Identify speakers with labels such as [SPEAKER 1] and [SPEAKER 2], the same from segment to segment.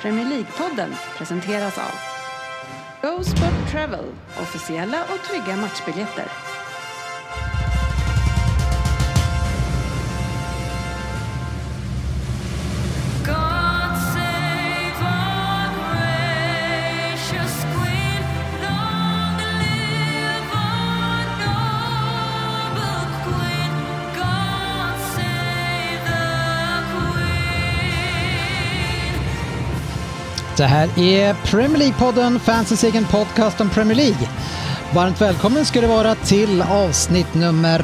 [SPEAKER 1] Premier League-podden presenteras av Go Sport Travel, officiella och trygga matchbiljetter.
[SPEAKER 2] God save our gracious Queen. Long live our noble Queen. God save the Queen.
[SPEAKER 3] Det här är Premier League-podden, fansens egen podcast om Premier League. Varmt välkommen ska det vara till avsnitt nummer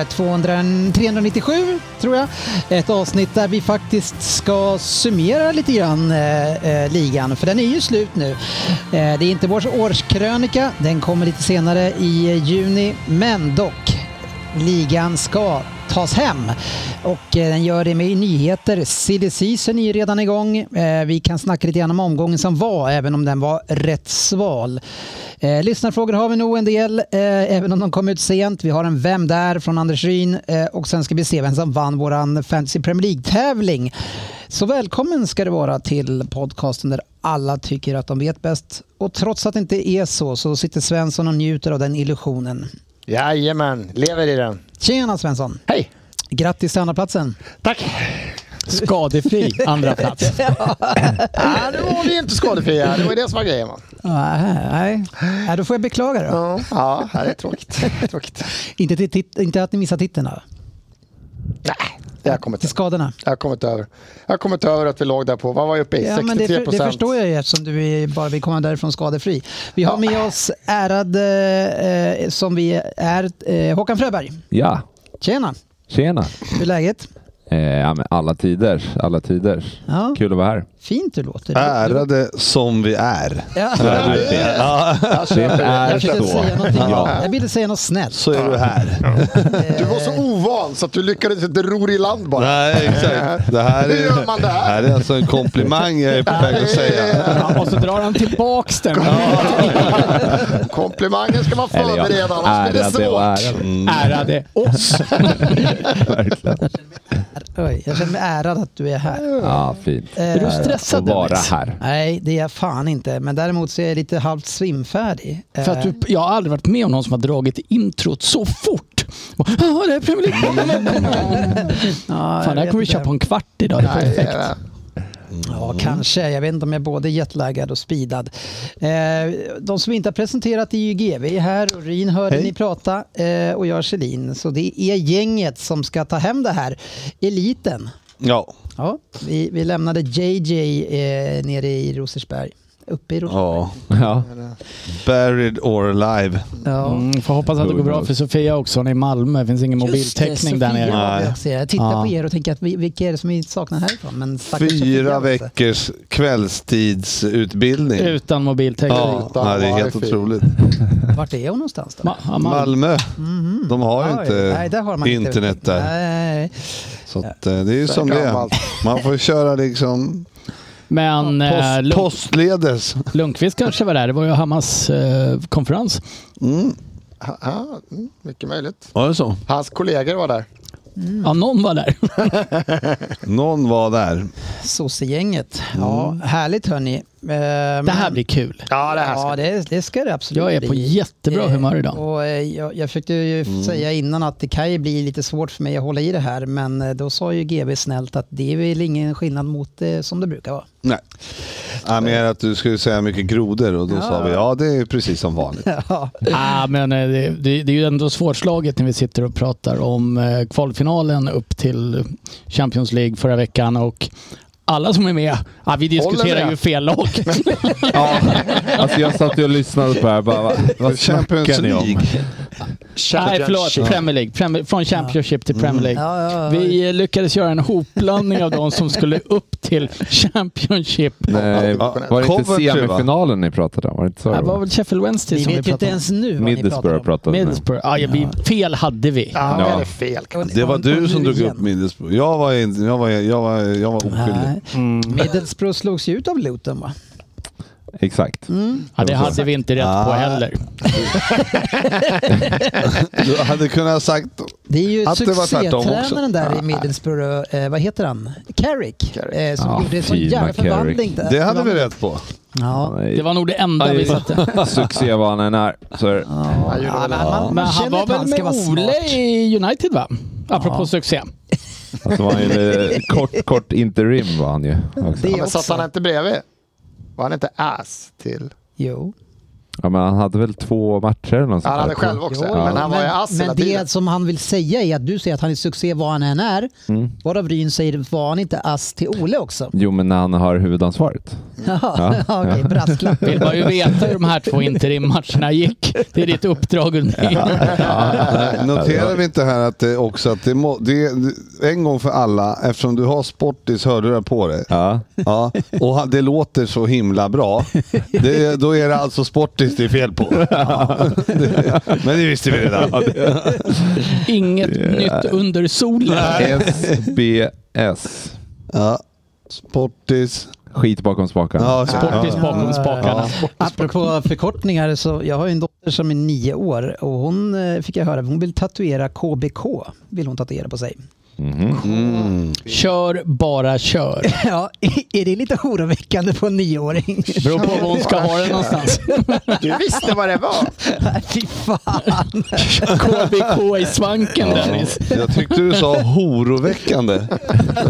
[SPEAKER 3] eh, 200, 397, tror jag. Ett avsnitt där vi faktiskt ska summera lite grann eh, eh, ligan, för den är ju slut nu. Eh, det är inte vår årskrönika, den kommer lite senare i eh, juni, men dock ligan ska tas hem. Och eh, den gör det med nyheter. Silly Season är ju redan igång. Eh, vi kan snacka lite grann om omgången som var, även om den var rätt sval. Eh, lyssnarfrågor har vi nog en del, eh, även om de kom ut sent. Vi har en Vem där? från Anders Ryn eh, och sen ska vi se vem som vann våran Fantasy Premier League-tävling. Så välkommen ska det vara till podcasten där alla tycker att de vet bäst. Och trots att det inte är så, så sitter Svensson och njuter av den illusionen.
[SPEAKER 4] Jajamän, lever i den.
[SPEAKER 3] Tjena Svensson!
[SPEAKER 4] Hej!
[SPEAKER 3] Grattis till andraplatsen.
[SPEAKER 4] Tack!
[SPEAKER 5] Skadefri andra plats.
[SPEAKER 4] ah, nu var vi inte skadefria, det var ju det som var grejen. va?
[SPEAKER 3] Nej, nej, då får jag beklaga det. då.
[SPEAKER 4] Ja, ja det är tråkigt. tråkigt.
[SPEAKER 3] Inte, till tit- inte att ni missar titeln då?
[SPEAKER 4] Nej, jag har kommit
[SPEAKER 3] Till
[SPEAKER 4] över.
[SPEAKER 3] skadorna?
[SPEAKER 4] Jag har kommit över. Jag har kommit över att vi låg där på, vad var jag uppe i?
[SPEAKER 3] Ja,
[SPEAKER 4] 63
[SPEAKER 3] men det, för, det
[SPEAKER 4] procent.
[SPEAKER 3] förstår jag ju eftersom du är- bara vill komma därifrån skadefri. Vi har med oss ärad eh, som vi är eh, Håkan Fröberg.
[SPEAKER 6] Ja,
[SPEAKER 3] Tjena!
[SPEAKER 6] tjena.
[SPEAKER 3] Hur är läget?
[SPEAKER 6] Eh, ja, men alla tiders, alla tiders.
[SPEAKER 3] Ja.
[SPEAKER 6] Kul att vara här.
[SPEAKER 3] Fint du låter.
[SPEAKER 7] Ärade som vi är,
[SPEAKER 3] Ja.
[SPEAKER 6] Det är
[SPEAKER 3] Jag ville,
[SPEAKER 6] så.
[SPEAKER 3] säga någonting-
[SPEAKER 6] Ja.
[SPEAKER 3] jag ville säga något snällt.
[SPEAKER 7] så är du här.
[SPEAKER 4] Du var så ovan så att du lyckades inte ro i land bara.
[SPEAKER 7] Nej, exakt. Det här
[SPEAKER 4] Hur gör man
[SPEAKER 7] är,
[SPEAKER 4] det här?
[SPEAKER 7] här är alltså en komplimang jag är på väg att säga.
[SPEAKER 5] Ja, Eh, och så drar han tillbaks den.
[SPEAKER 4] Komplimangen ska man
[SPEAKER 6] Eller ja,
[SPEAKER 4] förbereda, annars blir det
[SPEAKER 6] ärade och
[SPEAKER 4] svårt.
[SPEAKER 6] ärade.
[SPEAKER 7] Mm.
[SPEAKER 5] Ärade oss.
[SPEAKER 6] Verkligen.
[SPEAKER 3] Oj, jag känner mig ärad att du är här.
[SPEAKER 6] Ja, fint.
[SPEAKER 3] Eh, Är du
[SPEAKER 6] Att
[SPEAKER 3] stressad?
[SPEAKER 6] vara
[SPEAKER 3] Dennis?
[SPEAKER 6] här.
[SPEAKER 3] Nej, det är jag fan inte. Men däremot så är jag lite halvt svimfärdig. Eh,
[SPEAKER 5] För att du, jag har aldrig varit med om någon som har dragit introt så fort. Och, "Ah, det är Premier League."
[SPEAKER 3] Ja,
[SPEAKER 5] Fan, det här kommer vi köra på en kvart idag. Det är
[SPEAKER 4] Nej,
[SPEAKER 5] perfekt.
[SPEAKER 4] eh,
[SPEAKER 3] Ja,
[SPEAKER 7] Mm.
[SPEAKER 3] kanske. Jag vet inte om jag är både jetlaggad och speedad. Eh, de som inte har presenterat är ju GV här och Rin hörde
[SPEAKER 7] Hej.
[SPEAKER 3] ni prata eh, och jag Kjellin. Så det är gänget som ska ta hem det här. Eliten.
[SPEAKER 7] Ja.
[SPEAKER 3] Ja, vi, vi lämnade JJ eh, nere i Rosersberg. Uppe i Rosersberg.
[SPEAKER 7] ja.
[SPEAKER 6] Ja.
[SPEAKER 7] Buried or alive.
[SPEAKER 3] Ja.
[SPEAKER 5] Mm, får hoppas att det går bra för Sofia också. Hon är i Malmö. Det finns ingen mobiltäckning där nere.
[SPEAKER 3] Ja,
[SPEAKER 7] Nej.
[SPEAKER 3] jag ser. Jag tittar
[SPEAKER 5] Ja.
[SPEAKER 3] på er och tänker att vi, vilka är det som vi saknar härifrån? Men stackars Sofia alltså.
[SPEAKER 7] Fyra
[SPEAKER 3] också.
[SPEAKER 7] veckors kvällstidsutbildning.
[SPEAKER 5] Utan mobiltäckning.
[SPEAKER 7] Ja, nej, det är helt otroligt.
[SPEAKER 3] Vart är hon någonstans då?
[SPEAKER 5] Ma- ja, Malmö.
[SPEAKER 7] Malmö, de har ju
[SPEAKER 3] Oj, nej, där har man
[SPEAKER 7] inte
[SPEAKER 3] inte-
[SPEAKER 7] internet där.
[SPEAKER 3] Nej.
[SPEAKER 7] Så att, eh, det är ju
[SPEAKER 4] Så
[SPEAKER 7] som
[SPEAKER 4] kan
[SPEAKER 7] det är.
[SPEAKER 4] man.
[SPEAKER 7] Man får köra liksom
[SPEAKER 5] Men eh,
[SPEAKER 7] post,
[SPEAKER 5] Lund-
[SPEAKER 7] postledes.
[SPEAKER 5] Lundqvist kanske var där. Det var ju Hammars eh, konferens.
[SPEAKER 4] ja, ja, mm, Mycket möjligt.
[SPEAKER 7] Var det så?
[SPEAKER 4] Hans kollegor var där.
[SPEAKER 5] Ja, någon var där.
[SPEAKER 7] Någon var där.
[SPEAKER 3] Sossegänget. Ja, härligt hörni. Eh, men-
[SPEAKER 5] Mm. Det här blir kul.
[SPEAKER 4] Ja, det här ska
[SPEAKER 3] Ja, det, det ska det absolut
[SPEAKER 5] Jag är på
[SPEAKER 3] bli.
[SPEAKER 5] jättebra
[SPEAKER 3] Eh,
[SPEAKER 5] humör idag.
[SPEAKER 3] Och eh, jag, jag försökte ju säga innan att det kan ju bli lite svårt för mig att hålla i det här, men eh, då sa ju GB snällt att det är väl ingen skillnad mot eh, som det brukar vara.
[SPEAKER 7] Nej. Ja, mer att du skulle säga mycket grodor och då
[SPEAKER 3] Ja.
[SPEAKER 7] sa vi ja det är precis som vanligt.
[SPEAKER 3] Ja,
[SPEAKER 5] Ah, men eh, det, det, det är ju ändå svårslaget när vi sitter och pratar om eh, kvalfinalen upp till Champions League förra veckan och alla som är med, ah, vi
[SPEAKER 4] Håller
[SPEAKER 5] diskuterar
[SPEAKER 4] med.
[SPEAKER 5] ju fel lag.
[SPEAKER 6] ja. Alltså jag satt ju och lyssnade på det här. Bara, vad vad
[SPEAKER 7] Champions
[SPEAKER 6] snackar ni om?
[SPEAKER 7] League.
[SPEAKER 5] Nej, förlåt. Premier League. Premier, från Championship till Premier League.
[SPEAKER 3] ja, ja.
[SPEAKER 5] Vi eh, lyckades göra en hopblandning av de som skulle upp till Championship.
[SPEAKER 6] Nej, var det inte
[SPEAKER 7] Coventry, va?
[SPEAKER 6] semifinalen ni pratade om? Var det inte så
[SPEAKER 5] Det
[SPEAKER 6] det
[SPEAKER 5] var
[SPEAKER 6] var?
[SPEAKER 5] väl Sheffield Wednesday
[SPEAKER 3] vi
[SPEAKER 5] som vi
[SPEAKER 3] vet ju inte
[SPEAKER 5] pratade om.
[SPEAKER 3] ens nu vad
[SPEAKER 6] Middlesbrough
[SPEAKER 3] ni pratar om.
[SPEAKER 6] pratade ni om.
[SPEAKER 5] Middlesbrough. Ah, ja, vi, fel hade vi.
[SPEAKER 4] Ja,
[SPEAKER 6] Ja.
[SPEAKER 4] det är fel.
[SPEAKER 3] Och-
[SPEAKER 7] Det var
[SPEAKER 3] och-
[SPEAKER 7] du
[SPEAKER 3] och
[SPEAKER 7] som
[SPEAKER 3] nu
[SPEAKER 7] drog
[SPEAKER 3] igen.
[SPEAKER 7] upp Middlesbrough. Jag var, in, jag var, jag var, jag var oskyldig.
[SPEAKER 5] Mm.
[SPEAKER 3] Nej. Middlesbrough Mm. slogs ju ut av Luton va?
[SPEAKER 6] Exakt.
[SPEAKER 5] Ja, det hade vi inte rätt på
[SPEAKER 7] Ah.
[SPEAKER 5] heller.
[SPEAKER 7] Du hade kunnat ha sagt...
[SPEAKER 3] Det är ju
[SPEAKER 7] Att det var tvärtom
[SPEAKER 3] succétränaren
[SPEAKER 7] också.
[SPEAKER 3] där i Middlesbrough, eh, vad heter han? Carrick.
[SPEAKER 4] Carrick.
[SPEAKER 3] Eh, som
[SPEAKER 6] Ja,
[SPEAKER 3] gjorde en sån
[SPEAKER 6] fina
[SPEAKER 3] jävla
[SPEAKER 6] Carrick.
[SPEAKER 3] förvandling där.
[SPEAKER 7] Det hade vi rätt på.
[SPEAKER 3] Ja.
[SPEAKER 6] Nej.
[SPEAKER 5] Det var nog det enda vi satte.
[SPEAKER 6] Succé vad han än är. Så är det.
[SPEAKER 4] Han gjorde väl-
[SPEAKER 3] man,
[SPEAKER 5] Men
[SPEAKER 3] man
[SPEAKER 5] han
[SPEAKER 3] känner
[SPEAKER 5] var
[SPEAKER 3] att han
[SPEAKER 5] väl
[SPEAKER 3] ska
[SPEAKER 5] med
[SPEAKER 3] vara smart.
[SPEAKER 5] Ole i United va? Apropå succé.
[SPEAKER 6] Alltså var han ju, eh, kort, kort interim var han ju. Också.
[SPEAKER 3] Det-
[SPEAKER 4] Ja, men satt
[SPEAKER 3] också.
[SPEAKER 4] han inte bredvid? Var han inte ass till?
[SPEAKER 3] Jo.
[SPEAKER 6] Ja, men han hade väl två matcher eller något sånt
[SPEAKER 4] Han hade
[SPEAKER 6] där.
[SPEAKER 4] själv också,
[SPEAKER 3] Jo,
[SPEAKER 4] men han var ju ass hela
[SPEAKER 3] Men
[SPEAKER 4] tiden.
[SPEAKER 3] det som han vill säga är att du säger att han är succé vad han än är. Varav Ryn säger var han inte ass till Ole också?
[SPEAKER 6] Jo, men när han har huvudansvaret.
[SPEAKER 3] Ja, okej. Brasklapp.
[SPEAKER 5] Vill bara ju veta hur de här två interimmatcherna gick. Det är ditt uppdrag Ulrik.
[SPEAKER 7] Noterar vi inte här att det också att det, må, det en gång för alla, eftersom du har Sportis hörlurar på dig.
[SPEAKER 6] Ja.
[SPEAKER 7] Ja, och han- det låter så himla bra. Det, då är det alltså Sportis det är fel på. Det, men det visste vi redan.
[SPEAKER 5] Inget nytt under solen.
[SPEAKER 6] SBS.
[SPEAKER 7] Ja. Sportis.
[SPEAKER 6] Skit bakom spakarna.
[SPEAKER 7] Ja,
[SPEAKER 5] Sportis
[SPEAKER 7] ja.
[SPEAKER 5] bakom spakarna.
[SPEAKER 3] Apropå förkortningar, så jag har ju en dotter som är nio år och hon eh, fick jag höra, hon vill tatuera KBK. Vill hon tatuera på sig.
[SPEAKER 6] Mhm.
[SPEAKER 5] Kör, bara kör.
[SPEAKER 3] Ja, är det lite oroväckande på en nioåring?
[SPEAKER 5] Beror på var hon ska ha den någonstans.
[SPEAKER 4] Du visste vad det var.
[SPEAKER 3] Fy fan.
[SPEAKER 5] KBK i svanken Dennis.
[SPEAKER 7] Jag tyckte du sa horoväckande.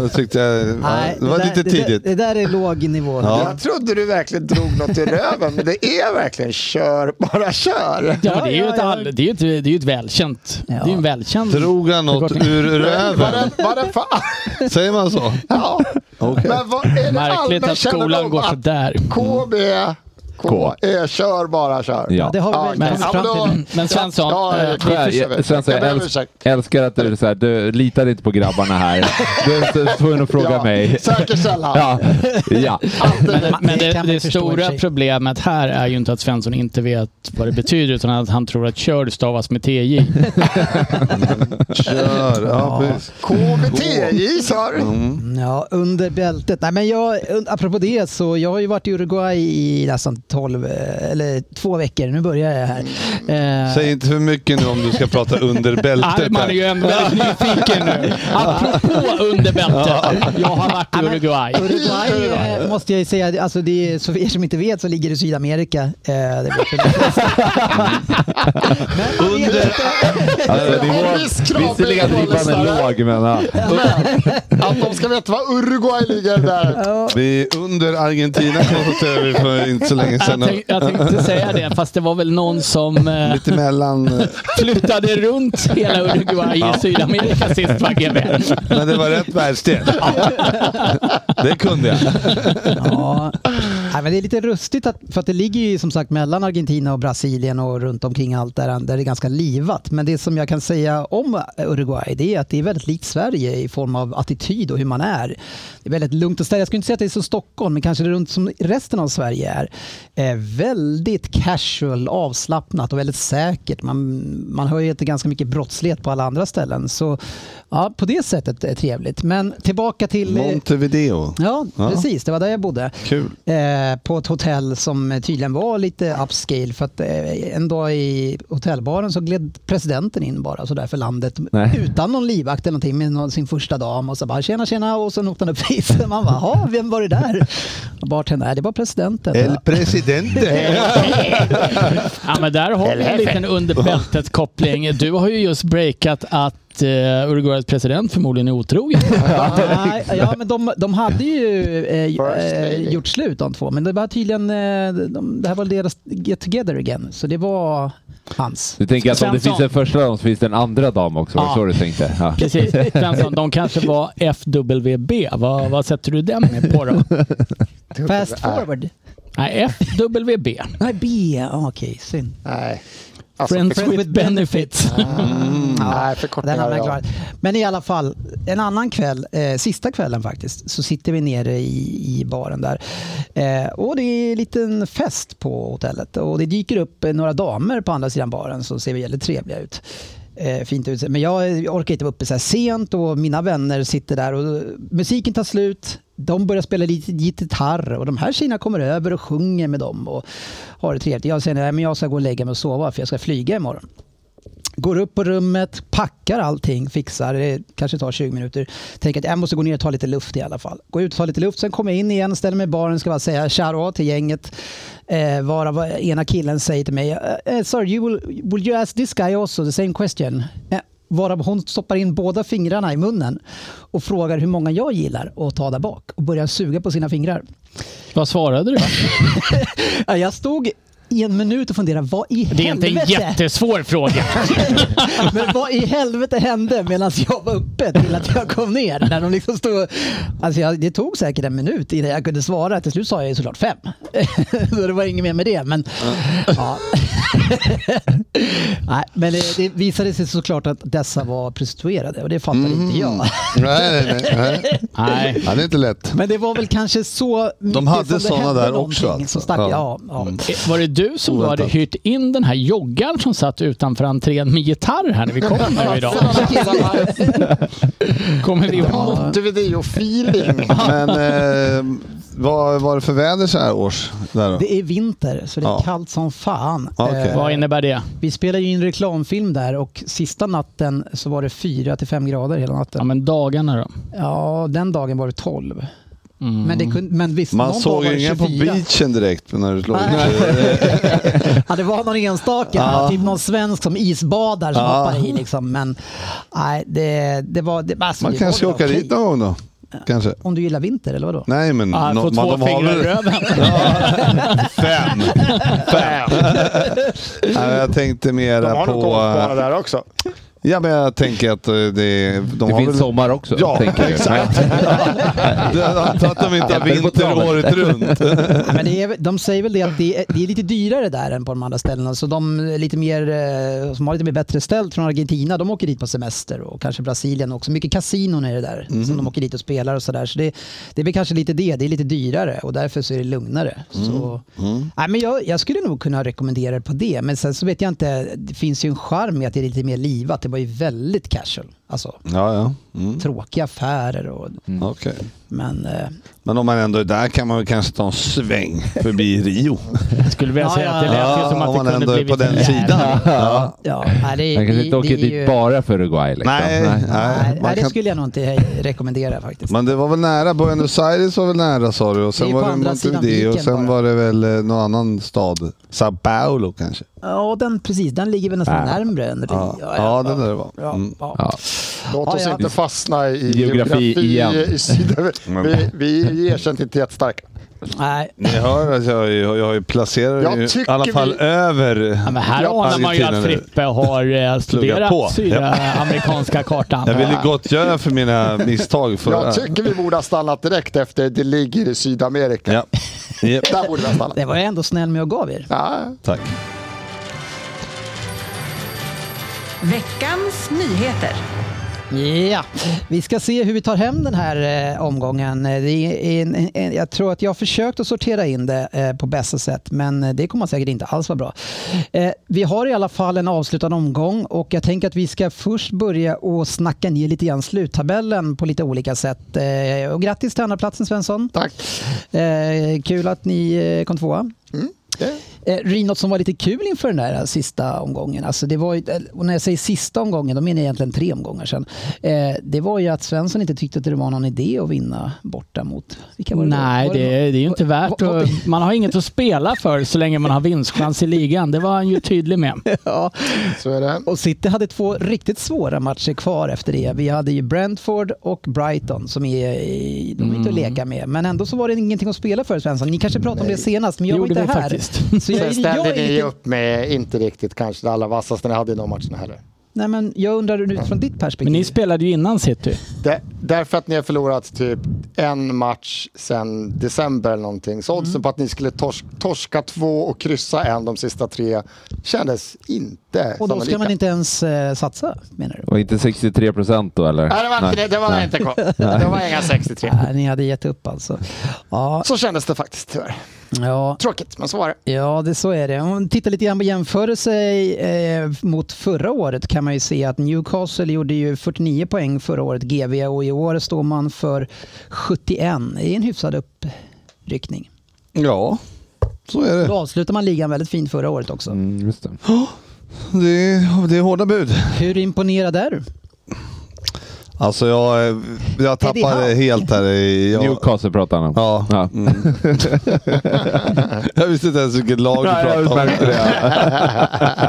[SPEAKER 7] Jag tyckte jag,
[SPEAKER 3] Nej,
[SPEAKER 7] det var
[SPEAKER 3] där-
[SPEAKER 7] lite
[SPEAKER 3] Det,
[SPEAKER 7] tidigt.
[SPEAKER 3] det där är låg nivå.
[SPEAKER 7] Ja.
[SPEAKER 4] Jag trodde du verkligen drog något i röven, men det är verkligen kör, bara kör.
[SPEAKER 5] Ja, men det är ju
[SPEAKER 3] Ja,
[SPEAKER 5] ett,
[SPEAKER 3] ja, ja.
[SPEAKER 5] all, det är ju ett, det är ju ett välkänt.
[SPEAKER 3] Ja.
[SPEAKER 5] Det är en välkänd.
[SPEAKER 7] Drog han något ur
[SPEAKER 4] Vad
[SPEAKER 7] röven?
[SPEAKER 4] det- Vad det fan?
[SPEAKER 7] Säger man så?
[SPEAKER 4] Ja.
[SPEAKER 7] Okej.
[SPEAKER 4] Men vad är det
[SPEAKER 5] Märkligt
[SPEAKER 4] allmän
[SPEAKER 5] att skolan
[SPEAKER 4] kännedom
[SPEAKER 5] går
[SPEAKER 4] att
[SPEAKER 5] sådär.
[SPEAKER 4] KB, K, är kör, bara kör.
[SPEAKER 6] Ja.
[SPEAKER 3] Det har vi
[SPEAKER 4] Ja,
[SPEAKER 3] väl
[SPEAKER 5] Men,
[SPEAKER 3] kommit fram till.
[SPEAKER 4] då-
[SPEAKER 5] men Svensson,
[SPEAKER 4] Ja,
[SPEAKER 5] eh,
[SPEAKER 4] ja,
[SPEAKER 5] vi-
[SPEAKER 4] ja.
[SPEAKER 6] Tyvärr, jag- Svensson, jag
[SPEAKER 4] Jag ber om
[SPEAKER 6] älsk,
[SPEAKER 4] ursäkt.
[SPEAKER 6] älskar att du, är så här, du litar inte på grabbarna här. Du är så tvungen att fråga
[SPEAKER 4] Ja,
[SPEAKER 6] mig.
[SPEAKER 4] Säker källa.
[SPEAKER 6] Ja, ja.
[SPEAKER 4] Alltid.
[SPEAKER 5] Men
[SPEAKER 3] Det
[SPEAKER 5] det,
[SPEAKER 3] kan man
[SPEAKER 5] det
[SPEAKER 3] förstå i och för
[SPEAKER 5] stora
[SPEAKER 3] sig.
[SPEAKER 5] problemet här är ju inte att Svensson inte vet vad det betyder utan att han tror att kör stavas med TJ.
[SPEAKER 7] Kör. Ja, precis.
[SPEAKER 4] KBTJ sa du.
[SPEAKER 3] Ja, under bältet. Nej, men jag, und- apropå det så jag har ju varit i Uruguay i nästan 12, eh, eller två veckor. Nu börjar jag här. Eh,
[SPEAKER 7] Säg inte för mycket nu om du ska prata under
[SPEAKER 5] Nej,
[SPEAKER 7] bältet.
[SPEAKER 5] man är ju
[SPEAKER 7] här.
[SPEAKER 5] ändå väldigt nyfiken nu. Apropå under bältet. Jag har varit i Uruguay.
[SPEAKER 3] Uruguay eh, måste jag ju säga, alltså det är, så för er som inte vet så ligger det i Sydamerika. Eh, det vet väl de flesta. Men man vet inte.
[SPEAKER 6] Alltså,
[SPEAKER 4] En
[SPEAKER 6] nivån,
[SPEAKER 4] viss krav-
[SPEAKER 6] visserligen att ribban är låg, men ja.
[SPEAKER 4] Att de ska veta var Uruguay ligger där.
[SPEAKER 7] Vi är under Argentina konstaterade vi för inte så länge
[SPEAKER 5] Jag,
[SPEAKER 7] sedan.
[SPEAKER 5] tänk, jag tänkte säga det, fast det var väl någon som eh,
[SPEAKER 7] Lite mellan. eh,
[SPEAKER 5] flyttade runt hela Uruguay i Sydamerika sist var jag med.
[SPEAKER 7] Men det var rätt världsdel. Det kunde jag.
[SPEAKER 3] Ja. Nej, men det är lite rustigt att, för att det ligger ju som sagt mellan Argentina och Brasilien och runt omkring allt där, där det är ganska livat. Men det som jag kan säga om Uruguay det är att det är väldigt likt Sverige i form av attityd och hur man är. Det är väldigt lugnt och städat. Jag skulle inte säga att det är som Stockholm, men kanske det är runt som resten av Sverige är. Eh, väldigt casual, avslappnat och väldigt säkert. Man, man hör ju att det är ganska mycket brottslighet på alla andra ställen. Så ja, på det sättet är det trevligt. Men tillbaka till... eh,
[SPEAKER 7] Montevideo.
[SPEAKER 3] Ja,
[SPEAKER 7] Ja.
[SPEAKER 3] precis. Det var där jag bodde.
[SPEAKER 7] Kul.
[SPEAKER 3] Eh, på ett hotell som tydligen var lite upscale. För att eh, en dag i hotellbaren så gled presidenten in bara sådär för landet.
[SPEAKER 6] Nej.
[SPEAKER 3] Utan någon livvakt eller någonting med någon, sin första dam. Och så bara tjena tjena och sen åkte han upp isen. Man bara, "Ha, vem var det där? Och Bartendern, nej det var presidenten.
[SPEAKER 7] El presidente.
[SPEAKER 5] Ja, men där har vi en liten under bältet koppling. Du har ju just breakat att eh, Uruguays president förmodligen är otrogen.
[SPEAKER 3] Nej, ja, men de, de hade ju eh,
[SPEAKER 4] First lady.
[SPEAKER 3] eh, gjort slut de två. Men det var tydligen, eh, de, det här var deras get together again. Så det var hans.
[SPEAKER 6] Du tänker att om det
[SPEAKER 5] Svensson.
[SPEAKER 6] finns en första dam så finns det en andra dam också? Var det
[SPEAKER 5] Ja.
[SPEAKER 6] så du tänkte? Ja.
[SPEAKER 5] Precis. Svensson, de kanske var FWB. Vad, vad sätter du den med på då?
[SPEAKER 3] Fast forward.
[SPEAKER 5] Nej, FWB.
[SPEAKER 3] Nej, B. ja, Okej, synd.
[SPEAKER 4] Nej. Alltså,
[SPEAKER 5] Friends
[SPEAKER 4] för-
[SPEAKER 5] with, benefits. Ah.
[SPEAKER 4] Nej,
[SPEAKER 3] Den
[SPEAKER 4] förkortningar.
[SPEAKER 3] hamnar
[SPEAKER 4] ja.
[SPEAKER 3] kvar. Men i alla fall, en annan kväll, eh, sista kvällen faktiskt, så sitter vi nere i, i baren där. Eh, och det är en liten fest på hotellet och det dyker upp eh, några damer på andra sidan baren som ser väldigt trevliga ut. Eh, fint ut. Men jag eh, orkar inte vara uppe så här sent och mina vänner sitter där och musiken tar slut. de börjar spela lite gitarr och de här tjejerna kommer över och sjunger med dem och har det trevligt. Jag säger nej men jag ska gå och lägga mig och sova för jag ska flyga imorgon. Går upp på rummet, packar allting, fixar, det kanske tar 20 minuter. Tänker att jag måste gå ner och ta lite luft i alla fall. Går ut och tar lite luft, sen kommer jag in igen, ställer mig i baren, ska bara säga tja till gänget. Eh, varav ena killen säger till mig, eh, sorry, you will, will you ask this guy also the same question? Eh, varav hon stoppar in båda fingrarna i munnen och frågar hur många jag gillar att ta där bak och börjar suga på sina fingrar.
[SPEAKER 5] Vad svarade du?
[SPEAKER 3] Ja, Jag stod i en minut och funderade, vad i
[SPEAKER 5] Det är inte en
[SPEAKER 3] helvete?
[SPEAKER 5] jättesvår fråga.
[SPEAKER 3] Men vad i helvete hände medan jag var uppe till att jag kom ner? När de liksom stod, alltså jag, det tog säkert en minut innan jag kunde svara. Till slut sa jag ju såklart fem. Så det var inget mer med det. Men, ja. Nej, men det, det visade sig såklart att dessa var prostituerade och det fattade
[SPEAKER 7] Mhm.
[SPEAKER 3] inte jag.
[SPEAKER 7] Nej, nej, nej. nej.
[SPEAKER 5] Nej.
[SPEAKER 7] Ja, det är inte lätt.
[SPEAKER 3] Men det var väl kanske så mycket
[SPEAKER 7] hade
[SPEAKER 3] som det
[SPEAKER 7] såna
[SPEAKER 3] hände
[SPEAKER 7] där
[SPEAKER 3] någonting
[SPEAKER 7] också, alltså.
[SPEAKER 3] Som stack, ja.
[SPEAKER 7] Ja.
[SPEAKER 3] Ja,
[SPEAKER 5] Var det du som då hade
[SPEAKER 7] Oväntat.
[SPEAKER 5] hyrt in den här joggaren som satt utanför entrén med gitarr här när vi kom nu idag?
[SPEAKER 4] Samma killar.
[SPEAKER 5] Kommer vi ihåg?
[SPEAKER 4] Montevideo-feeling.
[SPEAKER 7] Men eh, vad var det för väder så här års? Där då?
[SPEAKER 3] Det är vinter så det är
[SPEAKER 7] Ja.
[SPEAKER 3] kallt som fan.
[SPEAKER 7] Ja, okej.
[SPEAKER 3] Eh,
[SPEAKER 5] Vad innebär det?
[SPEAKER 3] Vi spelade ju in reklamfilm där och sista natten så var det 4 till 5 grader hela
[SPEAKER 5] Ja,
[SPEAKER 3] natten.
[SPEAKER 5] men dagarna då?
[SPEAKER 3] Ja, den dagen var det 12.
[SPEAKER 5] Mm.
[SPEAKER 3] Men, det kunde, men visst,
[SPEAKER 7] Man
[SPEAKER 3] någon
[SPEAKER 7] såg
[SPEAKER 3] dag var
[SPEAKER 7] ju
[SPEAKER 3] det
[SPEAKER 7] ingen på
[SPEAKER 3] 24.
[SPEAKER 7] beachen direkt när du slog. Eh,
[SPEAKER 3] Ja, det var någon enstaka,
[SPEAKER 7] Ja.
[SPEAKER 3] typ någon svensk som isbadar som
[SPEAKER 7] Ja.
[SPEAKER 3] hoppar i liksom. Men nej, det, det var... Det, alltså,
[SPEAKER 7] Man
[SPEAKER 3] det
[SPEAKER 7] kanske ska
[SPEAKER 3] var
[SPEAKER 7] åka
[SPEAKER 3] okej.
[SPEAKER 7] dit någon gång då? Kanske?
[SPEAKER 3] Om du gillar vinter eller vadå?
[SPEAKER 7] Nej, men...
[SPEAKER 5] Ah,
[SPEAKER 7] nå-
[SPEAKER 5] få två
[SPEAKER 7] de har
[SPEAKER 5] fingrar i
[SPEAKER 7] väl-
[SPEAKER 5] röven.
[SPEAKER 7] Fem! Fem! Nej, jag tänkte
[SPEAKER 4] De
[SPEAKER 7] mera
[SPEAKER 4] har nog
[SPEAKER 7] på... eh,
[SPEAKER 4] golfbana där också.
[SPEAKER 7] Ja, men jag tänker att eh, det... De
[SPEAKER 6] Det
[SPEAKER 7] har
[SPEAKER 6] finns
[SPEAKER 7] väl...
[SPEAKER 6] sommar också,
[SPEAKER 7] Ja,
[SPEAKER 6] tänker jag.
[SPEAKER 7] exakt. Det- Jag antar att de inte har
[SPEAKER 6] Äppel på
[SPEAKER 7] vinter
[SPEAKER 6] traven.
[SPEAKER 7] året runt.
[SPEAKER 3] Nej, men det är, de säger väl det att det är, det är lite dyrare där än på de andra ställena. Så de är lite mer, eh, som har lite mer bättre ställt från Argentina, de åker dit på semester och kanske Brasilien också. Mycket kasinon är det där som de åker dit och spelar och sådär. Så det, det blir kanske lite det, det är lite dyrare och därför så är det lugnare. Så, Nej, men jag, jag skulle nog kunna rekommendera det på det, men sen så vet jag inte, det finns ju en charm med att det är lite mer livat. Det var ju väldigt casual, alltså
[SPEAKER 7] Ja, ja. Mm.
[SPEAKER 3] tråkiga affärer och,
[SPEAKER 7] Okej.
[SPEAKER 3] men eh,
[SPEAKER 7] Men om man ändå är där kan man väl kanske ta en sväng förbi Rio.
[SPEAKER 5] Jag skulle vilja säga att det lät ju
[SPEAKER 7] om
[SPEAKER 5] som att
[SPEAKER 7] man
[SPEAKER 5] det kunde
[SPEAKER 7] ändå är
[SPEAKER 5] blivit
[SPEAKER 7] på den
[SPEAKER 5] en jävla-
[SPEAKER 7] sidan. Ja.
[SPEAKER 3] ja, nej, det,
[SPEAKER 6] Man kanske
[SPEAKER 3] det-
[SPEAKER 6] inte
[SPEAKER 3] det
[SPEAKER 6] åker
[SPEAKER 3] är ju-
[SPEAKER 6] dit bara för Uruguay. Liksom.
[SPEAKER 7] Nej,
[SPEAKER 3] Nej,
[SPEAKER 7] nej.
[SPEAKER 3] nej
[SPEAKER 7] Äh, Man
[SPEAKER 3] det
[SPEAKER 7] kan...
[SPEAKER 3] skulle jag nog inte he- rekommendera faktiskt.
[SPEAKER 7] Men det var väl nära. Buenos Aires var väl nära sa du och
[SPEAKER 3] Det är
[SPEAKER 7] sen
[SPEAKER 3] ju på
[SPEAKER 7] var det
[SPEAKER 3] andra sidan
[SPEAKER 7] Montevideo och
[SPEAKER 3] viken
[SPEAKER 7] sen
[SPEAKER 3] bara.
[SPEAKER 7] var det väl eh, någon annan stad. Sao Paulo kanske?
[SPEAKER 3] Ja, den, precis. Den ligger väl nästan närmre än
[SPEAKER 7] Äh. Ja, ja den där det var.
[SPEAKER 3] Ja,
[SPEAKER 7] Mm.
[SPEAKER 3] ja.
[SPEAKER 6] Ja.
[SPEAKER 4] Låt oss
[SPEAKER 3] Ja, ja.
[SPEAKER 4] inte fastna i
[SPEAKER 6] Geografi
[SPEAKER 4] geografi,
[SPEAKER 6] igen.
[SPEAKER 4] i Sydamerika. Vi, vi är erkänt inte jättestarka.
[SPEAKER 3] Nej,
[SPEAKER 7] Ni hör att jag, jag, jag ju placerar
[SPEAKER 4] Jag
[SPEAKER 7] ju i
[SPEAKER 4] tycker
[SPEAKER 7] alla
[SPEAKER 4] vi-
[SPEAKER 7] fall över...
[SPEAKER 5] Ja, men här
[SPEAKER 7] Ja,
[SPEAKER 5] anar man ju att
[SPEAKER 7] Argentina nu.
[SPEAKER 5] Frippe har eh,
[SPEAKER 7] på.
[SPEAKER 5] studerat sydamerikanska kartan.
[SPEAKER 7] Jag vill ju gottgöra för mina misstag förra.
[SPEAKER 4] Jag tycker vi borde ha stannat direkt efter det ligger i Sydamerika.
[SPEAKER 7] Ja. Japp,
[SPEAKER 4] Där borde vi ha stannat.
[SPEAKER 3] det var jag ändå snäll med att gav er.
[SPEAKER 4] Ja,
[SPEAKER 7] Tack.
[SPEAKER 1] Veckans nyheter.
[SPEAKER 3] Ja, vi ska se hur vi tar hem den här eh, omgången. Eh, Det är en, en, jag tror att jag har försökt att sortera in det eh, på bästa sätt, men eh, det kommer säkert inte alls vara bra. Eh, vi har i alla fall en avslutad omgång och jag tänker att vi ska först börja och snacka ner lite grann sluttabellen på lite olika sätt. Eh, och grattis till andraplatsen Svensson.
[SPEAKER 4] tack.
[SPEAKER 3] Eh, kul att ni eh, kom tvåa.
[SPEAKER 4] Det-
[SPEAKER 3] Eh, Rynot som var lite kul inför den där sista omgången, alltså det var ju, och när jag säger sista omgången, då menar jag egentligen tre omgångar sedan. Eh, det var ju att Svensson inte tyckte att det var någon idé att vinna borta mot... Vilka var det då?
[SPEAKER 5] Nej,
[SPEAKER 3] Var
[SPEAKER 5] det, är- det är ju inte värt
[SPEAKER 3] Var- var-
[SPEAKER 5] att, Man har inget att spela för så länge man har vinstchans i ligan. Det var han ju tydlig med.
[SPEAKER 3] Ja.
[SPEAKER 4] Så är det.
[SPEAKER 3] Och City hade två riktigt svåra matcher kvar efter det. Vi hade ju Brentford och Brighton som är, i- de är inte att
[SPEAKER 5] Mm.
[SPEAKER 3] leka med. Men ändå så var det ingenting att spela för Svensson. Ni kanske pratade om det senast, men jag var
[SPEAKER 5] Gjorde
[SPEAKER 3] inte
[SPEAKER 5] vi
[SPEAKER 3] här.
[SPEAKER 5] faktiskt.
[SPEAKER 3] Så jag,
[SPEAKER 4] Sen ställde
[SPEAKER 3] jag är
[SPEAKER 4] ni
[SPEAKER 3] lite-
[SPEAKER 4] upp med inte riktigt kanske det allra vassaste ni hade i de matcherna heller.
[SPEAKER 3] Nej, men jag undrar utifrån ditt perspektiv.
[SPEAKER 5] Men ni spelade ju innan City.
[SPEAKER 4] Det, därför att ni har förlorat typ en match sedan december eller någonting.
[SPEAKER 3] Mm.
[SPEAKER 4] Så oddsen på att ni skulle tors, torska två och kryssa en de sista tre kändes inte inte
[SPEAKER 3] Och då ska
[SPEAKER 4] sannolika.
[SPEAKER 3] man inte ens eh, satsa, menar du?
[SPEAKER 6] Och inte 63 procent då eller?
[SPEAKER 4] Nej, det var, inte, det var inte kvar. Det var inga 63.
[SPEAKER 3] Nej, ni hade gett upp alltså. Ja,
[SPEAKER 4] Så kändes det faktiskt tyvärr.
[SPEAKER 3] ja,
[SPEAKER 4] Tråkigt, men så var det.
[SPEAKER 3] ja det, så är det. Om man tittar lite grann på jämförelse eh, mot förra året kan man ju se att Newcastle gjorde ju 49 poäng förra året, GV, och i år står man för 71. Det är en hyfsad uppryckning.
[SPEAKER 7] Ja, så är
[SPEAKER 3] Då
[SPEAKER 7] det.
[SPEAKER 3] avslutar man ligan väldigt fint förra året också.
[SPEAKER 6] Mm, just det.
[SPEAKER 7] Det är, det är hårda bud.
[SPEAKER 3] Hur imponerad är du?
[SPEAKER 7] Alltså jag, eh, jag
[SPEAKER 3] Eddie
[SPEAKER 7] tappade
[SPEAKER 3] Howe.
[SPEAKER 7] helt här i... Jag,
[SPEAKER 6] Newcastle pratar han om.
[SPEAKER 7] Ja.
[SPEAKER 6] ja.
[SPEAKER 7] Mm. jag visste inte ens vilket lag du
[SPEAKER 6] Nej, jag
[SPEAKER 7] pratade om.
[SPEAKER 6] märkte det.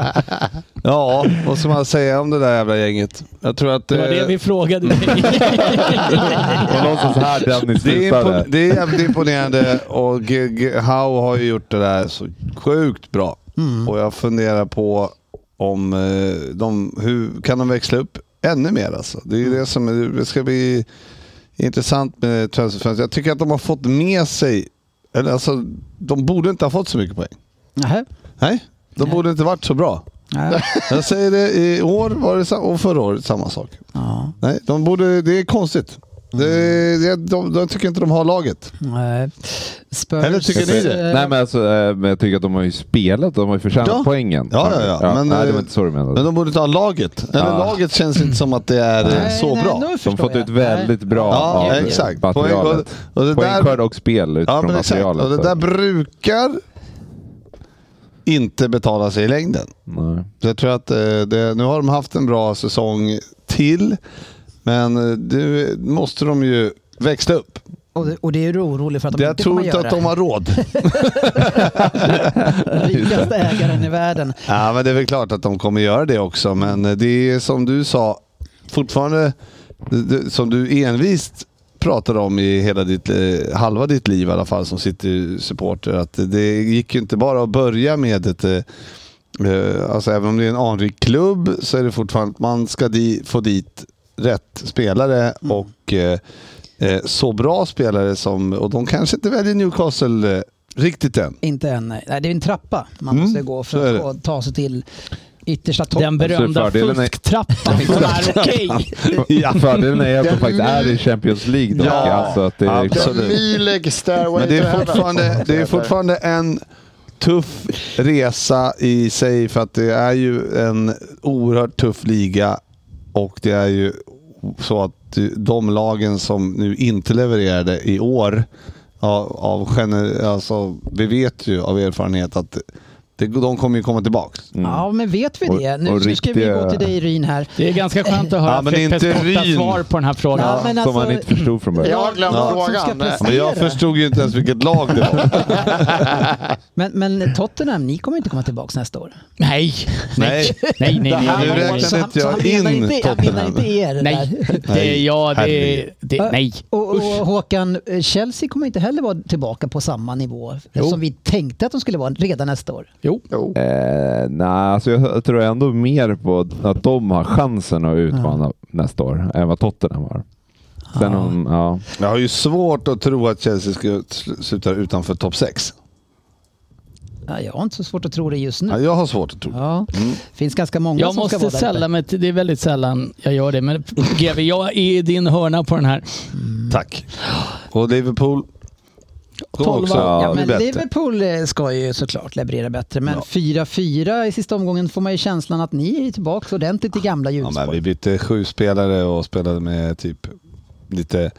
[SPEAKER 7] Ja, vad ska man säga om det där jävla gänget? Jag tror att...
[SPEAKER 5] Det var
[SPEAKER 7] eh,
[SPEAKER 5] det vi frågade dig.
[SPEAKER 6] Och någonstans här Dennis
[SPEAKER 7] Det är, impo-
[SPEAKER 6] slutade.
[SPEAKER 7] det är jävligt imponerande och G- G- Howe har ju gjort det där så sjukt bra.
[SPEAKER 3] Mm.
[SPEAKER 7] Och jag funderar på om eh, de, hur kan de växla upp ännu mer alltså? Det är ju det som är- det ska bli intressant med transferfönstret. Jag tycker att de har fått med sig, eller alltså de borde inte ha fått så mycket poäng.
[SPEAKER 3] Nähä.
[SPEAKER 7] Nej, de
[SPEAKER 3] Nej.
[SPEAKER 7] borde inte varit så bra.
[SPEAKER 3] Nej.
[SPEAKER 7] Jag säger det, i år var det sa- och förra året samma sak.
[SPEAKER 3] Ja.
[SPEAKER 7] Nej, de borde, det är konstigt. Det, det, de, de tycker inte de har laget.
[SPEAKER 3] Nej. Spurs,
[SPEAKER 7] Eller tycker ni det?
[SPEAKER 3] eh,
[SPEAKER 6] Nej men alltså, eh, men jag tycker att de har ju spelat, de har ju förtjänat
[SPEAKER 7] Ja.
[SPEAKER 6] poängen.
[SPEAKER 7] Ja, ja, ja. Men,
[SPEAKER 6] nej, det
[SPEAKER 7] eh,
[SPEAKER 6] var inte så du menade.
[SPEAKER 7] Men de borde ta laget. Eller
[SPEAKER 6] Ja.
[SPEAKER 7] laget känns inte som att det är eh,
[SPEAKER 3] Nej,
[SPEAKER 7] så
[SPEAKER 3] nej,
[SPEAKER 7] bra.
[SPEAKER 3] nu
[SPEAKER 6] De
[SPEAKER 3] förstår
[SPEAKER 6] har fått
[SPEAKER 3] jag.
[SPEAKER 6] ut väldigt bra
[SPEAKER 7] Ja,
[SPEAKER 6] av eh,
[SPEAKER 7] exakt.
[SPEAKER 6] materialet.
[SPEAKER 7] Poäng och- och det där-
[SPEAKER 6] Poängskörd och spel
[SPEAKER 7] Ja,
[SPEAKER 6] utifrån
[SPEAKER 7] men exakt.
[SPEAKER 6] materialet.
[SPEAKER 7] Och det
[SPEAKER 6] så.
[SPEAKER 7] där brukar inte betala sig i längden.
[SPEAKER 6] Nej.
[SPEAKER 7] Så jag tror att eh, det, nu har de haft en bra säsong till, men eh, nu måste de ju växla upp.
[SPEAKER 3] Och, det- och det är du orolig för att de
[SPEAKER 7] jag
[SPEAKER 3] inte
[SPEAKER 7] tror
[SPEAKER 3] kommer
[SPEAKER 7] inte
[SPEAKER 3] göra.
[SPEAKER 7] att de har råd.
[SPEAKER 3] Rikaste ägaren i världen.
[SPEAKER 7] Ja, men det är väl klart att de kommer göra det också, men det är som du sa, fortfarande det- det- som du envist pratade om i hela ditt, eh, halva ditt liv i alla fall som City-supporter, att det gick ju inte bara att börja med ett eh, eh, Alltså även om det är en anrik klubb så är det fortfarande att man ska di, få dit rätt spelare och eh, eh, så bra spelare som, och de kanske inte väljer Newcastle eh, riktigt än.
[SPEAKER 3] Inte än, nej. Nej, Det är en trappa man
[SPEAKER 7] Mm,
[SPEAKER 3] måste gå
[SPEAKER 7] så är
[SPEAKER 3] för
[SPEAKER 7] det. Mm.
[SPEAKER 3] att gå- ta sig till yttersta
[SPEAKER 5] Den
[SPEAKER 3] toppen.
[SPEAKER 5] berömda
[SPEAKER 6] Alltså, fördelen är-
[SPEAKER 5] fusktrappan som är okej.
[SPEAKER 7] Ja.
[SPEAKER 6] Fördelen är att de
[SPEAKER 4] Den
[SPEAKER 6] faktiskt är i Champions League dock.
[SPEAKER 7] Ja,
[SPEAKER 6] alltså att det är
[SPEAKER 7] absolut.
[SPEAKER 4] The Mileg Stairway
[SPEAKER 7] Men det
[SPEAKER 4] to
[SPEAKER 7] är
[SPEAKER 4] Heaven.
[SPEAKER 7] fortfarande, det är fortfarande en tuff resa i sig för att det är ju en oerhört tuff liga och det är ju så att de lagen som nu inte levererade i år av, av gener, alltså, vi vet ju av erfarenhet att det, de kommer ju komma tillbaka.
[SPEAKER 6] Mm.
[SPEAKER 3] Ja, men vet vi
[SPEAKER 6] Och-
[SPEAKER 3] det? Nu,
[SPEAKER 6] och
[SPEAKER 3] nu ska vi
[SPEAKER 6] riktiga-
[SPEAKER 3] gå till dig Ryn här.
[SPEAKER 5] Det är ganska skönt att höra
[SPEAKER 7] Ja, men det är
[SPEAKER 5] Frippes
[SPEAKER 7] inte
[SPEAKER 5] korta
[SPEAKER 7] Ryn.
[SPEAKER 5] svar på den här frågan.
[SPEAKER 3] Ja, men
[SPEAKER 6] Som
[SPEAKER 3] alltså-
[SPEAKER 6] man inte förstod från
[SPEAKER 4] Jag
[SPEAKER 6] början.
[SPEAKER 4] har glömt
[SPEAKER 3] Lag som ska
[SPEAKER 4] frågan.
[SPEAKER 3] prestera.
[SPEAKER 7] Men jag förstod ju inte ens vilket lag det var.
[SPEAKER 3] Men, men Tottenham, ni kommer inte komma tillbaka nästa år.
[SPEAKER 5] Nej.
[SPEAKER 7] Nej.
[SPEAKER 5] Nej, nej, nej.
[SPEAKER 7] Nu
[SPEAKER 3] Han-
[SPEAKER 5] nej, nej.
[SPEAKER 7] räknar
[SPEAKER 3] han-
[SPEAKER 7] inte jag
[SPEAKER 3] han menar
[SPEAKER 7] in
[SPEAKER 3] inte, han menar
[SPEAKER 7] Tottenham.
[SPEAKER 3] inte er.
[SPEAKER 5] Nej,
[SPEAKER 3] där.
[SPEAKER 5] det är jag. Det, det, nej.
[SPEAKER 3] Och, och Håkan, eh, Chelsea kommer inte heller vara tillbaka på samma nivå som vi tänkte att de skulle vara redan nästa år.
[SPEAKER 5] Jo.
[SPEAKER 4] Jo.
[SPEAKER 6] Eh, nej, alltså jag tror ändå mer på att de har chansen att utmana nästa år än vad Tottenham har. Sen om, ja.
[SPEAKER 7] Jag har ju svårt att tro att Chelsea ska sl- sluta utanför topp 6.
[SPEAKER 3] Ja, jag har inte så svårt att tro det just nu.
[SPEAKER 7] Jag har svårt att tro det.
[SPEAKER 3] Ja,
[SPEAKER 7] Mm.
[SPEAKER 3] finns ganska många
[SPEAKER 5] Jag
[SPEAKER 3] som ska
[SPEAKER 5] måste
[SPEAKER 3] vara där.
[SPEAKER 5] sälla
[SPEAKER 3] uppe.
[SPEAKER 5] mig till, det är väldigt sällan jag gör det, men GV, jag är i din hörna på den här.
[SPEAKER 7] Tack. Och Liverpool. De
[SPEAKER 5] Tolva.
[SPEAKER 7] också
[SPEAKER 6] Ja,
[SPEAKER 3] Ja, men
[SPEAKER 7] blir bättre.
[SPEAKER 3] Liverpool eh, ska ju såklart leverera bättre, men
[SPEAKER 7] Ja.
[SPEAKER 3] 4-4 i sista omgången får man ju känslan att ni är tillbaka ordentligt i gamla
[SPEAKER 7] Ja, men
[SPEAKER 3] hjulspår.
[SPEAKER 7] vi bytte sju spelare och spelade med typ lite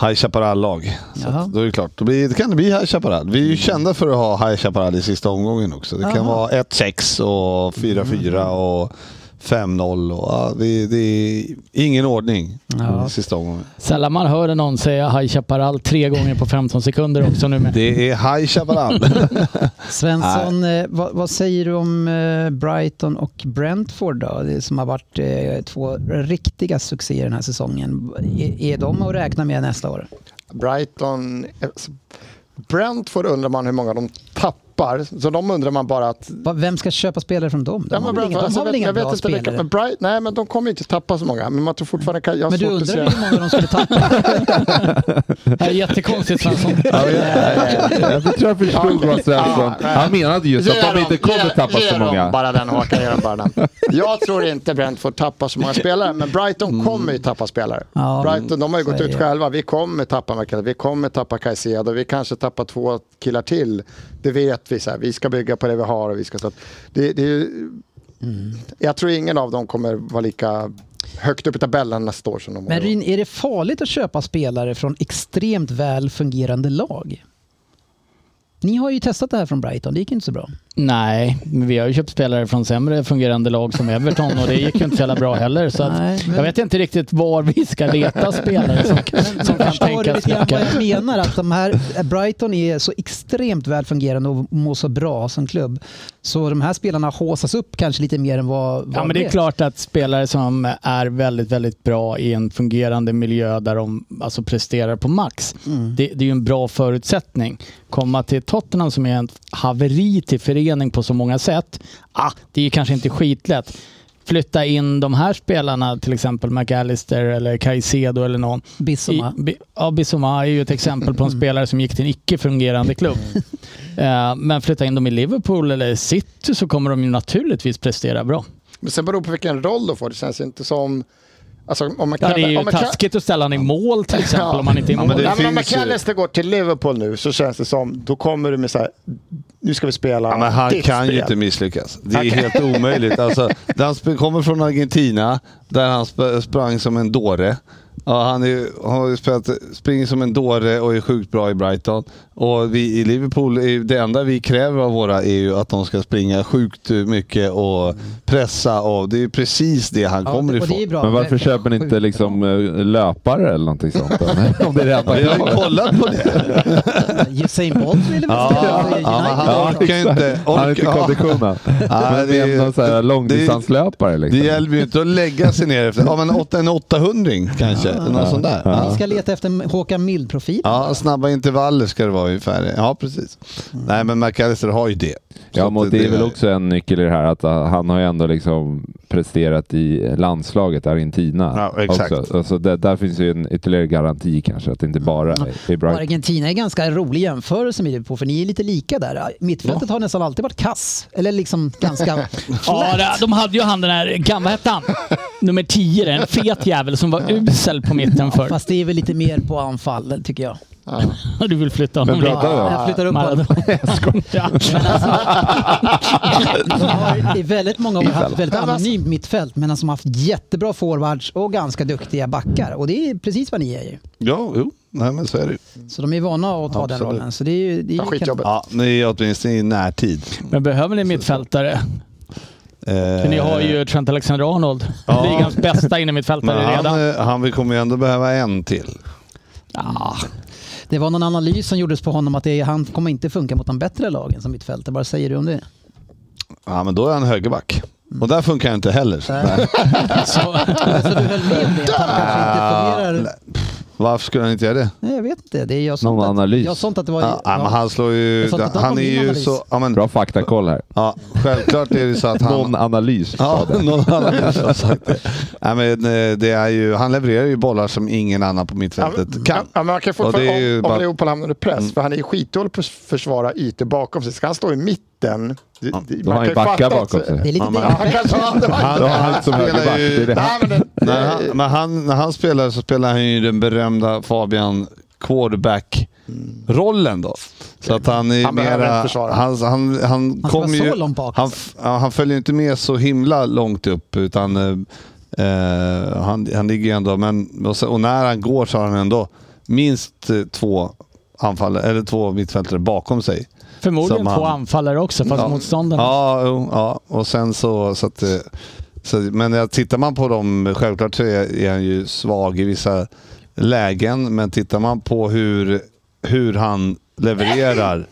[SPEAKER 7] High Chaparral-lag. Så
[SPEAKER 3] Jaha. Mm.
[SPEAKER 7] att då är det klart, då, blir, då kan det bli High Chaparral. Vi är ju kända för att ha High Chaparral i sista omgången också. Det kan
[SPEAKER 3] Jaha.
[SPEAKER 7] vara 1-6 och
[SPEAKER 3] Mm.
[SPEAKER 7] 4-4 och 5-0. Och, ja, vi, det är ingen ordning
[SPEAKER 3] Ja. Mm.
[SPEAKER 7] i sista omgången.
[SPEAKER 5] Sällan man hör någon säga High Chaparral tre gånger på 15 sekunder också nu med.
[SPEAKER 7] Det är High Chaparral.
[SPEAKER 3] Svensson, eh, vad, vad säger du om eh, Brighton och Brentford då? Det som har varit eh, två riktiga succéer den här säsongen. Är, är de att räkna med nästa år?
[SPEAKER 4] eh, Brighton. Brentford undrar man hur många de tappar toppar, så de undrar man bara att...
[SPEAKER 3] Va- Vem ska köpa spelare från dem? De
[SPEAKER 4] Ja,
[SPEAKER 3] har väl
[SPEAKER 4] men bra,
[SPEAKER 3] inga, de
[SPEAKER 4] alltså,
[SPEAKER 3] har väl
[SPEAKER 4] jag vet-
[SPEAKER 3] inga
[SPEAKER 4] jag vet
[SPEAKER 3] bra
[SPEAKER 4] inte vilka-
[SPEAKER 3] spelare?
[SPEAKER 4] Men Bright, nej, men de kommer inte tappa så många. Men man tror fortfarande kan... Jag har
[SPEAKER 3] Men du
[SPEAKER 4] svårt att
[SPEAKER 3] undrar
[SPEAKER 4] se-
[SPEAKER 3] ju hur många de skulle tappa?
[SPEAKER 5] Det här är jättekonstigt Svensson.
[SPEAKER 6] Jag tror jag förstod vad Svensson... Han menade just
[SPEAKER 4] Ge
[SPEAKER 6] att de inte
[SPEAKER 4] dem,
[SPEAKER 6] kommer
[SPEAKER 4] ge-
[SPEAKER 6] tappa
[SPEAKER 4] ge
[SPEAKER 6] så
[SPEAKER 4] dem
[SPEAKER 6] många.
[SPEAKER 4] bara den Håkan, ge dem bara den. Jag tror inte Brentford tappar så många spelare, men Brighton kommer ju tappa spelare.
[SPEAKER 3] Mm. Ja,
[SPEAKER 4] Brighton, de har ju gått
[SPEAKER 3] så är
[SPEAKER 4] ut
[SPEAKER 3] det.
[SPEAKER 4] själva. Vi kommer tappa Merkel, vi kommer tappa Caicedo, vi kanske tappar två killar till. Det vet vi, så här. vi ska bygga på det vi har och vi ska... Så att det, det är ju,
[SPEAKER 3] Mm.
[SPEAKER 4] Jag tror ingen av dem kommer vara lika högt upp i tabellen nästa år som de
[SPEAKER 3] Men
[SPEAKER 4] var i år.
[SPEAKER 3] Ryn, är det farligt att köpa spelare från extremt väl fungerande lag? Ni har ju testat det här från Brighton, det gick inte så bra.
[SPEAKER 5] Nej, men vi har ju köpt spelare från sämre fungerande lag som Everton och det gick ju inte så jävla bra heller. Så att
[SPEAKER 3] Nej, men-
[SPEAKER 5] Jag vet inte riktigt var vi ska leta spelare som, som kan
[SPEAKER 3] Förstår du
[SPEAKER 5] tänkas
[SPEAKER 3] lite grann vad
[SPEAKER 5] lyckas.
[SPEAKER 3] jag menar? Att de här, Brighton är så extremt väl fungerande och mår så bra som klubb. Så de här spelarna håsas upp kanske lite mer än vad... vad
[SPEAKER 5] Ja, men det är klart att spelare som är väldigt, väldigt bra i en fungerande miljö där de alltså, presterar på max,
[SPEAKER 3] Mm.
[SPEAKER 5] det, det är ju en bra förutsättning. Komma till Tottenham som är en haveri till förening på så många sätt, ah, det är ju kanske inte skitlätt. Flytta in de här spelarna, till exempel McAllister eller Caicedo eller någon.
[SPEAKER 3] Bissoma. Mm.
[SPEAKER 5] I- Bi- Ja, Bissoma är ju ett exempel på en spelare som gick till en icke-fungerande klubb. Eh, Men flytta in dem i Liverpool eller City så kommer de ju naturligtvis prestera bra.
[SPEAKER 4] Men sen beror det på vilken roll de får. Det känns inte som... Alltså, om man
[SPEAKER 5] Ja, det är ju
[SPEAKER 4] om man kan-
[SPEAKER 5] taskigt att ställa honom i mål till exempel om han inte är i
[SPEAKER 7] Ja,
[SPEAKER 5] mål.
[SPEAKER 7] men det
[SPEAKER 4] Nej, men om
[SPEAKER 7] finns ju-
[SPEAKER 4] McAllister går till Liverpool nu så känns det som, då kommer du med så här, nu ska vi spela
[SPEAKER 7] Ja, men han
[SPEAKER 4] ditt
[SPEAKER 7] kan ju
[SPEAKER 4] spel.
[SPEAKER 7] inte misslyckas. Det är helt omöjligt. Alltså, han sp- kommer från Argentina där han sp- sprang som en dåre. Ja, han är, har ju spelat, springer som en dåre och är sjukt bra i Brighton. Och vi i Liverpool, är ju- det enda vi kräver av våra är ju att de ska springa sjukt mycket och pressa. Och det är ju precis det han
[SPEAKER 3] Ja,
[SPEAKER 7] kommer
[SPEAKER 3] och
[SPEAKER 7] ifrån.
[SPEAKER 3] det är bra.
[SPEAKER 6] Men varför köper ni inte
[SPEAKER 3] Sjukt.
[SPEAKER 6] liksom eh, löpare eller någonting sånt? Om det är det enda
[SPEAKER 7] Vi har ju kollat på det.
[SPEAKER 3] Usain Bolt ville väl
[SPEAKER 7] Ja,
[SPEAKER 3] ställa sig i
[SPEAKER 7] ja,
[SPEAKER 3] United.
[SPEAKER 7] han orkar ju inte.
[SPEAKER 6] Han har inte
[SPEAKER 7] orkar-
[SPEAKER 6] konditionen.
[SPEAKER 7] Nej,
[SPEAKER 6] Men
[SPEAKER 7] det
[SPEAKER 6] det
[SPEAKER 7] är-
[SPEAKER 6] är någon sån här långdistanslöpare
[SPEAKER 7] Det
[SPEAKER 6] liksom.
[SPEAKER 7] hjälper ju inte att lägga sig ner efter. Ja, men åtta- en 800 kanske. Någon sån där.
[SPEAKER 3] Vi
[SPEAKER 7] Ja.
[SPEAKER 3] ska leta efter Håkan Mild-profil.
[SPEAKER 7] Ja, snabba intervaller ska det vara ungefär. Ja, precis. Nej, men McAllister har ju det. Så
[SPEAKER 6] Ja,
[SPEAKER 7] att
[SPEAKER 6] men det är väl också en nyckel i det här att ah, han har ju ändå liksom presterat i landslaget Argentina.
[SPEAKER 7] Ja, exakt.
[SPEAKER 6] Också. Alltså, där, där finns ju en ytterligare garanti kanske att det inte Mm. bara är
[SPEAKER 3] Och
[SPEAKER 6] bra.
[SPEAKER 3] Argentina är en ganska rolig jämförelse med på för ni är lite lika där. Mittfältet har nästan alltid varit kass. Eller liksom ganska
[SPEAKER 5] Ja,
[SPEAKER 3] flat.
[SPEAKER 5] det- de hade ju han den här, gamla- vad hette han? Nummer 10, en fet jävel som var usel på mitten förr.
[SPEAKER 3] Fast det är väl lite mer på anfall tycker jag.
[SPEAKER 5] Du vill flytta honom
[SPEAKER 6] Men
[SPEAKER 5] dit.
[SPEAKER 6] bra. Pratar du?
[SPEAKER 3] jag flyttar upp honom.
[SPEAKER 5] Maradona. Ja.
[SPEAKER 3] De har i väldigt många år haft väldigt anonymt mittfält men alltså som har haft jättebra forwards och ganska duktiga backar. Och det är precis vad ni är ju.
[SPEAKER 7] Ja, jo. Nej, men så är det ju.
[SPEAKER 3] Så de är vana att ta den
[SPEAKER 7] Absolut.
[SPEAKER 3] rollen. Så det är ju, det är
[SPEAKER 4] Ja,
[SPEAKER 3] ju
[SPEAKER 4] skitjobbet.
[SPEAKER 7] Ja, ni är åtminstone i närtid.
[SPEAKER 5] Men behöver ni mittfältare? För ni har ju Trent Alexander-Arnold,
[SPEAKER 7] Ja.
[SPEAKER 5] ligans bästa innermittfältare
[SPEAKER 7] Eh, Men
[SPEAKER 5] redan.
[SPEAKER 7] han, eh, han vi kommer ju ändå behöva en till.
[SPEAKER 3] Ja, det var någon analys som gjordes på honom att det, han kommer inte funka mot de bättre lagen som mittfältare. Vad säger du om det?
[SPEAKER 7] Ja, men då är han högerback. Och där funkar han inte heller.
[SPEAKER 5] Så,
[SPEAKER 3] Så du höll med om det? Att han kanske inte fungerar?
[SPEAKER 7] Varför skulle han inte göra det?
[SPEAKER 3] Nej, jag vet inte. Det är jag sånt
[SPEAKER 6] Någon
[SPEAKER 3] att,
[SPEAKER 6] analys.
[SPEAKER 3] Jag sånt att det var...
[SPEAKER 7] Ja,
[SPEAKER 3] ja.
[SPEAKER 7] men han slår ju...
[SPEAKER 3] Jag sa att det var
[SPEAKER 7] Han är
[SPEAKER 3] min
[SPEAKER 7] ju
[SPEAKER 3] analys.
[SPEAKER 7] så... Ja, men,
[SPEAKER 6] Bra faktakoll här.
[SPEAKER 7] ja, självklart är det så att han...
[SPEAKER 6] Någon analys.
[SPEAKER 7] Ja, någon annan kanske har sagt det. Nej, men, eh, det är ju, han levererar ju bollar som ingen annan på
[SPEAKER 4] Ja,
[SPEAKER 7] mittfältet
[SPEAKER 4] men-
[SPEAKER 7] kan.
[SPEAKER 4] Ja, men man kan
[SPEAKER 7] Och det är
[SPEAKER 4] fortfarande,
[SPEAKER 7] ju
[SPEAKER 4] om,
[SPEAKER 7] bara-
[SPEAKER 4] om
[SPEAKER 7] Mm.
[SPEAKER 4] Leopold hamnar under press, för han är ju skitdålig på att försvara ytor bakom sig. Ska han stå i mitten? Det- det-
[SPEAKER 6] Då har han ju backa bakom sig.
[SPEAKER 3] Det är lite
[SPEAKER 7] Ja, men-
[SPEAKER 4] Ja, han
[SPEAKER 3] det.
[SPEAKER 4] kanske har det.
[SPEAKER 7] Han-
[SPEAKER 6] Då har han som
[SPEAKER 7] spelar
[SPEAKER 6] högerback.
[SPEAKER 7] ju-
[SPEAKER 6] det är det.
[SPEAKER 4] Nej, men det-
[SPEAKER 7] När han, men han, när han spelar så spelar han ju den berömda Fabian quarterback-rollen då. Så att han är
[SPEAKER 4] Han behöver inte
[SPEAKER 7] mera...
[SPEAKER 4] försvara.
[SPEAKER 7] Han, han, han,
[SPEAKER 3] ska
[SPEAKER 7] kommer
[SPEAKER 3] vara så
[SPEAKER 7] ju,
[SPEAKER 3] långt bak.
[SPEAKER 7] han, f- ja, han följer ju inte med så himla långt upp utan eh, eh, han, han ligger ju ändå... Men, och, sen, och när han går så har han ändå minst eh, två anfall, eller två mittfältare bakom sig.
[SPEAKER 5] förmodligen
[SPEAKER 7] Som
[SPEAKER 5] två
[SPEAKER 7] han.
[SPEAKER 5] anfallare också, fast
[SPEAKER 7] Ja.
[SPEAKER 5] motståndarna.
[SPEAKER 7] Ja, jo, ja, och sen så... så att, eh, så, men jag- tittar man på dem, självklart så är, är han ju svag i vissa lägen, men tittar man på hur, hur han levererar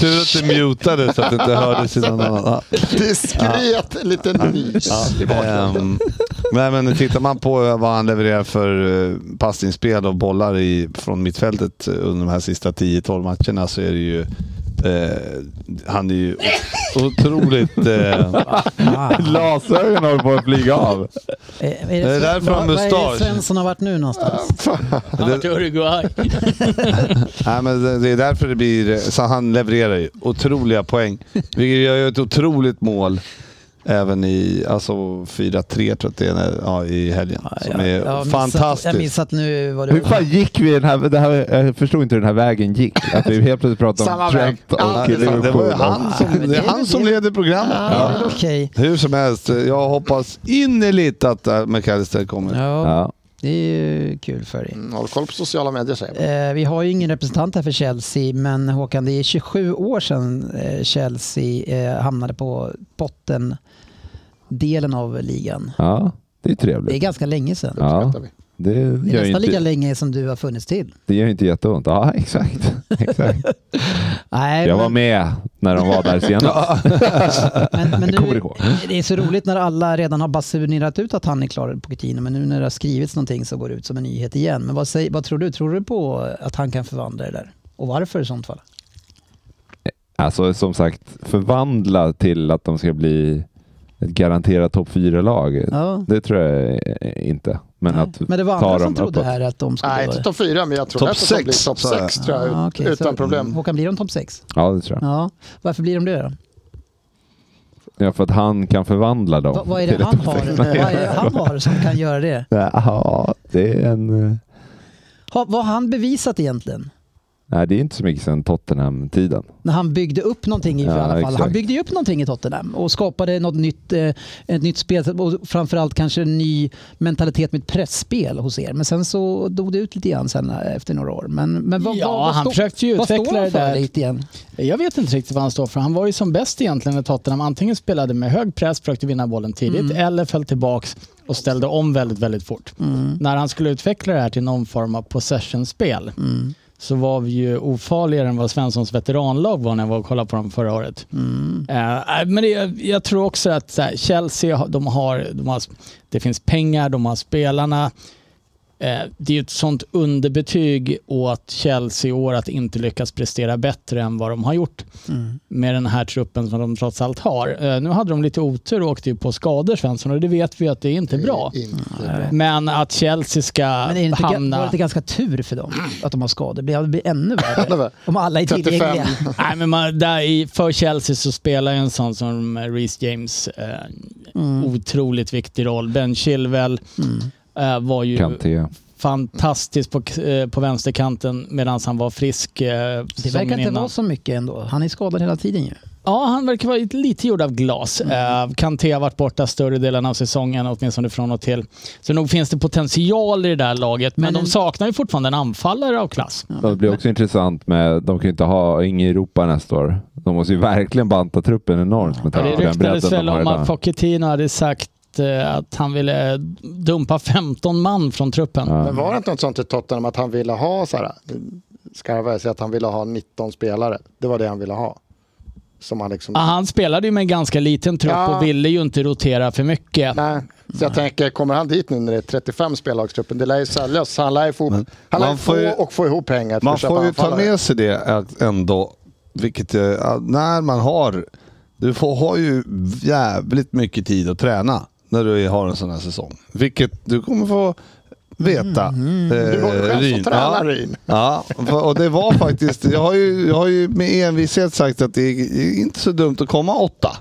[SPEAKER 7] Tur att du mutade så att det inte hördes i någon annan. Ja.
[SPEAKER 4] Diskret liten nys i bakgrunden.
[SPEAKER 7] Ehm, nej, men tittar man på vad han levererar för eh, passningsspel och bollar i, från mittfältet eh, under de här sista 10-12 matcherna så är det ju eh, han är ju o- otroligt... Eh,
[SPEAKER 6] Glasögonen håller på att flyga av.
[SPEAKER 3] Eh, Är
[SPEAKER 7] Det är därför han
[SPEAKER 3] vad- vad är det
[SPEAKER 7] mustasch.
[SPEAKER 3] Svensson har varit nu någonstans?
[SPEAKER 5] Han har varit i Uruguay.
[SPEAKER 7] nej, men det- det är därför det blir... Så han levererar ju otroliga poäng. Vilket gör ju ett otroligt mål. Även i alltså 4-3 tror jag att det är när- ja, i helgen. Som är
[SPEAKER 3] Jag har Missat, jag
[SPEAKER 7] fantastiskt.
[SPEAKER 3] har missat nu vad det
[SPEAKER 6] Hur
[SPEAKER 3] var.
[SPEAKER 6] fan gick vi den här, det här? Jag förstod inte hur den här vägen gick. Att vi helt plötsligt pratade
[SPEAKER 4] Samma
[SPEAKER 6] om
[SPEAKER 4] väg.
[SPEAKER 6] Trent och
[SPEAKER 4] Ja,
[SPEAKER 7] det, fan, det var ju han som, det är han som leder programmet.
[SPEAKER 3] Ja, det är Okej.
[SPEAKER 7] Hur som helst, jag hoppas innerligt att eh, McAllister kommer.
[SPEAKER 3] Ja,
[SPEAKER 6] Ja.
[SPEAKER 3] det är ju kul för dig.
[SPEAKER 4] Mm, Håll koll på sociala medier säger jag.
[SPEAKER 3] Eh, Vi har ju ingen representant här för Chelsea, men Håkan, det är 27 år sedan eh, Chelsea eh, hamnade på botten delen av ligan.
[SPEAKER 6] ja,
[SPEAKER 3] Det
[SPEAKER 6] det är
[SPEAKER 3] är
[SPEAKER 6] trevligt.
[SPEAKER 3] ganska länge sedan.
[SPEAKER 6] Ja,
[SPEAKER 4] Väntar vi.
[SPEAKER 6] det
[SPEAKER 3] Det är
[SPEAKER 6] gör ju
[SPEAKER 3] nästan lika
[SPEAKER 6] inte,
[SPEAKER 3] länge som du har funnits till.
[SPEAKER 6] det gör ju inte jätteont. Ja, exakt. exakt.
[SPEAKER 3] Nej,
[SPEAKER 6] Jag var
[SPEAKER 3] men,
[SPEAKER 6] med när de var där senast.
[SPEAKER 3] men, men
[SPEAKER 6] Jag kommer ihåg.
[SPEAKER 3] nu, det är så roligt när alla redan har basunerat ut att han är klar på Coutinho, men nu när det har skrivits någonting så går det ut som en nyhet igen. Men vad, säger, vad tror du? Tror du på att han kan förvandla det där? Och varför i sånt fall?
[SPEAKER 6] Alltså som sagt, förvandla till att de ska bli ett garanterat topp 4-lag.
[SPEAKER 3] Ja.
[SPEAKER 6] Det tror jag eh, inte. Men
[SPEAKER 3] Nej.
[SPEAKER 6] att
[SPEAKER 3] Men det var
[SPEAKER 6] ta
[SPEAKER 3] andra som
[SPEAKER 6] dem
[SPEAKER 3] trodde
[SPEAKER 6] uppåt.
[SPEAKER 3] här att de skulle...
[SPEAKER 4] Nej, inte topp fyra, men jag tror
[SPEAKER 7] Topp
[SPEAKER 4] att de blir
[SPEAKER 7] sex,
[SPEAKER 4] topp
[SPEAKER 7] sa jag.
[SPEAKER 4] sex tror jag, ut-
[SPEAKER 3] Ah, okej,
[SPEAKER 4] utan
[SPEAKER 3] så-
[SPEAKER 4] problem.
[SPEAKER 3] Håkan, blir de topp 6?
[SPEAKER 6] Ja, det tror jag.
[SPEAKER 3] Ja. Varför blir de det då?
[SPEAKER 6] Ja, för att han kan förvandla dem.
[SPEAKER 3] Va, vad är det
[SPEAKER 6] till
[SPEAKER 3] han
[SPEAKER 6] ett
[SPEAKER 3] har?
[SPEAKER 6] topp sex.
[SPEAKER 3] Vad är det han har som kan göra det?
[SPEAKER 6] Ja, det är en... eh,
[SPEAKER 3] Ha, vad har han bevisat egentligen?
[SPEAKER 6] Nej, det är inte så mycket sedan Tottenham-tiden.
[SPEAKER 3] När han byggde upp någonting i,
[SPEAKER 6] Ja,
[SPEAKER 3] alla fall. Han
[SPEAKER 6] exakt.
[SPEAKER 3] byggde ju upp någonting i Tottenham och skapade något nytt, eh, ett nytt spel och framförallt kanske en ny mentalitet med ett pressspel hos er. Men sen så dog det ut lite grann sen eh, efter några år. Men, men vad,
[SPEAKER 5] Ja,
[SPEAKER 3] vad, vad
[SPEAKER 5] han
[SPEAKER 3] står-
[SPEAKER 5] försökte ju
[SPEAKER 3] vad står
[SPEAKER 5] utveckla
[SPEAKER 3] han
[SPEAKER 5] det
[SPEAKER 3] för
[SPEAKER 5] där.
[SPEAKER 3] lite igen?
[SPEAKER 5] Jag vet inte riktigt vad han står för. Han var ju som bäst egentligen när Tottenham antingen spelade med hög press, försökte vinna bollen tidigt, eller föll tillbaks och ställde om väldigt, väldigt fort.
[SPEAKER 3] Mm,
[SPEAKER 5] När han skulle utveckla det här till någon form av possession-spel så var vi ju ofarligare än vad Svenssons veteranlag var när jag var och kollade på dem förra året.
[SPEAKER 3] mm,
[SPEAKER 5] Eh, eh, men det, jag- jag tror också att så här, Chelsea, har- de har, de har, det finns pengar, de har spelarna. Eh, det är ju ett sånt underbetyg åt Chelsea i år att inte lyckas prestera bättre än vad de har gjort
[SPEAKER 3] mm.
[SPEAKER 5] med den här truppen som de trots allt har. Eh, nu hade de lite otur och åkte ju på skador Svensson och det vet vi att det är inte bra.
[SPEAKER 4] Inte
[SPEAKER 3] Mm.
[SPEAKER 4] bra.
[SPEAKER 5] Men att Chelsea ska
[SPEAKER 3] Men är det inte,
[SPEAKER 5] hamna...
[SPEAKER 3] var det inte ganska tur för dem att de har skador? Det blir ännu värre om alla är
[SPEAKER 4] 35.
[SPEAKER 3] tillgängliga.
[SPEAKER 5] Nej, men man, där i, för Chelsea så spelar ju en sån som Reece James eh,
[SPEAKER 3] Mm.
[SPEAKER 5] otroligt viktig roll. Ben Chilwell eh, var ju
[SPEAKER 6] Kanté.
[SPEAKER 5] fantastisk på, eh, på vänsterkanten medan han var frisk eh,
[SPEAKER 3] Det
[SPEAKER 5] säsongen
[SPEAKER 3] verkar inte
[SPEAKER 5] innan.
[SPEAKER 3] vara så mycket ändå. Han är skadad hela tiden ju.
[SPEAKER 5] Ja, han verkar vara lite gjord av glas. Eh, Kanté har varit borta större delen av säsongen, åtminstone från och till. Så nog finns det potential i det där laget, men,
[SPEAKER 3] Men en-
[SPEAKER 5] de saknar ju fortfarande en anfallare av klass.
[SPEAKER 6] Det blir också intressant med, de kan ju inte ha ingen Europa nästa år. De måste ju verkligen banta truppen enormt med
[SPEAKER 5] Ja,
[SPEAKER 6] tanke på
[SPEAKER 5] det
[SPEAKER 6] den bredden
[SPEAKER 5] ryktades väl
[SPEAKER 6] de har
[SPEAKER 5] om att
[SPEAKER 6] idag.
[SPEAKER 5] Pochettino hade sagt eh, att han ville dumpa 15 man från truppen.
[SPEAKER 4] Men var det inte något sånt i Tottenham att han ville ha, så här, skarvar jag säga att han ville ha 19 spelare. Det var det han ville ha. Som han liksom...
[SPEAKER 5] Ah, Han spelade ju med en ganska liten trupp
[SPEAKER 4] Ja.
[SPEAKER 5] och ville ju inte rotera för mycket.
[SPEAKER 4] Nej. Så jag tänker, kommer han dit nu när det är 35 spelagstruppen? Det lär ju säljas, så han lär ju få, han lär
[SPEAKER 7] man
[SPEAKER 4] ju få
[SPEAKER 7] får ju-
[SPEAKER 4] och få ihop pengar för
[SPEAKER 7] Man
[SPEAKER 4] att köpa
[SPEAKER 7] får ju ta
[SPEAKER 4] anfallare.
[SPEAKER 7] med sig det att ändå, vilket, eh, att när man har, du får, har ju jävligt mycket tid att träna när du har en sån här säsong. Vilket du kommer få veta. eh,
[SPEAKER 4] Mm-hmm. Du går själv
[SPEAKER 7] Ryn.
[SPEAKER 4] som
[SPEAKER 7] Ja.
[SPEAKER 4] tränare, Ryn.
[SPEAKER 7] Ja, för- och det var faktiskt, jag har ju, jag har ju med envishet sagt att det är inte så dumt att komma åtta.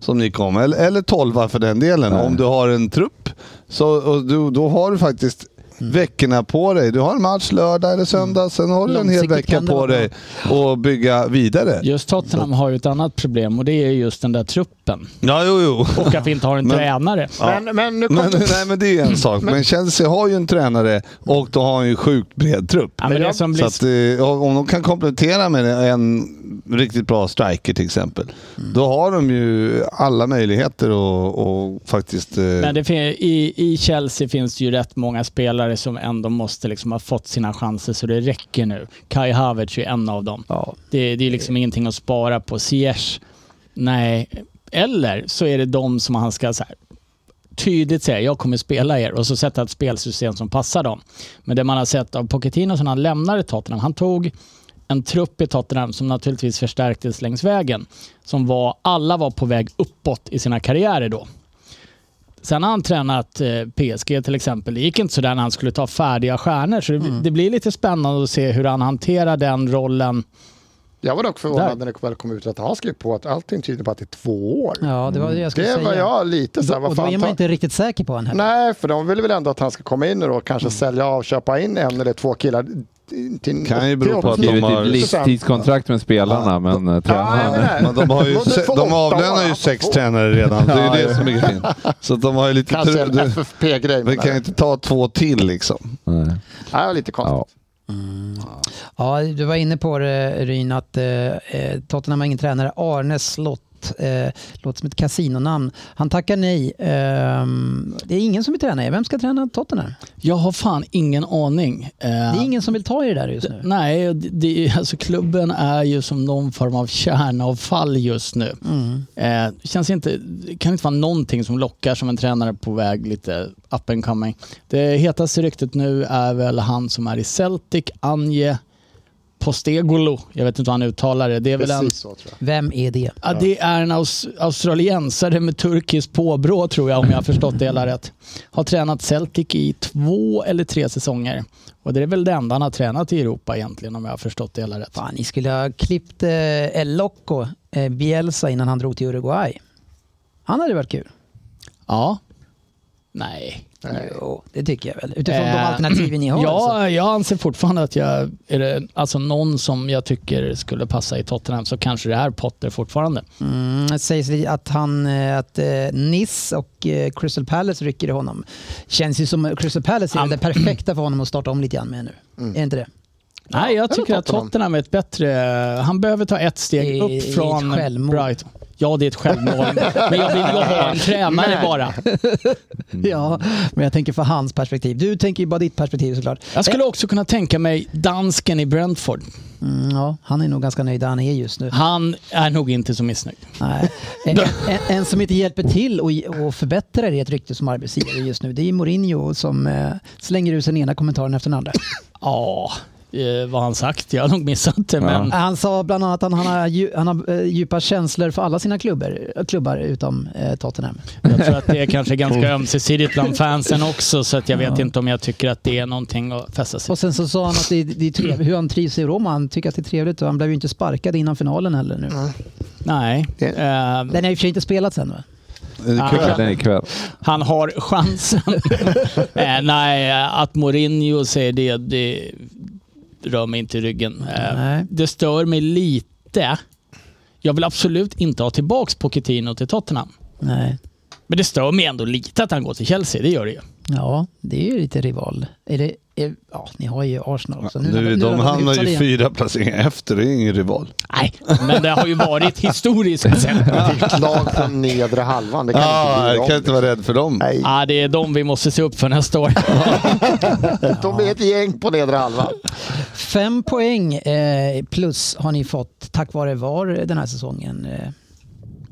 [SPEAKER 7] Som ni kom, eller, eller tolva för den delen. Om du har en trupp, så, och du, då har du faktiskt veckorna på dig. Du har en match lördag eller söndag, sen har du en hel
[SPEAKER 3] Långsiktigt
[SPEAKER 7] vecka
[SPEAKER 3] kan det
[SPEAKER 7] på
[SPEAKER 3] vara bra.
[SPEAKER 7] dig och bygga vidare.
[SPEAKER 5] Just Tottenham har ju ett annat problem och det är just den där truppen.
[SPEAKER 7] Ja, jo, jo.
[SPEAKER 5] Och att vi inte har en
[SPEAKER 7] Men-
[SPEAKER 5] tränare.
[SPEAKER 4] Men, men nu kommer...
[SPEAKER 7] Men, nej, men det är ju
[SPEAKER 5] Mm.
[SPEAKER 7] en sak. Men Chelsea har ju en tränare och då har han ju sjukt bred trupp.
[SPEAKER 5] Ja, men det som
[SPEAKER 7] Så
[SPEAKER 5] blir
[SPEAKER 7] att, eh, om de kan komplettera med en riktigt bra striker till exempel,
[SPEAKER 5] Mm.
[SPEAKER 7] då har de ju alla möjligheter att och faktiskt... eh,
[SPEAKER 5] Men det fin- i, i Chelsea finns det ju rätt många spelare spelare som ändå måste liksom ha fått sina chanser så det räcker nu. Kai Havertz är en av dem.
[SPEAKER 3] Ja.
[SPEAKER 5] Det, det är liksom ingenting att spara på. Ziyech, nej. Eller så är det de som han ska så här, tydligt säga, jag kommer spela er och så sätta ett spelsystem som passar dem. Men det man har sett av Pochettino sen han lämnade Tottenham, han tog en trupp i Tottenham som naturligtvis förstärktes längs vägen. Som var, alla var på väg uppåt i sina karriärer då. Sen har han tränat eh, PSG till exempel. Det gick inte sådär när han skulle ta färdiga stjärnor. Så det, det blir lite spännande att se hur han hanterar den rollen.
[SPEAKER 4] Jag var dock förvånad
[SPEAKER 5] Där.
[SPEAKER 4] när det väl kom ut att han skrev på att allting tyder på att det är två år.
[SPEAKER 3] Ja, det var det jag skulle
[SPEAKER 4] det
[SPEAKER 3] säga.
[SPEAKER 4] var jag lite så här,
[SPEAKER 3] och
[SPEAKER 4] vad
[SPEAKER 3] då
[SPEAKER 4] fan
[SPEAKER 3] är man
[SPEAKER 4] ta-
[SPEAKER 3] inte riktigt säker på än heller.
[SPEAKER 4] Nej, för de vill väl ändå att han ska komma in nu och
[SPEAKER 7] Mm.
[SPEAKER 4] kanske sälja av, köpa in en eller två killar. Till,
[SPEAKER 7] Kan ju bero på att
[SPEAKER 6] Skrivit
[SPEAKER 7] de har-
[SPEAKER 6] ett livstidskontrakt typ med spelarna, men eh,
[SPEAKER 4] jag
[SPEAKER 6] tränaren...
[SPEAKER 4] menar-
[SPEAKER 7] Men de, har ju,
[SPEAKER 4] Låt det få
[SPEAKER 7] de
[SPEAKER 4] åtta
[SPEAKER 7] avlönar ju
[SPEAKER 4] år.
[SPEAKER 7] sex tränare redan. Det är ju det som är grejen. Så att de har ju lite
[SPEAKER 4] Kanske
[SPEAKER 7] tur.
[SPEAKER 4] en
[SPEAKER 7] Det-
[SPEAKER 4] FFP-grej.
[SPEAKER 7] Vi kan ju inte ta två till liksom.
[SPEAKER 6] Nej.
[SPEAKER 4] Nej, lite
[SPEAKER 6] Ja.
[SPEAKER 4] konstigt.
[SPEAKER 3] Ja, du var inne på det Ryn, att eh, eh, Tottenham har ingen tränare. Arne Slott. Eh, låter som ett kasinonamn. Han tackar nej. Ehm, det är ingen som vill träna er. Vem ska träna Tottenham?
[SPEAKER 5] Jag har fan ingen aning. Eh,
[SPEAKER 3] Det är ingen som vill ta i det där just nu.
[SPEAKER 5] Nej, och det- det, är- alltså klubben är ju som någon form av kärnavfall just nu.
[SPEAKER 3] Mm.
[SPEAKER 5] Eh, känns inte, det kan inte vara någonting som lockar som en tränare på väg lite up and coming. Det hetaste ryktet nu är väl han som är i Celtic, Anje Postegolo. Jag vet inte hur han uttalar det. Det är väl en
[SPEAKER 4] Precis så tror jag.
[SPEAKER 3] Vem är det?
[SPEAKER 5] Ja, det är en aus australiensare med turkiskt påbrå tror jag om jag har förstått det hela rätt. Har tränat Celtic i två eller tre säsonger. Och det är väl det enda han har tränat i Europa egentligen om jag har förstått det hela rätt.
[SPEAKER 3] Fan, ni skulle ha klippt eh, El Loco, eh, Bielsa, innan han drog till Uruguay. Han hade varit kul.
[SPEAKER 5] Ja. Nej.
[SPEAKER 3] Jo, det tycker jag väl. Utifrån de
[SPEAKER 5] Eh,
[SPEAKER 3] alternativen ni har.
[SPEAKER 5] Ja,
[SPEAKER 3] alltså.
[SPEAKER 5] jag anser fortfarande att jag, är det alltså någon som jag tycker skulle passa i Tottenham så kanske det är Potter fortfarande.
[SPEAKER 3] Mm, det sägs li- att, han, eh, att eh, Nice och eh, Crystal Palace rycker i honom. Känns ju som att Crystal Palace är
[SPEAKER 5] Am-
[SPEAKER 3] det perfekta för honom att starta om lite grann med nu.
[SPEAKER 5] Mm.
[SPEAKER 3] Är inte det?
[SPEAKER 5] Nej, jag
[SPEAKER 4] eller
[SPEAKER 5] tycker att
[SPEAKER 4] Tottenham.
[SPEAKER 5] Tottenham är ett bättre... Han behöver ta ett steg
[SPEAKER 3] I- i
[SPEAKER 5] upp
[SPEAKER 3] ett
[SPEAKER 5] från
[SPEAKER 3] självmål.
[SPEAKER 5] Brighton. Ja, det är ett självmål. Men jag vill ju ha en tränare bara. Mm.
[SPEAKER 3] Ja, men jag tänker för hans perspektiv. Du tänker ju bara ditt perspektiv såklart.
[SPEAKER 5] Jag skulle också kunna tänka mig dansken i Brentford.
[SPEAKER 3] Mm, ja, han är nog ganska nöjd där han är just nu.
[SPEAKER 5] Han är nog inte så missnöjd.
[SPEAKER 3] Nej. En, en, en som inte hjälper till och, och förbättrar ert rykte som arbetsgivare just nu, det är Mourinho som eh, slänger ut den ena kommentaren efter den andra.
[SPEAKER 5] Ja, eh, vad har han sagt? Jag har nog missat det. Men
[SPEAKER 3] Han sa bland annat att han har, dju- han har eh, djupa känslor för alla sina klubbar, klubbar utom eh, Tottenham.
[SPEAKER 5] jag tror att det är kanske ganska ömsesidigt bland fansen också. Så att jag vet inte om jag tycker att det är någonting att fästa sig
[SPEAKER 3] Och sen så sa han att det, det är trevligt, hur han trivs i Roma. Han tycker att det är trevligt och han blev ju inte sparkad innan finalen heller nu.
[SPEAKER 5] Nej. Eh,
[SPEAKER 3] Den har i och för sig inte spelat sen va?
[SPEAKER 7] Är det
[SPEAKER 5] Ah.
[SPEAKER 7] kul?
[SPEAKER 6] Ja, den är ikväll.
[SPEAKER 5] Han har chansen. eh, nej, eh, att Mourinho säger det, det rör mig inte i ryggen. Eh,
[SPEAKER 3] Nej.
[SPEAKER 5] det stör mig lite. Jag vill absolut inte ha tillbaka Pochettino till Tottenham.
[SPEAKER 3] Nej.
[SPEAKER 5] Men det stör mig ändå lite att han går till Chelsea, det gör det ju.
[SPEAKER 3] Ja, det är ju lite rival. Är det, är, ja, ni har ju Arsenal också.
[SPEAKER 7] Nu, de hamnar ju fyra placeringar efter, det är ingen rival.
[SPEAKER 5] Nej, men det har ju varit historiskt sett.
[SPEAKER 4] Ett lag från nedre halvan, det kan inte
[SPEAKER 7] Ja,
[SPEAKER 4] bli
[SPEAKER 7] Ah, jag
[SPEAKER 4] om,
[SPEAKER 7] kan inte
[SPEAKER 4] liksom.
[SPEAKER 7] vara rädd för dem.
[SPEAKER 4] Nej,
[SPEAKER 5] Ah, det är de vi måste se upp för nästa år.
[SPEAKER 4] de är ett gäng på nedre halvan.
[SPEAKER 3] Fem poäng eh, plus har ni fått tack vare VAR den här säsongen. Eh,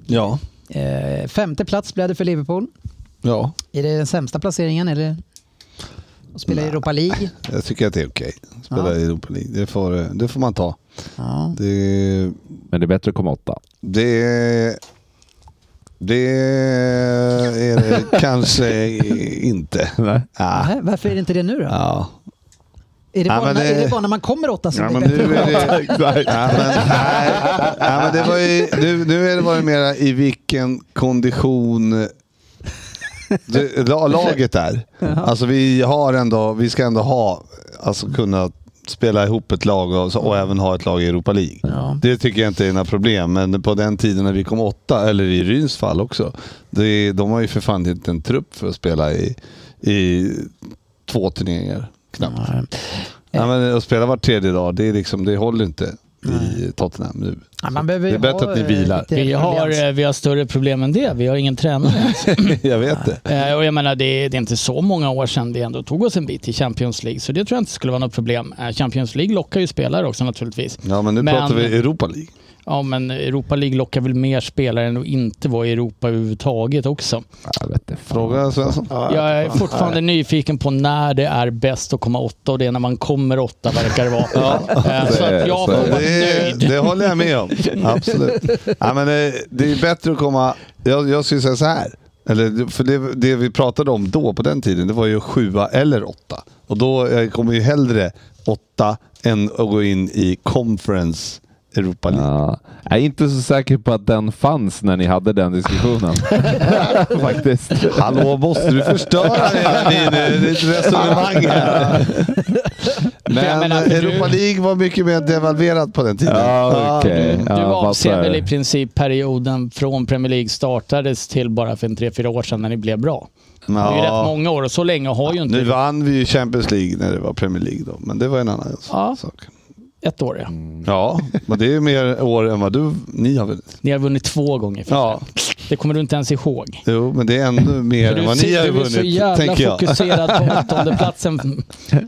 [SPEAKER 7] Ja.
[SPEAKER 3] Eh, femte plats blev det för Liverpool.
[SPEAKER 7] Ja,
[SPEAKER 3] Är det den sämsta placeringen? Eller? Att spela i Europa League?
[SPEAKER 7] jag tycker att det är okej. Spela
[SPEAKER 3] Ja.
[SPEAKER 7] i Europa League, det får, det får man ta.
[SPEAKER 3] Ja.
[SPEAKER 7] Det,
[SPEAKER 6] Men det är bättre att komma åtta.
[SPEAKER 7] det, det är det kanske inte.
[SPEAKER 6] Nej.
[SPEAKER 7] Ja.
[SPEAKER 3] Nähä, Varför är det inte det nu då?
[SPEAKER 7] Ja.
[SPEAKER 3] Är, det
[SPEAKER 7] Ja,
[SPEAKER 3] bara
[SPEAKER 7] men
[SPEAKER 3] när,
[SPEAKER 7] det-
[SPEAKER 3] är det bara när man kommer åtta som
[SPEAKER 7] Ja,
[SPEAKER 3] Alltså, det är
[SPEAKER 7] men
[SPEAKER 3] bättre?
[SPEAKER 7] nu är det, ja, men, nej, ja, men det var ju, nu, nu är det bara mera i vilken kondition det, la- laget är. Alltså vi har ändå, vi ska ändå ha, alltså kunna spela ihop ett lag och, så- och även ha ett lag i Europa League.
[SPEAKER 3] Ja.
[SPEAKER 7] Det tycker jag inte är några problem, men på den tiden när vi kom åtta, eller i Ryns fall också, det, de har ju för fan inte en trupp för att spela i, i två turneringar knappt.
[SPEAKER 3] Nej.
[SPEAKER 7] Ja, men att spela var tredje dag, det, är liksom, det håller inte. i Tottenham nu.
[SPEAKER 3] Ja, man behöver
[SPEAKER 7] Det är
[SPEAKER 3] ju
[SPEAKER 7] bättre
[SPEAKER 3] ha,
[SPEAKER 7] att ni
[SPEAKER 3] eh,
[SPEAKER 7] vilar.
[SPEAKER 3] lite
[SPEAKER 5] Vi har,
[SPEAKER 3] ruljans.
[SPEAKER 5] eh, vi har större problem än det. Vi har ingen tränare.
[SPEAKER 7] jag vet det.
[SPEAKER 5] Eh, och jag menar, det, är- det är inte så många år sedan vi ändå tog oss en bit till Champions League, så det tror jag inte skulle vara något problem. Eh, Champions League lockar ju spelare också naturligtvis.
[SPEAKER 7] Ja, men nu
[SPEAKER 5] Men-
[SPEAKER 7] pratar vi Europa League.
[SPEAKER 5] Ja, men Europa League lockar väl mer spelare än att inte vara i Europa överhuvudtaget också.
[SPEAKER 6] Jag vet inte.
[SPEAKER 7] Fråga Svensson.
[SPEAKER 5] Jag är fortfarande nyfiken på när det är bäst att komma åtta och det är när man kommer åtta verkar det vara. Eh, så att jag
[SPEAKER 6] så
[SPEAKER 5] får
[SPEAKER 6] är
[SPEAKER 5] vara
[SPEAKER 7] Det,
[SPEAKER 5] nöjd.
[SPEAKER 7] det håller jag med om. Absolut. Ja, men eh, det är bättre att komma... Jag, jag skulle säga så här. Eller, för det, det vi pratade om då, på den tiden, det var ju sjua eller åtta. Och då eh, kommer ju hellre åtta än att gå in i Conference Europa League.
[SPEAKER 6] Ja. Jag är inte så säker på att den fanns när ni hade den diskussionen. Faktiskt.
[SPEAKER 7] Hallå, måste du förstöra hela min eh, ditt resonemang här?
[SPEAKER 5] Jag
[SPEAKER 7] Men eh,
[SPEAKER 5] menar, för
[SPEAKER 7] Europa
[SPEAKER 5] du-
[SPEAKER 7] League var mycket mer devalverat på den tiden.
[SPEAKER 6] Ja, okej.
[SPEAKER 5] Du
[SPEAKER 6] Ja, vad så
[SPEAKER 5] avser
[SPEAKER 6] är
[SPEAKER 5] väl
[SPEAKER 6] det.
[SPEAKER 5] i princip perioden från Premier League startades till bara för en tre, fyra år sedan när ni blev bra. Det är ju rätt många år och så länge har ju
[SPEAKER 7] Nu
[SPEAKER 5] inte...
[SPEAKER 7] vann vi ju Champions League när det var Premier League då, men det var en annan
[SPEAKER 5] Ja.
[SPEAKER 7] sak.
[SPEAKER 5] Ett år ja.
[SPEAKER 7] Ja, men det är mer år än vad du, ni har vunnit.
[SPEAKER 5] Ni har vunnit två gånger.
[SPEAKER 7] Ja,
[SPEAKER 5] Det kommer du inte ens ihåg.
[SPEAKER 7] jo, men det är ännu mer än
[SPEAKER 5] du,
[SPEAKER 7] vad
[SPEAKER 5] ser-
[SPEAKER 7] ni har
[SPEAKER 5] du är så
[SPEAKER 7] vunnit,
[SPEAKER 5] jävla
[SPEAKER 7] tänker jag.
[SPEAKER 5] fokuserad på åttondeplatsen.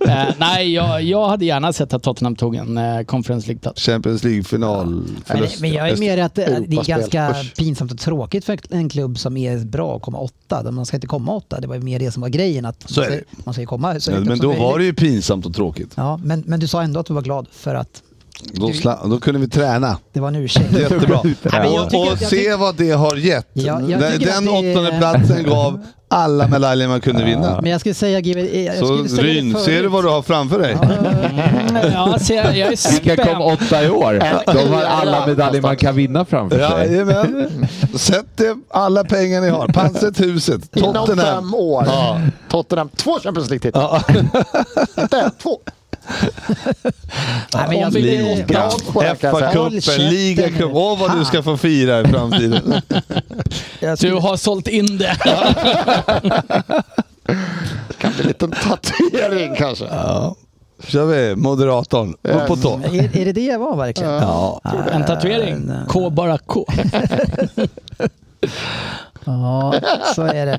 [SPEAKER 5] Eh, nej, jag, jag hade gärna sett att Tottenham tog en eh, Conference League-plats.
[SPEAKER 7] Champions League-final.
[SPEAKER 3] Men,
[SPEAKER 7] förlust.
[SPEAKER 3] men jag är mer att eh, det, det är
[SPEAKER 4] Europaspel.
[SPEAKER 3] ganska
[SPEAKER 4] Usch.
[SPEAKER 3] pinsamt och tråkigt för en klubb som är bra att komma åtta. Där Man ska inte komma åtta. Det var ju mer det som var grejen. Att
[SPEAKER 7] Så
[SPEAKER 3] man,
[SPEAKER 7] är
[SPEAKER 3] ska,
[SPEAKER 7] det.
[SPEAKER 3] man ska ju komma så
[SPEAKER 7] Ja,
[SPEAKER 3] högt upp
[SPEAKER 7] Men
[SPEAKER 3] som
[SPEAKER 7] då var det
[SPEAKER 3] möjligt.
[SPEAKER 7] ju pinsamt och tråkigt.
[SPEAKER 3] Ja, men, men du sa ändå att du var glad för att
[SPEAKER 7] Då, sla- då kunde vi träna.
[SPEAKER 3] det var en ursäkt.
[SPEAKER 7] Jättebra.
[SPEAKER 3] men jag tycker-
[SPEAKER 7] Och, och
[SPEAKER 3] jag
[SPEAKER 7] se
[SPEAKER 3] tycker-
[SPEAKER 7] vad det har gett.
[SPEAKER 3] Ja, jag
[SPEAKER 7] den
[SPEAKER 3] tycker att
[SPEAKER 7] den
[SPEAKER 3] det är-
[SPEAKER 7] åttonde platsen gav alla medaljer man kunde vinna.
[SPEAKER 3] Men jag skulle säga... GB, jag
[SPEAKER 7] Så
[SPEAKER 3] skulle säga det
[SPEAKER 7] Ryn,
[SPEAKER 3] förut.
[SPEAKER 7] ser du vad du har framför dig?
[SPEAKER 5] Mm. Ja, så jag, jag är
[SPEAKER 6] Vilka kom
[SPEAKER 5] spänd.
[SPEAKER 6] åtta i år? De har alla medaljer man kan vinna framför sig.
[SPEAKER 7] Jajamän. Sätt det, alla pengar ni har. Pantsätt huset.
[SPEAKER 4] Inom
[SPEAKER 7] Tottenham.
[SPEAKER 4] fem år. Tottenham, två Champions League-titlar.
[SPEAKER 7] Ja.
[SPEAKER 4] Inte en, två.
[SPEAKER 3] Nej, men jag,
[SPEAKER 7] Liga.
[SPEAKER 3] tycker,
[SPEAKER 4] Bravo på det, kan jag säga.
[SPEAKER 3] Håll
[SPEAKER 7] FA-cupen,
[SPEAKER 3] käften
[SPEAKER 7] ligacupen.
[SPEAKER 3] nu.
[SPEAKER 7] Åh vad du ska få fira i framtiden.
[SPEAKER 3] jag
[SPEAKER 5] Du
[SPEAKER 3] skulle,
[SPEAKER 5] har sålt in det.
[SPEAKER 4] Kan bli en liten tatuering kanske.
[SPEAKER 7] kör vi. Moderatorn. Upp på tå.
[SPEAKER 3] är, är det det jag var verkligen?
[SPEAKER 7] Ja.
[SPEAKER 5] En tatuering. K bara K.
[SPEAKER 3] Ja, så är det.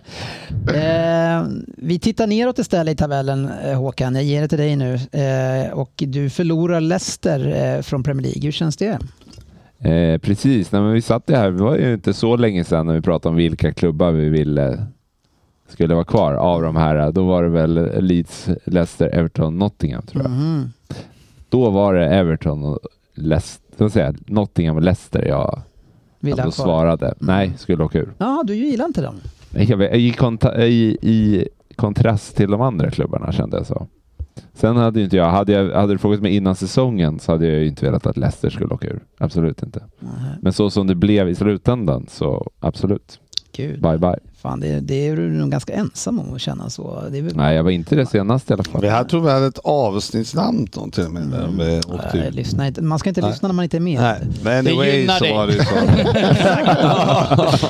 [SPEAKER 3] Eh, vi tittar neråt istället i tabellen, eh, Håkan. Jag ger det till dig nu. Eh, och du förlorar Leicester eh, från Premier League. Hur känns det?
[SPEAKER 6] Eh, precis, Nej, men vi satt ju här, det var ju inte så länge sedan när vi pratade om vilka klubbar vi ville skulle vara kvar av de här. Då var det väl Leeds, Leicester, Everton, Nottingham tror jag.
[SPEAKER 3] Mhm.
[SPEAKER 6] Då var det Everton och Leicester, vad säger jag, Nottingham och Leicester jag
[SPEAKER 3] Vill
[SPEAKER 6] ändå
[SPEAKER 3] han kvar?
[SPEAKER 6] svarade. Nej, skulle åka ur.
[SPEAKER 3] Ja, du gillar inte dem.
[SPEAKER 6] Jag vet, I, konta- i, I kontrast till de andra klubbarna kände jag så. Sen hade ju inte jag, hade, jag, hade du frågat mig innan säsongen så hade jag ju inte velat att Leicester skulle åka ur. Absolut inte. Men så som det blev i slutändan så absolut.
[SPEAKER 3] Gud,
[SPEAKER 6] Bye bye.
[SPEAKER 3] fan, det, det är du nog ganska ensam om att känna så. Det är väl,
[SPEAKER 6] Nej, jag var inte det senaste i alla fall.
[SPEAKER 7] Vi hade, tror vi hade ett avsnittsnamn då, till och med. Där vi åkte
[SPEAKER 3] Nej,
[SPEAKER 7] ut.
[SPEAKER 3] lyssna inte. Man ska inte
[SPEAKER 7] Nej.
[SPEAKER 3] lyssna när man inte är med.
[SPEAKER 7] Nej, men
[SPEAKER 5] Det
[SPEAKER 7] anyway
[SPEAKER 5] gynnar
[SPEAKER 7] så
[SPEAKER 5] dig.
[SPEAKER 7] var det ju så.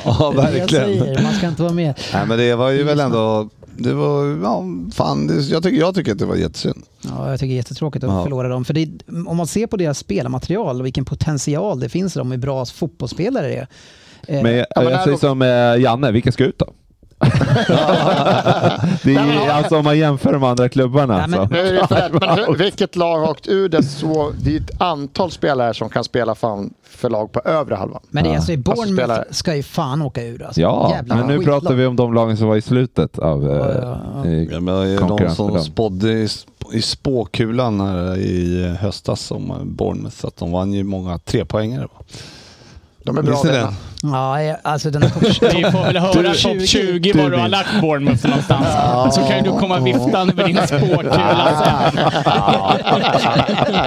[SPEAKER 7] ja,
[SPEAKER 3] Det är det jag
[SPEAKER 7] verkligen.
[SPEAKER 3] säger, man ska inte vara med.
[SPEAKER 7] Nej, men det var ju väl ändå... Det var, ja, fan, det, jag, tycker, jag tycker att det var jättesynd.
[SPEAKER 3] Ja, jag tycker det är jättetråkigt att
[SPEAKER 7] Ja.
[SPEAKER 3] förlora dem. För det, är- om man ser på deras spelmaterial och vilken potential det finns i dem, hur bra fotbollsspelare det är. Eh,
[SPEAKER 6] Men jag,
[SPEAKER 4] men
[SPEAKER 6] jag
[SPEAKER 4] här
[SPEAKER 6] säger
[SPEAKER 4] då-
[SPEAKER 6] som eh, Janne, vilka ska ut då? det är, alltså om man jämför de andra klubbarna.
[SPEAKER 3] Nej, men-
[SPEAKER 6] så.
[SPEAKER 4] Nu är det för, men hur- vilket lag har åkt ur det så? Det är ett antal spelare som kan spela fan för lag på övre halvan.
[SPEAKER 3] Men det är alltså, i Bournemouth
[SPEAKER 4] spelare.
[SPEAKER 3] ska ju fan åka ur. Alltså.
[SPEAKER 6] Ja, men nu
[SPEAKER 3] skitlag.
[SPEAKER 6] pratar vi om de lagen som var i slutet av eh,
[SPEAKER 3] Ja,
[SPEAKER 6] eh,
[SPEAKER 7] Ja, men det är ju någon
[SPEAKER 6] konkurrens för
[SPEAKER 7] som
[SPEAKER 6] dem.
[SPEAKER 7] spådde i, sp- i spåkulan här i höstas om Bournemouth. Så att de vann ju många trepoängare. va?
[SPEAKER 4] De är bra
[SPEAKER 7] Minns ni
[SPEAKER 4] redan.
[SPEAKER 7] den?
[SPEAKER 3] Ja, jag- alltså den topp
[SPEAKER 5] Vi får väl höra topp 20 var du har lagt Bournemouth någonstans. Så kan du komma viftande med din
[SPEAKER 3] alltså.
[SPEAKER 5] spåkula sen.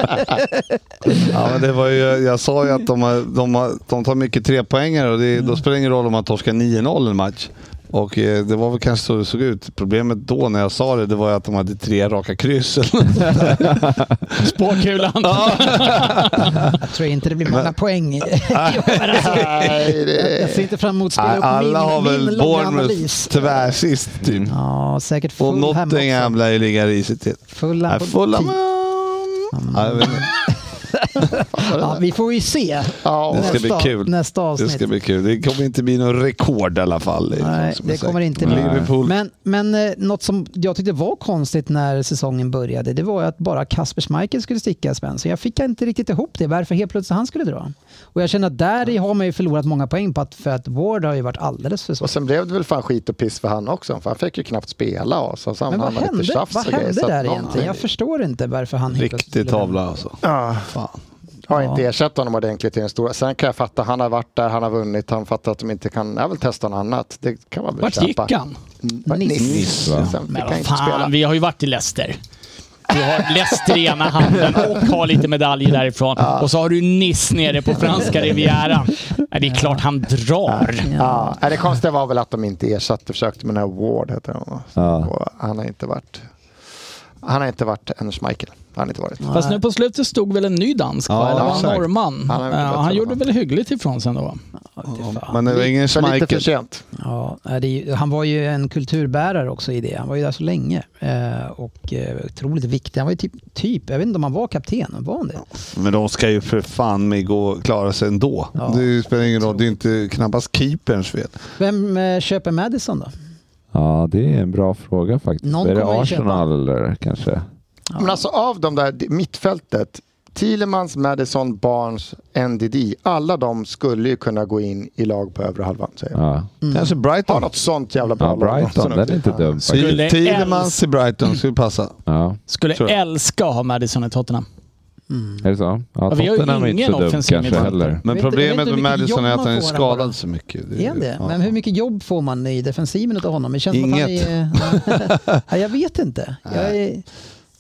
[SPEAKER 7] Ja, men det var ju, jag sa ju att de, har, de, har, de tar mycket trepoängare och det,
[SPEAKER 3] Mm.
[SPEAKER 7] då spelar det ingen roll om man torskar 9-0 en match. Och eh, det var väl kanske så det såg ut. Problemet då när jag sa det, det var ju att de hade tre raka kryss.
[SPEAKER 5] Spåkulan.
[SPEAKER 3] Jag tror inte det blir många poäng. alltså,
[SPEAKER 4] Nej, det
[SPEAKER 3] jag ser inte fram emot att spela upp min,
[SPEAKER 7] Alla har
[SPEAKER 3] min
[SPEAKER 7] väl
[SPEAKER 3] långa
[SPEAKER 7] Bournemouth
[SPEAKER 3] analys.
[SPEAKER 7] tvärsist typ.
[SPEAKER 3] Ja, säkert
[SPEAKER 7] Och
[SPEAKER 3] Fulham också.
[SPEAKER 7] Nottingham lär ju ligga risigt till.
[SPEAKER 3] Fulham
[SPEAKER 7] Nej,
[SPEAKER 3] på
[SPEAKER 7] Fulham...
[SPEAKER 3] tio.
[SPEAKER 7] Ja, jag vet inte.
[SPEAKER 3] Ja, vi får ju se
[SPEAKER 4] Ja,
[SPEAKER 7] Det ska bli kul.
[SPEAKER 3] nästa
[SPEAKER 7] Det
[SPEAKER 3] avsnitt.
[SPEAKER 7] ska bli kul. Det kommer inte bli någon rekord i alla fall. är
[SPEAKER 3] Nej,
[SPEAKER 7] som
[SPEAKER 3] det
[SPEAKER 7] jag säger.
[SPEAKER 3] kommer inte bli.
[SPEAKER 7] Liverpool.
[SPEAKER 3] Men, men eh, något som jag tyckte var konstigt när säsongen började, det var ju att bara Kasper Schmeichel skulle sticka Sven. Så jag fick inte riktigt ihop det, varför helt plötsligt han skulle dra. Och jag känner att där i har man ju förlorat många poäng på att, för att Ward har ju varit alldeles för svag.
[SPEAKER 4] Och sen blev det väl fan skit och piss för han också, för han fick ju knappt spela. Och så, så
[SPEAKER 3] Men vad
[SPEAKER 4] hamnade lite
[SPEAKER 3] hände,
[SPEAKER 4] tjafs
[SPEAKER 3] vad
[SPEAKER 4] och grejer,
[SPEAKER 3] hände
[SPEAKER 4] så att
[SPEAKER 3] där
[SPEAKER 4] någon-
[SPEAKER 3] egentligen? Jag förstår inte varför han helt plötsligt
[SPEAKER 7] Riktig
[SPEAKER 3] skulle
[SPEAKER 7] tavla alltså.
[SPEAKER 4] Ja,
[SPEAKER 7] Fan.
[SPEAKER 4] har inte ersatt honom ordentligt i den stora. Sen kan jag fatta, han har varit där, han har vunnit, han fattar att de inte kan, jag vill testa något annat. Det kan man väl
[SPEAKER 5] Vart gick
[SPEAKER 4] köpa.
[SPEAKER 5] han?
[SPEAKER 4] Vart-
[SPEAKER 3] Nice.
[SPEAKER 4] Nice.
[SPEAKER 6] va?
[SPEAKER 4] Sen fick
[SPEAKER 5] Men
[SPEAKER 4] han
[SPEAKER 5] vad
[SPEAKER 4] inte spela.
[SPEAKER 5] fan, vi har ju varit i Leicester. Du har Leicester i ena handen och har lite medaljer därifrån. Och så har du Nice nere på franska rivieran. Nej, Det är klart han drar.
[SPEAKER 4] Ja, nej, det konstiga var väl att de inte ersatte, försökte med den här Ward heter han va?
[SPEAKER 6] Ja.
[SPEAKER 4] Och Han har inte varit han har inte varit en Schmeichel. Han har inte varit.
[SPEAKER 5] Fast nu på slutet stod väl en ny dansk
[SPEAKER 7] Ja,
[SPEAKER 5] va? Eller var
[SPEAKER 7] exakt.
[SPEAKER 5] han norrman?
[SPEAKER 4] Han har
[SPEAKER 5] Ja,
[SPEAKER 4] gjort
[SPEAKER 5] han
[SPEAKER 4] det, va?
[SPEAKER 5] gjorde väl hyggligt ifrån sig ändå.
[SPEAKER 7] Men det var ingen
[SPEAKER 4] För lite för
[SPEAKER 7] Schmeichel.
[SPEAKER 4] sent.
[SPEAKER 3] Ja, nej, det, är ju- han var ju en kulturbärare också i det. Han var ju där så länge eh, och eh, otroligt viktig. Han var ju typ, typ, jag vet inte om han var kapten, var han det?
[SPEAKER 7] Men de ska ju för fan mig gå och klara sig ändå.
[SPEAKER 3] Ja.
[SPEAKER 7] Det spelar ingen roll. Det är inte knappast keeperns fel.
[SPEAKER 3] Vem eh, köper Madison då?
[SPEAKER 6] Ja, det är en bra fråga faktiskt.
[SPEAKER 3] Någon
[SPEAKER 6] är det
[SPEAKER 3] kommer ju köpa.
[SPEAKER 6] Arsenal eller kanske?
[SPEAKER 4] Men alltså av de där det- mittfältet, Thielemans, Madison, Barnes, NDD, alla de skulle ju kunna gå in i lag på övre halvan. Säger jag.
[SPEAKER 6] Ja,
[SPEAKER 3] Mm.
[SPEAKER 7] Kanske
[SPEAKER 4] Ha
[SPEAKER 7] Brighton.
[SPEAKER 4] något sånt jävla bra
[SPEAKER 6] ja
[SPEAKER 4] lag
[SPEAKER 6] Brighton.
[SPEAKER 4] också.
[SPEAKER 6] Den är inte dum faktiskt.
[SPEAKER 5] Skulle
[SPEAKER 7] Thielemans i Brighton skulle passa.
[SPEAKER 6] Ja,
[SPEAKER 5] Skulle
[SPEAKER 7] Tror jag.
[SPEAKER 5] älska att ha Madison i Tottenham.
[SPEAKER 6] är det så? Ja,
[SPEAKER 5] vi har ju
[SPEAKER 6] Tottenham är inte
[SPEAKER 5] ingen
[SPEAKER 6] så dum
[SPEAKER 5] offensiv
[SPEAKER 6] kanske
[SPEAKER 5] mittfält.
[SPEAKER 6] heller.
[SPEAKER 7] Men
[SPEAKER 3] vet inte- jag vet
[SPEAKER 7] problemet
[SPEAKER 3] inte hur mycket
[SPEAKER 7] med Madison
[SPEAKER 3] jobb
[SPEAKER 7] är att
[SPEAKER 3] man
[SPEAKER 7] han är
[SPEAKER 3] får
[SPEAKER 7] skadad
[SPEAKER 3] bara.
[SPEAKER 7] så mycket.
[SPEAKER 3] Är han det?
[SPEAKER 7] Ja.
[SPEAKER 3] Men hur mycket jobb får man i defensiven av honom? Det känns som
[SPEAKER 7] Inget.
[SPEAKER 3] Att han är, nej, jag vet inte. Jag är,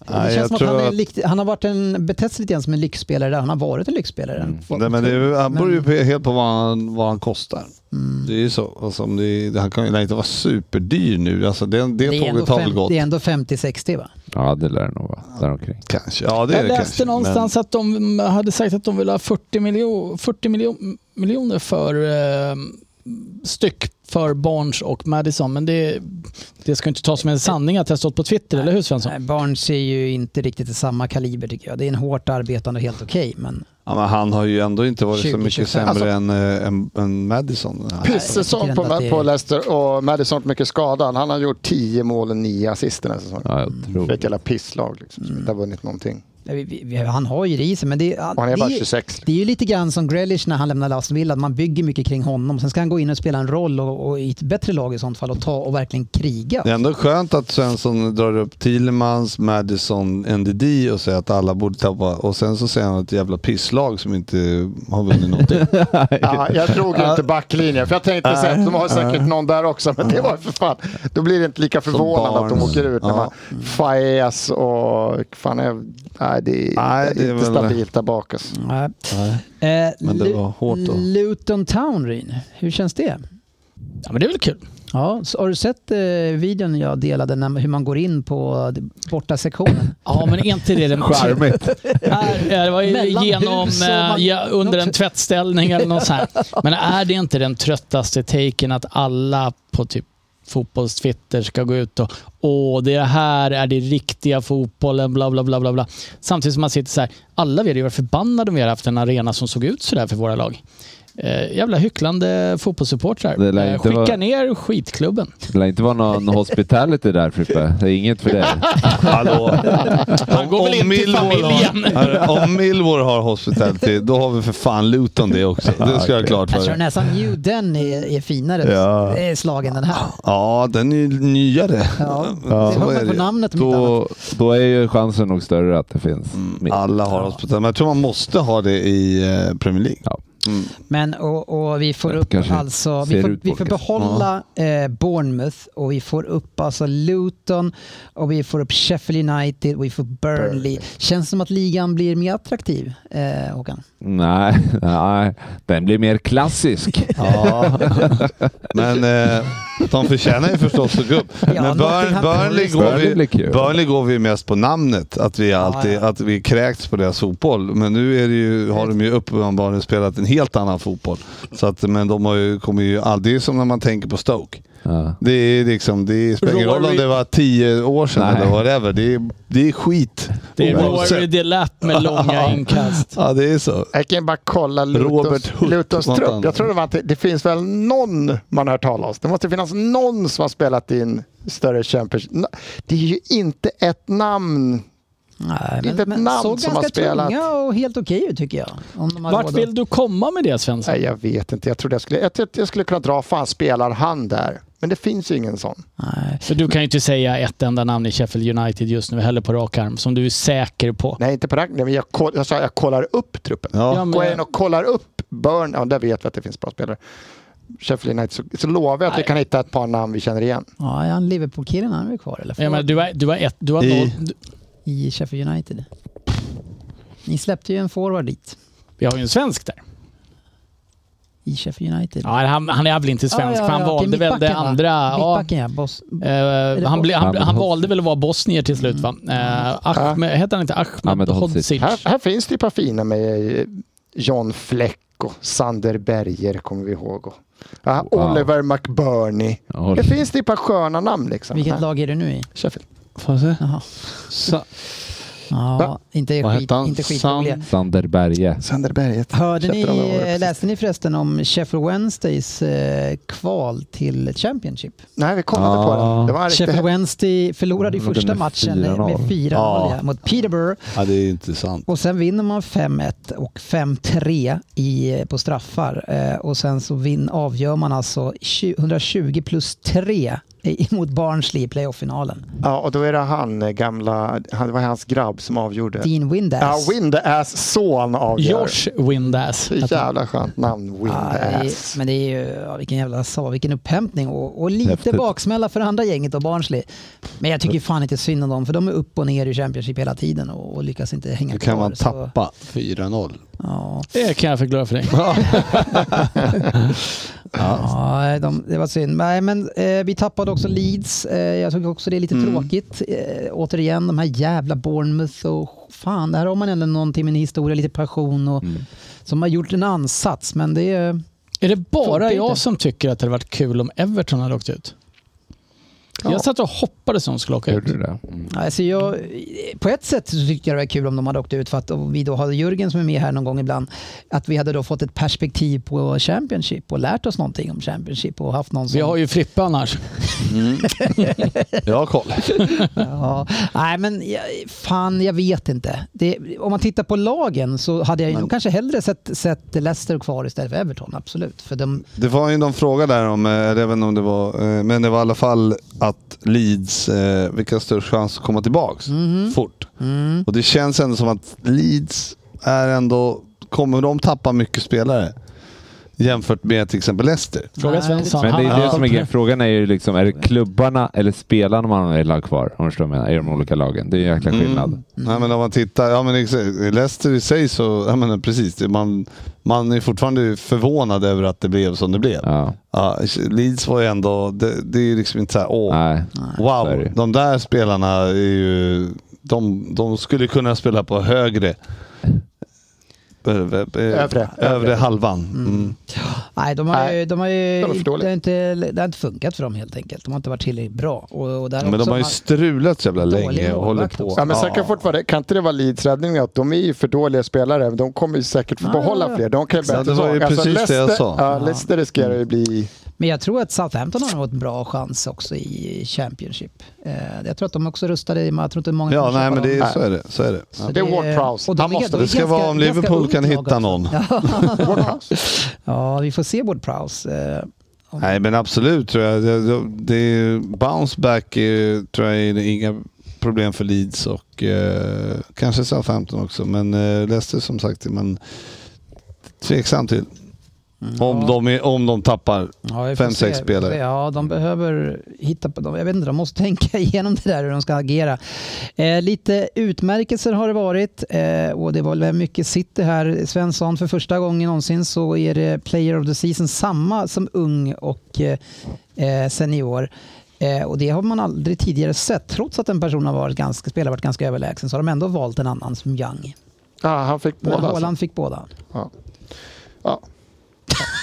[SPEAKER 3] det
[SPEAKER 7] Nej,
[SPEAKER 3] känns
[SPEAKER 7] jag
[SPEAKER 3] som att han,
[SPEAKER 7] tror
[SPEAKER 3] är
[SPEAKER 7] att-
[SPEAKER 3] likt, han har varit en, betett sig lite grann som en lyxspelare där. Han har varit en lyxspelare.
[SPEAKER 7] Mm. Nej, men det är, ju- han beror ju på, helt på vad han, vad han kostar.
[SPEAKER 3] Mm.
[SPEAKER 7] Det är ju så. Alltså, om det, är- han kan ju inte vara superdyr nu. Alltså, det, det,
[SPEAKER 3] Det är ändå
[SPEAKER 7] tåget har väl
[SPEAKER 3] fem-
[SPEAKER 7] gått.
[SPEAKER 3] det är ändå 50-60 va?
[SPEAKER 6] Ja, det lär det nog vara. Däromkring.
[SPEAKER 7] Kanske. Ja, det är
[SPEAKER 5] Jag
[SPEAKER 7] det
[SPEAKER 5] läste
[SPEAKER 7] kanske.
[SPEAKER 5] någonstans att de hade sagt att de ville ha 40, miljo 40 miljo miljoner för eh, styck för Barnes och Madison. Men det, det ska inte tas som en sanning att jag stått på Twitter, eller hur Svensson?
[SPEAKER 3] Nej, Barnes är ju inte riktigt i samma kaliber tycker jag. Det är en hårt arbetande och helt okej. men
[SPEAKER 7] Men, ja, men han har ju ändå inte varit så
[SPEAKER 3] 20,
[SPEAKER 7] mycket
[SPEAKER 3] 25.
[SPEAKER 7] sämre än, eh, än, än Madison.
[SPEAKER 4] Pissäsong
[SPEAKER 3] Nej,
[SPEAKER 4] på,
[SPEAKER 3] jag tycker ändå att
[SPEAKER 4] på
[SPEAKER 3] det-
[SPEAKER 4] Leicester och Madison har varit mycket skadad. Han har gjort 10 mål och 9 assist den här säsongen.
[SPEAKER 6] Ja, jag tror
[SPEAKER 4] Fick jävla pisslag liksom, som inte har vunnit någonting.
[SPEAKER 3] nej, vi, vi, han har ju det i sig. Men det,
[SPEAKER 4] Och han är bara
[SPEAKER 3] det,
[SPEAKER 4] 26.
[SPEAKER 3] det är ju lite grann som Grealish när han lämnade Aston Villa. att Man bygger mycket kring honom. Sen ska han gå in och spela en roll och, och i ett bättre lag i sånt fall och ta och verkligen kriga.
[SPEAKER 7] Det är ändå skönt att Svensson drar upp Thielemans, Madison, NDD och säger att alla borde tappa. Och sen så säger han ett jävla pisslag som inte har vunnit någonting.
[SPEAKER 4] Ja, jag drog ju inte backlinjen, för jag tänkte så att de har säkert någon där också, men det var för fan. Då blir det inte lika förvånande att de
[SPEAKER 7] Barnes.
[SPEAKER 4] åker ut när
[SPEAKER 7] Ja.
[SPEAKER 4] man Faes och... Fan, jag, nej, det är,
[SPEAKER 7] Nej,
[SPEAKER 4] det är
[SPEAKER 7] det är
[SPEAKER 4] inte
[SPEAKER 7] väl-
[SPEAKER 4] stabilt där bak. Alltså.
[SPEAKER 3] Nej. Eh,
[SPEAKER 7] men det
[SPEAKER 3] Lu-
[SPEAKER 7] var hårt då.
[SPEAKER 3] Luton Town, Ryn. Hur känns det?
[SPEAKER 5] Ja, men det är väl kul.
[SPEAKER 3] Ja, så har du sett eh, videon jag delade när, hur man går in på borta sektionen?
[SPEAKER 5] Ja, men är inte det den...
[SPEAKER 7] Charmigt.
[SPEAKER 5] Är, är, det var ju
[SPEAKER 3] Mellan
[SPEAKER 5] genom,
[SPEAKER 3] hus och
[SPEAKER 5] eh,
[SPEAKER 3] man-
[SPEAKER 5] ja, under en tvättställning eller något sånt här. Men är det inte den tröttaste taken att alla på typ fotbollstwitter ska gå ut och åh, det här är det riktiga fotbollen, bla bla bla bla bla. Samtidigt som man sitter så här, alla vi hade ju varit förbannade om vi hade haft en arena som såg ut så där för våra lag. Eh, jävla hycklande
[SPEAKER 6] Det
[SPEAKER 5] fotbollssupportrar.
[SPEAKER 6] lär
[SPEAKER 5] Eh,
[SPEAKER 6] inte
[SPEAKER 5] skicka
[SPEAKER 6] vara-
[SPEAKER 5] ner skitklubben.
[SPEAKER 6] Det lär inte vara någon hospitality där Frippe. Det är inget för dig.
[SPEAKER 7] Hallå.
[SPEAKER 5] Han går väl in till familjen.
[SPEAKER 7] Har, om Millwall har hospitality, då har vi för fan Luton det också. Det ska jag ha
[SPEAKER 3] Jag
[SPEAKER 7] klart för
[SPEAKER 3] tror
[SPEAKER 7] dig.
[SPEAKER 3] nästan New Den är, är finare
[SPEAKER 7] Ja.
[SPEAKER 3] eh, slag än den här.
[SPEAKER 7] Ja, den är ju nyare.
[SPEAKER 3] Ja, det hör
[SPEAKER 7] Så är
[SPEAKER 3] man på
[SPEAKER 7] det.
[SPEAKER 3] namnet om inte annat.
[SPEAKER 6] Då, då är ju chansen nog större att det finns.
[SPEAKER 7] Mm.
[SPEAKER 6] Ja.
[SPEAKER 7] Alla har hospitality, men jag tror man måste ha det i eh, Premier League.
[SPEAKER 6] Ja.
[SPEAKER 3] Men och, och vi får
[SPEAKER 6] Det
[SPEAKER 3] upp
[SPEAKER 6] kanske
[SPEAKER 3] alltså,
[SPEAKER 6] ser
[SPEAKER 3] vi får,
[SPEAKER 6] ut på
[SPEAKER 3] vi får
[SPEAKER 6] olika
[SPEAKER 3] behålla eh, Bournemouth och vi får upp alltså Luton och vi får upp Sheffield United och vi får Burnley. Känns som att ligan blir mer attraktiv, eh, Håkan?
[SPEAKER 6] Nej, nej, den blir mer klassisk.
[SPEAKER 7] Ja. Men eh, de förtjänar ju förstås att gå upp. Men Burn,
[SPEAKER 3] Nottingham
[SPEAKER 7] Burnley,
[SPEAKER 3] Forest.
[SPEAKER 7] går
[SPEAKER 6] Burnley
[SPEAKER 7] vi,
[SPEAKER 6] blir kul.
[SPEAKER 7] Burnley går vi mest på namnet, att vi alltid
[SPEAKER 3] Ja, ja.
[SPEAKER 7] att vi kräkts på deras fotboll. Men nu är det ju, har de ju uppenbarligen spelat en helt annan fotboll. Så att, men de har ju, kommer ju aldrig, det är som när man tänker på Stoke.
[SPEAKER 6] Ja.
[SPEAKER 7] Det, är liksom, det spelar ingen roll om
[SPEAKER 5] Rory-
[SPEAKER 7] det var tio år sedan
[SPEAKER 6] Nej.
[SPEAKER 7] eller whatever. Det är, det är skit.
[SPEAKER 5] Det är
[SPEAKER 7] Oavsett.
[SPEAKER 5] Rory Delap med långa inkast.
[SPEAKER 7] Ja, det är så.
[SPEAKER 4] Jag kan ju bara kolla
[SPEAKER 7] Robert
[SPEAKER 4] Lutons,
[SPEAKER 7] Hult,
[SPEAKER 4] Lutons
[SPEAKER 7] något
[SPEAKER 4] trupp.
[SPEAKER 7] annat.
[SPEAKER 4] Jag tror det, var att det, det finns väl någon man har hört talas. Det måste finnas någon som har spelat in större Champions. N- Det är ju inte ett namn.
[SPEAKER 3] Nej,
[SPEAKER 4] Det är inte ett namn
[SPEAKER 3] såg
[SPEAKER 4] som har
[SPEAKER 3] ganska
[SPEAKER 4] spelat.
[SPEAKER 3] tunga och helt okej ut tycker jag. Om de har
[SPEAKER 5] Vart
[SPEAKER 3] råd
[SPEAKER 5] vill du komma med det Svensson?
[SPEAKER 4] Nej, jag vet inte. Jag trodde jag skulle, jag, jag, jag skulle kunna dra fan spelar han där. Men det finns ju ingen sån.
[SPEAKER 3] Nej.
[SPEAKER 5] För du kan ju inte säga ett enda namn i Sheffield United just nu heller på rak arm som du är säker på.
[SPEAKER 4] Nej, inte på rank. Nej, men jag, koll- jag sa jag kollar upp truppen.
[SPEAKER 7] Ja.
[SPEAKER 5] Ja, men-
[SPEAKER 4] Går jag in och kollar upp Burn, ja, där vet vi att det finns bra spelare. Sheffield United, så, så lovar jag att vi
[SPEAKER 5] Nej.
[SPEAKER 4] kan hitta ett par namn vi känner igen.
[SPEAKER 3] Ja, är han Liverpool-killen? Han är väl kvar eller?
[SPEAKER 5] Jag menar, du har, du har ett... Du har
[SPEAKER 7] I-
[SPEAKER 5] noll, du,
[SPEAKER 3] I Sheffield United. Ni släppte ju en forward dit.
[SPEAKER 5] vi har ju en svensk där.
[SPEAKER 3] I Sheffield United.
[SPEAKER 5] Ja, han, han är väl inte svensk,
[SPEAKER 3] Ja, ja,
[SPEAKER 5] för han
[SPEAKER 3] ja, okej,
[SPEAKER 5] valde väl det
[SPEAKER 3] mittbacken, va?
[SPEAKER 5] andra... Ja,
[SPEAKER 3] Mittbacken ja. Boss.
[SPEAKER 5] eh,
[SPEAKER 3] det
[SPEAKER 5] han, ble, han,
[SPEAKER 6] Ahmed
[SPEAKER 5] han
[SPEAKER 6] Hodzic?
[SPEAKER 5] valde väl att vara bosnier till slut va? Eh, Ahmed, heter han inte Ahmed
[SPEAKER 6] Ahmed Hodzic.
[SPEAKER 5] Hodzic?
[SPEAKER 4] Här, här finns det ju ett par fina med eh, John Fleck och Sander Berger kommer vi ihåg. Och, ja,
[SPEAKER 6] Wow.
[SPEAKER 4] Oliver McBurney.
[SPEAKER 6] Oj.
[SPEAKER 4] Det finns det ju ett par sköna namn liksom.
[SPEAKER 3] Vilket
[SPEAKER 4] Ja,
[SPEAKER 3] lag är du nu i?
[SPEAKER 4] Sheffield.
[SPEAKER 3] Jaha.
[SPEAKER 7] Sa-
[SPEAKER 3] Ja,
[SPEAKER 4] Va?
[SPEAKER 3] inte,
[SPEAKER 7] Vad
[SPEAKER 3] skit,
[SPEAKER 7] hette han?
[SPEAKER 3] inte skitroliga.
[SPEAKER 7] Sam-
[SPEAKER 6] Sander Berge.
[SPEAKER 4] Sander Berger.
[SPEAKER 3] Hörde ni, eh,
[SPEAKER 4] Köpte de där året.
[SPEAKER 3] läste ni förresten om Sheffield Wednesdays eh, kval till Championship?
[SPEAKER 4] Nej, vi kollade på
[SPEAKER 6] Ah.
[SPEAKER 4] den. Det var en riktig
[SPEAKER 3] Sheffield Wednesday förlorade ju
[SPEAKER 6] Mm,
[SPEAKER 3] första
[SPEAKER 6] den är
[SPEAKER 3] matchen med
[SPEAKER 6] 4-0.
[SPEAKER 3] 4-0
[SPEAKER 7] Ja.
[SPEAKER 3] ja, mot Peterborough
[SPEAKER 7] Ja, det är intressant.
[SPEAKER 3] och sen vinner man 5-1 och 5-3 i, på straffar eh, och sen så vin, avgör man alltså 20 120 plus 3 i- mot Barnsley i playoff-finalen.
[SPEAKER 4] Ja, och då är det han eh, gamla, han, det var hans grabb som avgjorde.
[SPEAKER 3] Dean
[SPEAKER 4] Ja,
[SPEAKER 3] Windass.
[SPEAKER 4] Windass son avgör.
[SPEAKER 5] Josh Windass.
[SPEAKER 4] Så jävla skönt namn, Windass.
[SPEAKER 3] men det är ju, ja, vilken jävla sa, vilken upphämtning och, och lite
[SPEAKER 6] Häftigt.
[SPEAKER 3] baksmälla för andra gänget och Barnsley. Men jag tycker fan inte synd om dem för de är upp och ner i Championship hela tiden och, och lyckas inte hänga
[SPEAKER 7] Då kan
[SPEAKER 3] kvar.
[SPEAKER 7] man
[SPEAKER 3] så-
[SPEAKER 7] tappa 4-0.
[SPEAKER 3] Ja,
[SPEAKER 5] Det kan jag förklara för dig.
[SPEAKER 3] ja de, det var synd. Nej, men eh, vi tappade också Leeds. Eh, jag tycker också det är lite tråkigt. Eh, återigen, de här jävla Bournemouth och fan, där har man ändå någonting med en historia, lite passion och som har gjort en ansats, men det är
[SPEAKER 5] Är det bara
[SPEAKER 3] Funkar
[SPEAKER 5] jag
[SPEAKER 3] inte.
[SPEAKER 5] som tycker att det hade varit kul om Everton hade åkt ut? Jag satt och hoppades att de skulle åka ut.
[SPEAKER 6] Gjorde du det? Mm.
[SPEAKER 3] Alltså jag, på ett sätt så tycker jag det var kul om de hade åkt ut för att och vi då har Jörgen som är med här någon gång ibland. Att vi hade då fått ett perspektiv på Championship och lärt oss någonting om Championship och haft någon som...
[SPEAKER 5] Vi har ju Frippe annars.
[SPEAKER 7] Jag har koll.
[SPEAKER 3] Ja, nej men jag, fan jag vet inte. Det, om man tittar på lagen så hade jag ju nog kanske hellre sett, sett Leicester kvar istället för Everton, absolut. För de,
[SPEAKER 7] Det var ju någon fråga där om, eh, jag vet inte om det var, eh, men det var i alla fall att Leeds, eh, vilka har störst chans att komma tillbaks fort? Och det känns ändå som att Leeds är ändå, kommer de tappa mycket spelare? Jämfört med till exempel Leicester.
[SPEAKER 5] Fråga
[SPEAKER 3] Nej,
[SPEAKER 5] Svensson.
[SPEAKER 6] Men det är
[SPEAKER 5] Han-
[SPEAKER 6] det som är grejen. Frågan är ju liksom, är det klubbarna eller spelarna man har i lag kvar? Om du förstår vad jag menar, i de olika lagen. Det är en jäkla
[SPEAKER 3] Mm.
[SPEAKER 6] skillnad.
[SPEAKER 7] Mm. Nej, men om man tittar, ja men exakt, Leicester i sig så, ja men precis, det- man, man är fortfarande förvånad över att det blev som det blev.
[SPEAKER 6] Ja.
[SPEAKER 7] Ja, Leeds var ju ändå, det, det är ju liksom inte så här, åh,
[SPEAKER 6] Nej. så är det
[SPEAKER 7] Wow,
[SPEAKER 6] ju.
[SPEAKER 7] de där spelarna är ju... De, de skulle kunna spela på högre... Övre,
[SPEAKER 4] Övre.
[SPEAKER 7] övre halvan. Mm.
[SPEAKER 3] nej, de har ju... De har ju
[SPEAKER 4] var för
[SPEAKER 3] inte-
[SPEAKER 4] dåligt.
[SPEAKER 3] det, har inte, det har inte funkat för dem helt enkelt. De har inte varit tillräckligt bra. Och, och där
[SPEAKER 7] Men
[SPEAKER 3] också
[SPEAKER 7] de har ju
[SPEAKER 3] man-
[SPEAKER 7] strulat så jävla
[SPEAKER 3] Dålig
[SPEAKER 7] länge och håller
[SPEAKER 3] målvakt
[SPEAKER 7] på.
[SPEAKER 3] också.
[SPEAKER 4] Ja, men sen kan, fortfarande, kan inte det vara Leeds räddning att de är ju för dåliga spelare. men De kommer ju säkert få
[SPEAKER 3] Ja,
[SPEAKER 4] behålla
[SPEAKER 3] ja, ja.
[SPEAKER 4] fler. De kan ju
[SPEAKER 7] Exakt.
[SPEAKER 4] bättre
[SPEAKER 7] Det var ju
[SPEAKER 4] sak.
[SPEAKER 7] precis det jag sa.
[SPEAKER 4] Ja, Leicester riskerar ju bli...
[SPEAKER 3] Men jag tror att Southampton har nog en bra chans också i Championship. Eh, jag tror att de också rustade, i- men jag tror inte många
[SPEAKER 7] Ja,
[SPEAKER 3] kommer
[SPEAKER 7] nej
[SPEAKER 3] köpa
[SPEAKER 7] men det är,
[SPEAKER 3] dem.
[SPEAKER 7] så är det. Så är det.
[SPEAKER 3] Så
[SPEAKER 4] det är Ward Prowse.
[SPEAKER 3] och de
[SPEAKER 4] Han
[SPEAKER 3] är-
[SPEAKER 4] måste-
[SPEAKER 3] de är
[SPEAKER 7] Det ska vara om
[SPEAKER 3] ganska- ganska
[SPEAKER 7] Liverpool kan
[SPEAKER 3] ungt lag
[SPEAKER 7] hitta
[SPEAKER 3] också.
[SPEAKER 7] någon.
[SPEAKER 3] Ja, vi får se Ward Prowse. Eh,
[SPEAKER 7] Nej men absolut tror jag. Det, det, det är bounce back eh, tror jag är inga problem för Leeds och eh, kanske Southampton också. Men eh, Leicester som sagt, men tveksam till. Om,
[SPEAKER 3] ja.
[SPEAKER 7] de är, om de tappar
[SPEAKER 3] ja, vi får
[SPEAKER 7] fem,
[SPEAKER 3] se.
[SPEAKER 7] sex spelare.
[SPEAKER 3] Ja, de behöver hitta på dem. Jag vet inte, de måste tänka igenom det där hur de ska agera. Eh, lite utmärkelser har det varit eh, och det var väl mycket City här. Svensson, för första gången någonsin så är det Player of the Season samma som ung och eh, eh, senior. Eh, och det har man aldrig tidigare sett. Trots att en person har varit ganska, spelare varit ganska överlägsen så har de ändå valt en annan som Young.
[SPEAKER 4] Ja, han fick
[SPEAKER 3] Men
[SPEAKER 4] båda.
[SPEAKER 3] Haaland
[SPEAKER 4] Alltså.
[SPEAKER 3] fick båda.
[SPEAKER 4] Ja. Ja.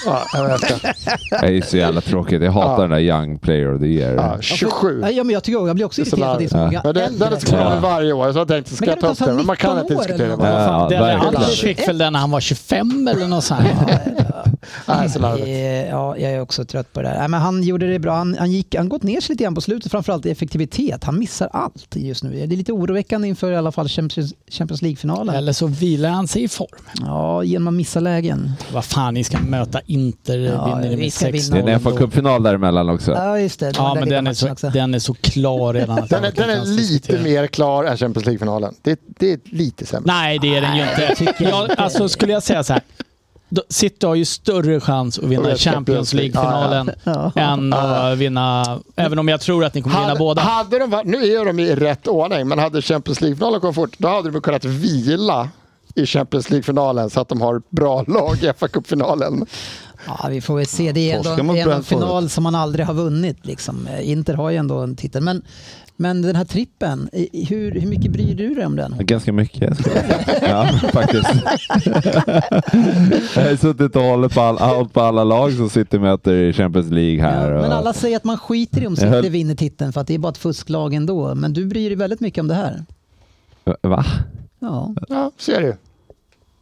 [SPEAKER 4] Ja, jag vet inte.
[SPEAKER 6] Det är ju så jävla tråkigt. Jag hatar
[SPEAKER 4] Ja.
[SPEAKER 6] den där Young Player of the Year.
[SPEAKER 4] Ja, 27.
[SPEAKER 3] Nej, Ja, men jag, tycker, också- jag blir också
[SPEAKER 4] Det är så
[SPEAKER 3] irriterad att det är så
[SPEAKER 6] larvigt.
[SPEAKER 3] många
[SPEAKER 4] Men det, det
[SPEAKER 3] äldre.
[SPEAKER 4] är diskussionen
[SPEAKER 6] Ja.
[SPEAKER 4] varje år, så jag tänkte, ska
[SPEAKER 3] Men
[SPEAKER 4] jag
[SPEAKER 3] kan
[SPEAKER 4] ta
[SPEAKER 3] det
[SPEAKER 4] upp
[SPEAKER 3] inte ta
[SPEAKER 4] den? Men man kan
[SPEAKER 3] 19
[SPEAKER 4] inte
[SPEAKER 3] år
[SPEAKER 4] diskutera
[SPEAKER 3] eller
[SPEAKER 4] det.
[SPEAKER 3] något?
[SPEAKER 5] Vad fan,
[SPEAKER 6] Ja,
[SPEAKER 5] det är
[SPEAKER 6] verkligen.
[SPEAKER 5] Anders fick väl den när han var 25 eller något sånt.
[SPEAKER 4] Nej, så larvigt.
[SPEAKER 3] Eh, Ja, jag är också trött på det där. Nej, men han gjorde det bra. Han, han gick, han gått ner sig lite grann på slutet, framförallt i effektivitet. Han missar allt just nu. Det är lite oroväckande inför i alla fall Champions, Champions League-finalen.
[SPEAKER 5] Eller så vilar han sig i form.
[SPEAKER 3] Ja, genom att missa lägen.
[SPEAKER 5] Vad fan, ni ska möta Inter.
[SPEAKER 3] Ja,
[SPEAKER 5] vinner ni
[SPEAKER 3] vi
[SPEAKER 5] med
[SPEAKER 3] ska
[SPEAKER 5] 6
[SPEAKER 6] Det är en
[SPEAKER 3] vinna.
[SPEAKER 6] FA-cupfinal däremellan också.
[SPEAKER 3] Ja, just det. det var
[SPEAKER 5] Ja, men
[SPEAKER 3] lilla
[SPEAKER 5] den är,
[SPEAKER 3] matchen
[SPEAKER 5] så,
[SPEAKER 3] också.
[SPEAKER 5] den är så klar redan. att
[SPEAKER 4] Den är,
[SPEAKER 5] jag kan
[SPEAKER 4] den är
[SPEAKER 5] inte ens
[SPEAKER 4] lite
[SPEAKER 5] diskutera.
[SPEAKER 4] mer klar än Champions League-finalen. Det, det är lite sämre.
[SPEAKER 5] Nej, det är den ju inte. Jag, alltså, skulle jag säga så här. då- City har ju större chans att vinna
[SPEAKER 4] Jag vet,
[SPEAKER 5] Champions
[SPEAKER 4] Champions League.
[SPEAKER 5] League-finalen
[SPEAKER 3] Ja.
[SPEAKER 5] än att vinna... Även om jag tror att ni kommer vinna
[SPEAKER 4] Hade,
[SPEAKER 5] båda.
[SPEAKER 4] hade de varit, nu är de i rätt ordning, men hade Champions League-finalen kommit fort, då hade de kunnat vila i Champions League-finalen så att de har bra lag i FA-cupfinalen.
[SPEAKER 3] Ja, vi får väl se. Det är ändå,
[SPEAKER 7] Torska mot
[SPEAKER 3] det är ändå en
[SPEAKER 7] Brentford.
[SPEAKER 3] final som man aldrig har vunnit. Liksom. Eh, Inter har ju ändå en titel. Men, men den här trippen, i- i- hur, hur mycket bryr du dig om den?
[SPEAKER 6] Ganska mycket. skulle jag säga. ja, faktiskt. jag har suttit och hållit på, all, hållit på alla lag som sitter och möter i Champions League här.
[SPEAKER 3] Ja, men
[SPEAKER 6] och-
[SPEAKER 3] alla säger att man skiter i om City
[SPEAKER 6] Jag höll-
[SPEAKER 3] vinner titeln för att det är bara ett fusklag ändå. Men du bryr dig väldigt mycket om det här.
[SPEAKER 6] Va?
[SPEAKER 3] Ja.
[SPEAKER 4] Ja, ser du.